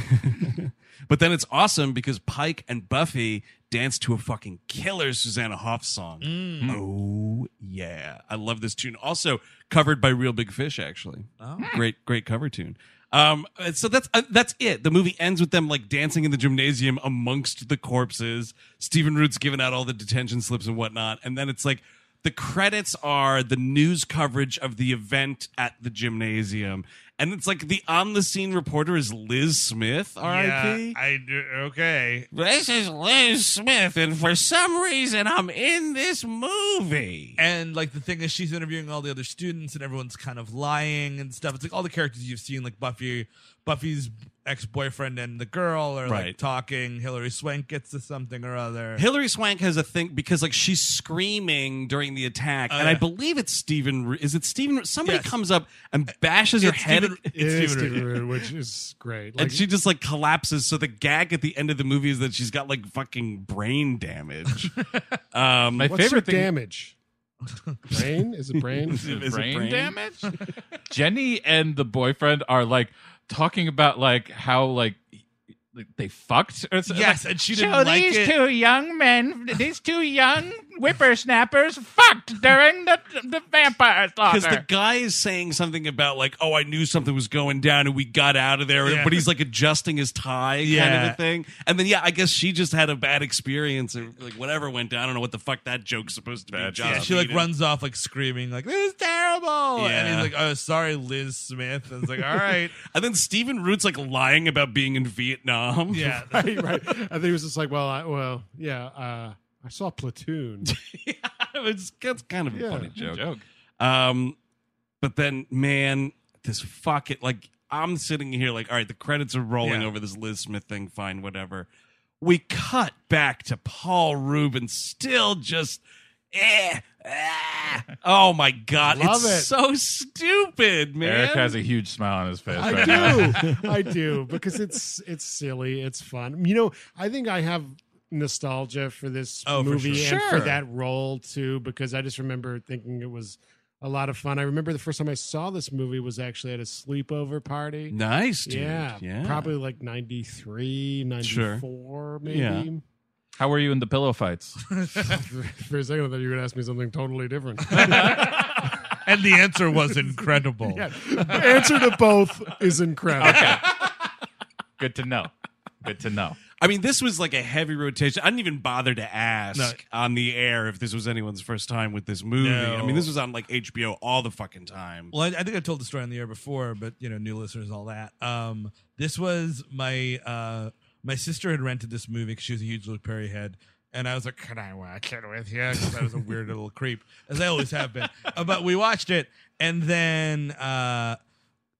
but then it's awesome because Pike and Buffy dance to a fucking killer Susanna Hoff song. Oh yeah, I love this tune. Also covered by Real Big Fish, actually. Mm. Great, great cover tune. Um, and so that's uh, that's it. The movie ends with them like dancing in the gymnasium amongst the corpses. Stephen Root's giving out all the detention slips and whatnot, and then it's like the credits are the news coverage of the event at the gymnasium, and it's like the on the scene reporter is Liz Smith, R.I.P. I do- okay. this is Liz Smith, and for some reason, I'm in this movie. And like the thing is, she's interviewing all the other students, and everyone's kind of lying and stuff. It's like all the characters you've seen, like Buffy, Buffy's ex-boyfriend and the girl are like Right. talking. Hillary Swank gets to something or other. Hillary Swank has a thing because like she's screaming during the attack, and I Oh, yeah. believe it's Stephen. Is it Stephen? Somebody Yes. comes up and bashes her It's head, Stephen- It is Stephen Root. Stephen Root, which is great like and she just like collapses. So the gag at the end of the movie is that she's got like fucking brain damage. um, My what's her favorite thing damage brain is it brain is it brain, brain? damage. Jenny and the boyfriend are like talking about like how like like, they fucked. Or so- Yes, like, and she so didn't like these it. two young men, these two young whippersnappers, fucked during the the vampire Ah, slaughter. because the guy is saying something about like, oh, I knew something was going down and we got out of there, Yeah. but he's like adjusting his tie, kind of Yeah. a thing. And then yeah, I guess she just had a bad experience or like whatever went down. I don't know what the fuck that joke's supposed to be. Joss Yeah, she like Whedon. runs off like screaming, like "This is Yeah. terrible!" And he's like, "Oh, sorry, Liz Smith." And it's like, "All right, And then Stephen Root's like lying about being in Vietnam. yeah." right right I think it was just like well I, well yeah uh I saw Platoon it's, it's kind of a Yeah. funny joke. joke. Um, but then, man, this fuck it. Like, I'm sitting here, like, all right, the credits are rolling Yeah. over this Liz Smith thing, fine, whatever. We cut back to Paul Rubin, still just, eh, ah. oh my God. Love it's it. so stupid, man. Eric has a huge smile on his face. I right now. do. I do because it's it's silly, it's fun. You know, I think I have nostalgia for this Oh, for movie sure. and Sure. for that role too because I just remember thinking it was a lot of fun. I remember the first time I saw this movie was actually at a sleepover party. Nice, Mm, dude. Yeah, probably like 93, 94 maybe. Yeah. How were you in the pillow fights? For a second I thought you were going to ask me something totally different. And the answer was incredible. yeah. The answer to both is incredible. Good to know. Good to know. I mean, this was like a heavy rotation. I didn't even bother to ask No. on the air if this was anyone's first time with this movie. No. I mean, this was on like HBO all the fucking time. Well, I, I think I told the story on the air before, but you know, new listeners, all that. Um, this was my uh, my sister had rented this movie 'cause she was a huge Luke Perry head, and I was like, "Can I watch it with you?" 'Cause I was a weird little creep, as I always have been. Uh, but we watched it, and then uh,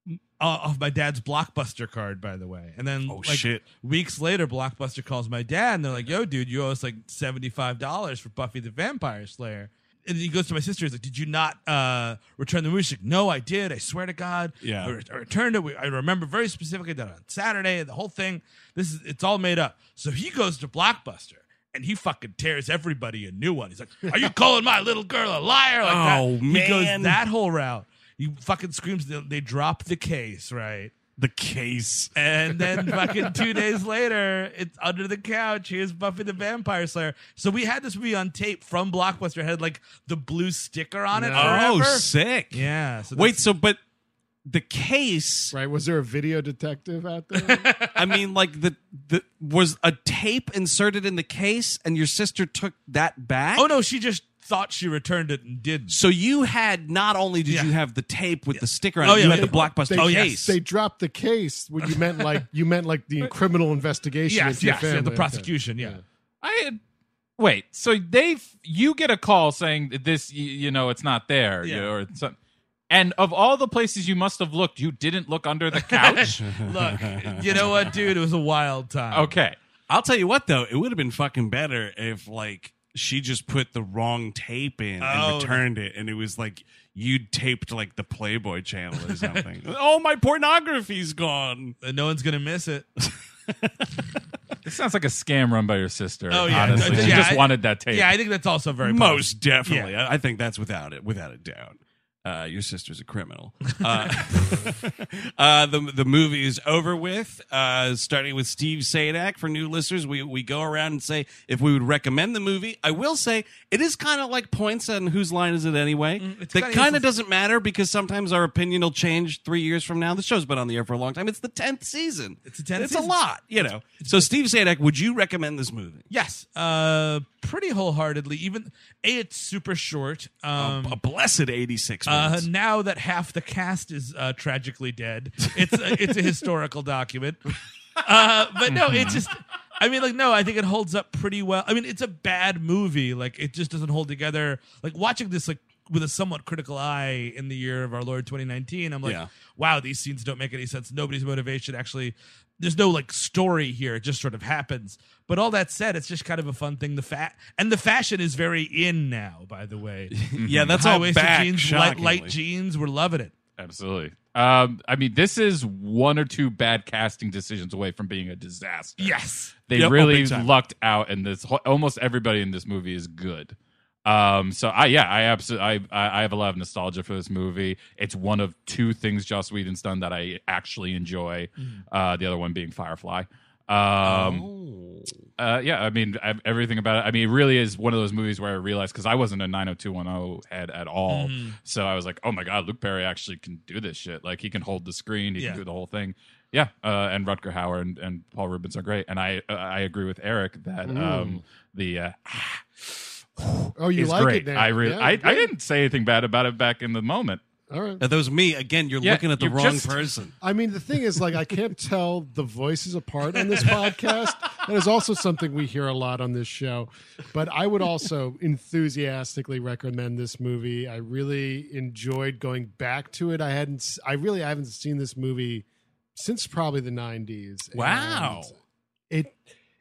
m- off my dad's blockbuster card, by the way, and then Oh, like, shit. Weeks later, Blockbuster calls my dad and they're like, yo, dude, you owe us like $75 for Buffy the Vampire Slayer. And he goes to my sister. He's like, "Did you not uh, return the movie?" She's like, "No, I did. I swear to God, Yeah. I, re- I returned it. We, I remember very specifically that on Saturday, and the whole thing. This is it's all made up." So he goes to Blockbuster and he fucking tears everybody a new one. He's like, "Are you calling my little girl a liar?" Like that. Oh, He man. goes that whole route. He fucking screams. They, they drop the case, right? the case. And then fucking two days later, it's under the couch. Here's Buffy the Vampire Slayer. So we had this movie on tape from Blockbuster. It had like the blue sticker on it. Oh, forever. sick. yeah. So Wait, so but the case, Right? Was there a video detective out there? I mean like the the was a tape inserted in the case and your sister took that back? that's- oh no, she just thought she returned it and didn't. So you had not only did Yeah. you have the tape with the sticker on Oh, it, yeah. you had They- the blockbuster They, Oh, yes. case. they dropped the case. What you meant like you meant like the criminal investigation. Yes, into your yes, yeah, family. the Okay. prosecution. Yeah. I had, wait. So they, you get a call saying that this, you, you know, it's not there, Yeah. you, or something, And of all the places you must have looked, you didn't look under the couch. Look, you know what, dude? It was a wild time. okay. I'll tell you what though, it would have been fucking better if like she just put the wrong tape in Oh. and returned it, and it was like you taped like the Playboy channel or something. oh, my pornography's gone. Oh. Uh, No one's gonna miss it. This sounds like a scam run by your sister. Oh, yeah. Honestly, she Yeah, just I- wanted that tape. Yeah, I think that's also very Most definitely, I, I think that's without it, without a doubt. Uh, your sister's a criminal. Uh, uh, the the movie is over with. Uh, starting with Steve Sadak for new listeners, we we go around and say if we would recommend the movie. I will say it is kind of like points on whose line is it anyway. Mm, it's that kinda kind of useless. doesn't matter because sometimes our opinion will change three years from now. The show's been on the air for a long time. It's the tenth season. It's the 10th It's season. a lot, you know. So Steve Sadak, would you recommend this movie? Yes, uh, pretty wholeheartedly. Even a, it's super short. Um, a blessed eighty-six Uh, minutes. now that half the cast is uh, tragically dead, it's a, it's a historical document. Uh, but no, it's just. I mean, like, no, I think it holds up pretty well. I mean, it's a bad movie. Like, it just doesn't hold together. Like, watching this, like, with a somewhat critical eye in the year of our Lord 2019, I'm like, Yeah. wow, these scenes don't make any sense. Nobody's motivation actually. There's no like story here. It just sort of happens. But all that said, it's just kind of a fun thing. The fat and the fashion is very in now. By the way, yeah, that's all high-waisted back. jeans, light, light shockingly. jeans. We're loving it. Absolutely. Um, I mean, this is one or two bad casting decisions away from being a disaster. Yes. They Yep, oh, really big time. lucked out, and this whole, almost everybody in this movie is good. Um, so I yeah, I absolutely I, I I have a lot of nostalgia for this movie. It's one of two things Joss Whedon's done that I actually enjoy. Mm. Uh, the other one being Firefly. Um, Oh. uh, yeah, I mean I, everything about it. I mean, it really is one of those movies where I realized because I wasn't a 90210 head at all, so I was like, oh my god, Luke Perry actually can do this shit. Like he can hold the screen, he Yeah. can do the whole thing. Yeah, uh, and Rutger Hauer and, and Paul Rubens are great, and I uh, I agree with Eric that um, the uh, Oh, you is like great. it now? I really Yeah, I, I good. didn't say anything bad about it back in the moment. All right. Now, that was me again. You're Yeah, looking at the you're wrong just- person. I mean, the thing is, like, I can't tell the voices apart on this podcast. That is also something we hear a lot on this show. But I would also enthusiastically recommend this movie. I really enjoyed going back to it. I hadn't, s- I really haven't seen this movie since probably the 90s. Wow. And it,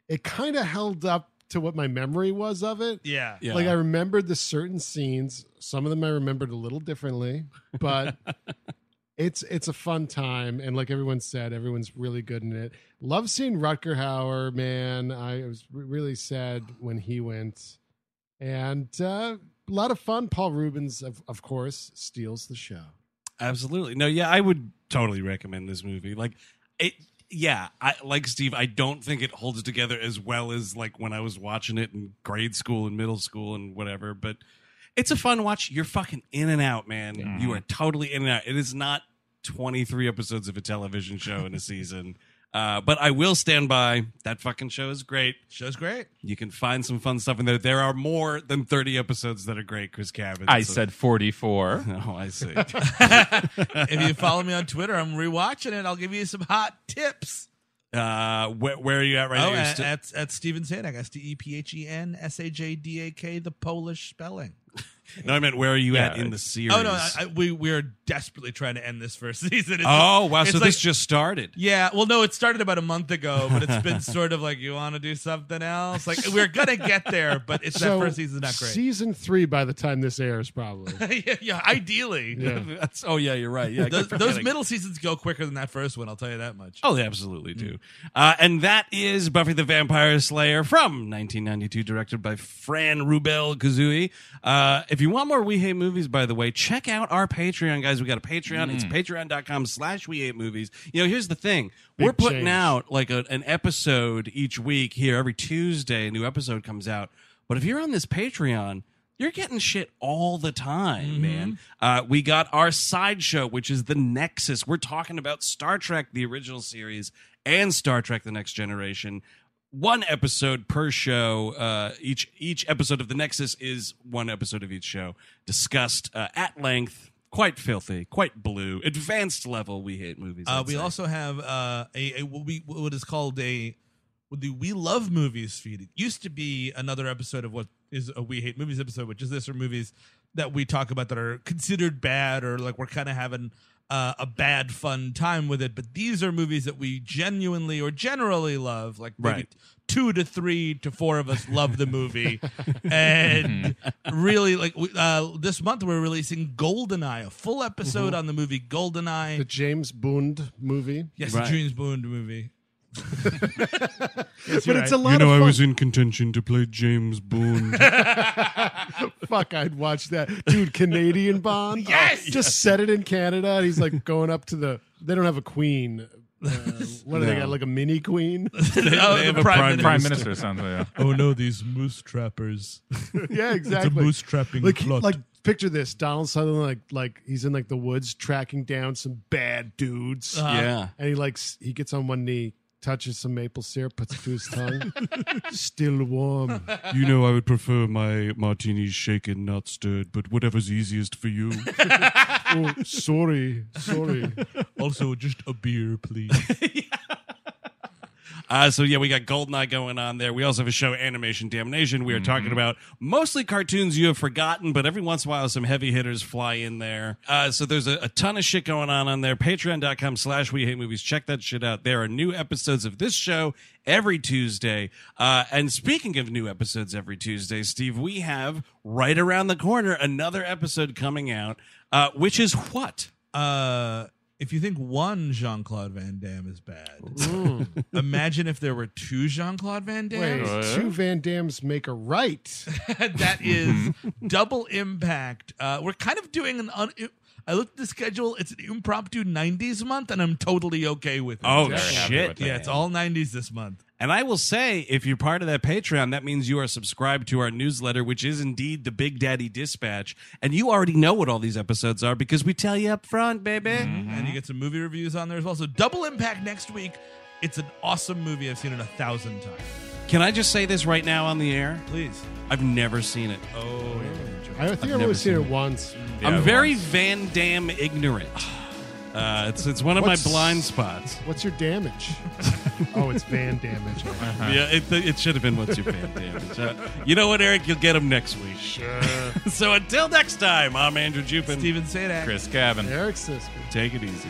it kind of held up to what my memory was of it. Yeah. Yeah. Like I remembered the certain scenes. Some of them I remembered a little differently, but it's it's a fun time. And like everyone said, everyone's really good in it. Love seeing Rutger Hauer, man. I was re- really sad when he went, and uh, a lot of fun. Paul Rubens, of of course, steals the show. Absolutely. No, yeah, I would totally recommend this movie. Like it yeah, I like Steve, I don't think it holds together as well as like when I was watching it in grade school and middle school and whatever, but it's a fun watch. You're fucking in and out, man. You are totally in and out. It is not 23 episodes of a television show in a season. Uh, but I will stand by. That fucking show is great. Show's great. You can find some fun stuff in there. There are more than 30 episodes that are great, Chris Cabin. I So- said 44. Oh, I see. if you follow me on Twitter, I'm rewatching it. I'll give you some hot tips. uh, where, where are you at right now? Oh, You're at, sti- at, at Steven Sadak. S T E P H E N S A J D A K, the Polish spelling. No, I meant where are you Yeah, at in the series? Oh, no. I, I, we, we're desperately trying to end this first season. It's oh wow! it's So like- this just started. Yeah, well, no, it started about a month ago, but it's been sort of like you want to do something else. Like we're gonna get there, but it's that first season's not great. Season three by the time this airs, probably. yeah, yeah, ideally, Yeah. That's, oh yeah, you're right. Yeah, I keep those, those forgetting. middle seasons go quicker than that first one. I'll tell you that much. Oh, they absolutely do. Uh, and that is Buffy the Vampire Slayer from 1992, directed by Fran Rubel Kazooie. Uh, if you want more We Hate Movies, by the way, check out our Patreon, guys. We got a Patreon. It's patreon.com slash We Hate Movies. You know, here's the thing. We're putting change. out like a, an episode each week here. Every Tuesday, a new episode comes out. But if you're on this Patreon, you're getting shit all the time, Mm-hmm. man. Uh, we got our sideshow, which is the Nexus. We're talking about Star Trek, the original series, and Star Trek: The Next Generation. One episode per show. Uh, each each episode of the Nexus is one episode of each show, discussed uh, at length, quite filthy, quite blue, advanced level. We hate movies. Uh, I'd we say. also have uh, a, a what we what is called a the We Love Movies feed. It used to be another episode of what is a We Hate Movies episode, which is this or movies that we talk about that are considered bad or like we're kind of having uh, a bad fun time with it. But these are movies that we genuinely or generally love. Like maybe Right. two to three to four of us love the movie, and Mm-hmm. really like we, uh, this month we're releasing Goldeneye, a full episode Mm-hmm. on the movie Goldeneye. The James Bond movie. yes, Right. the James Bond movie. but it's a lot You know, of I fun. was in contention to play James Bond. Fuck, I'd watch that. Dude, Canadian Bond? Yes! just set it in Canada. And he's like going up to the. They don't have a queen. Uh, what do they got? Like a mini queen? Oh, they the have a Prime prime, Minister. Prime Minister sounds like. oh no, these moose trappers. yeah, exactly. moose trapping like, plot. Like, picture this: Donald Sutherland, like, like he's in like the woods tracking down some bad dudes, Uh-huh. yeah. and he like s- he gets on one knee, touches some maple syrup, puts it to his tongue, still warm. You know, I would prefer my martinis shaken, not stirred, but whatever's easiest for you. Oh, sorry, sorry. also, just a beer, please. Uh, so yeah, we got Goldeneye going on there. We also have a show, Animation Damnation. We are talking about mostly cartoons you have forgotten, but every once in a while some heavy hitters fly in there. Uh, so there's a, a ton of shit going on on there. Patreon.com slash We Hate Movies. Check that shit out. There are new episodes of this show every Tuesday. Uh, and speaking of new episodes every Tuesday, Steve, we have right around the corner another episode coming out, uh, which is what? Uh, if you think one Jean Claude Van Damme is bad, imagine if there were two Jean Claude Van Wait, Oh, Damme. two Van Dams make a right. that is double impact. Uh, we're kind of doing an. Un- I looked at the schedule. It's an impromptu '90s month, and I'm totally okay with it. Oh, happy shit. with that. yeah, it's all '90s this month. And I will say, if you're part of that Patreon, that means you are subscribed to our newsletter, which is indeed the Big Daddy Dispatch. And you already know what all these episodes are because we tell you up front, baby. And you get some movie reviews on there as well. So double impact next week. It's an awesome movie. I've seen it a thousand times. Can I just say this right now on the air? Please. I've never seen it. Oh, you're gonna enjoy it. I think I've, only seen it once. I'm very Van Damme ignorant. Uh, it's it's one of What's- my blind spots. What's your damage? oh, it's Van damage. Yeah, it, it should have been what's your Van Damme. It's, uh, you know what, Eric? You'll get him next week. Sure. so until next time, I'm Andrew Jupin. Steven Sadak. Chris Cabin. Eric Sisker. take it easy.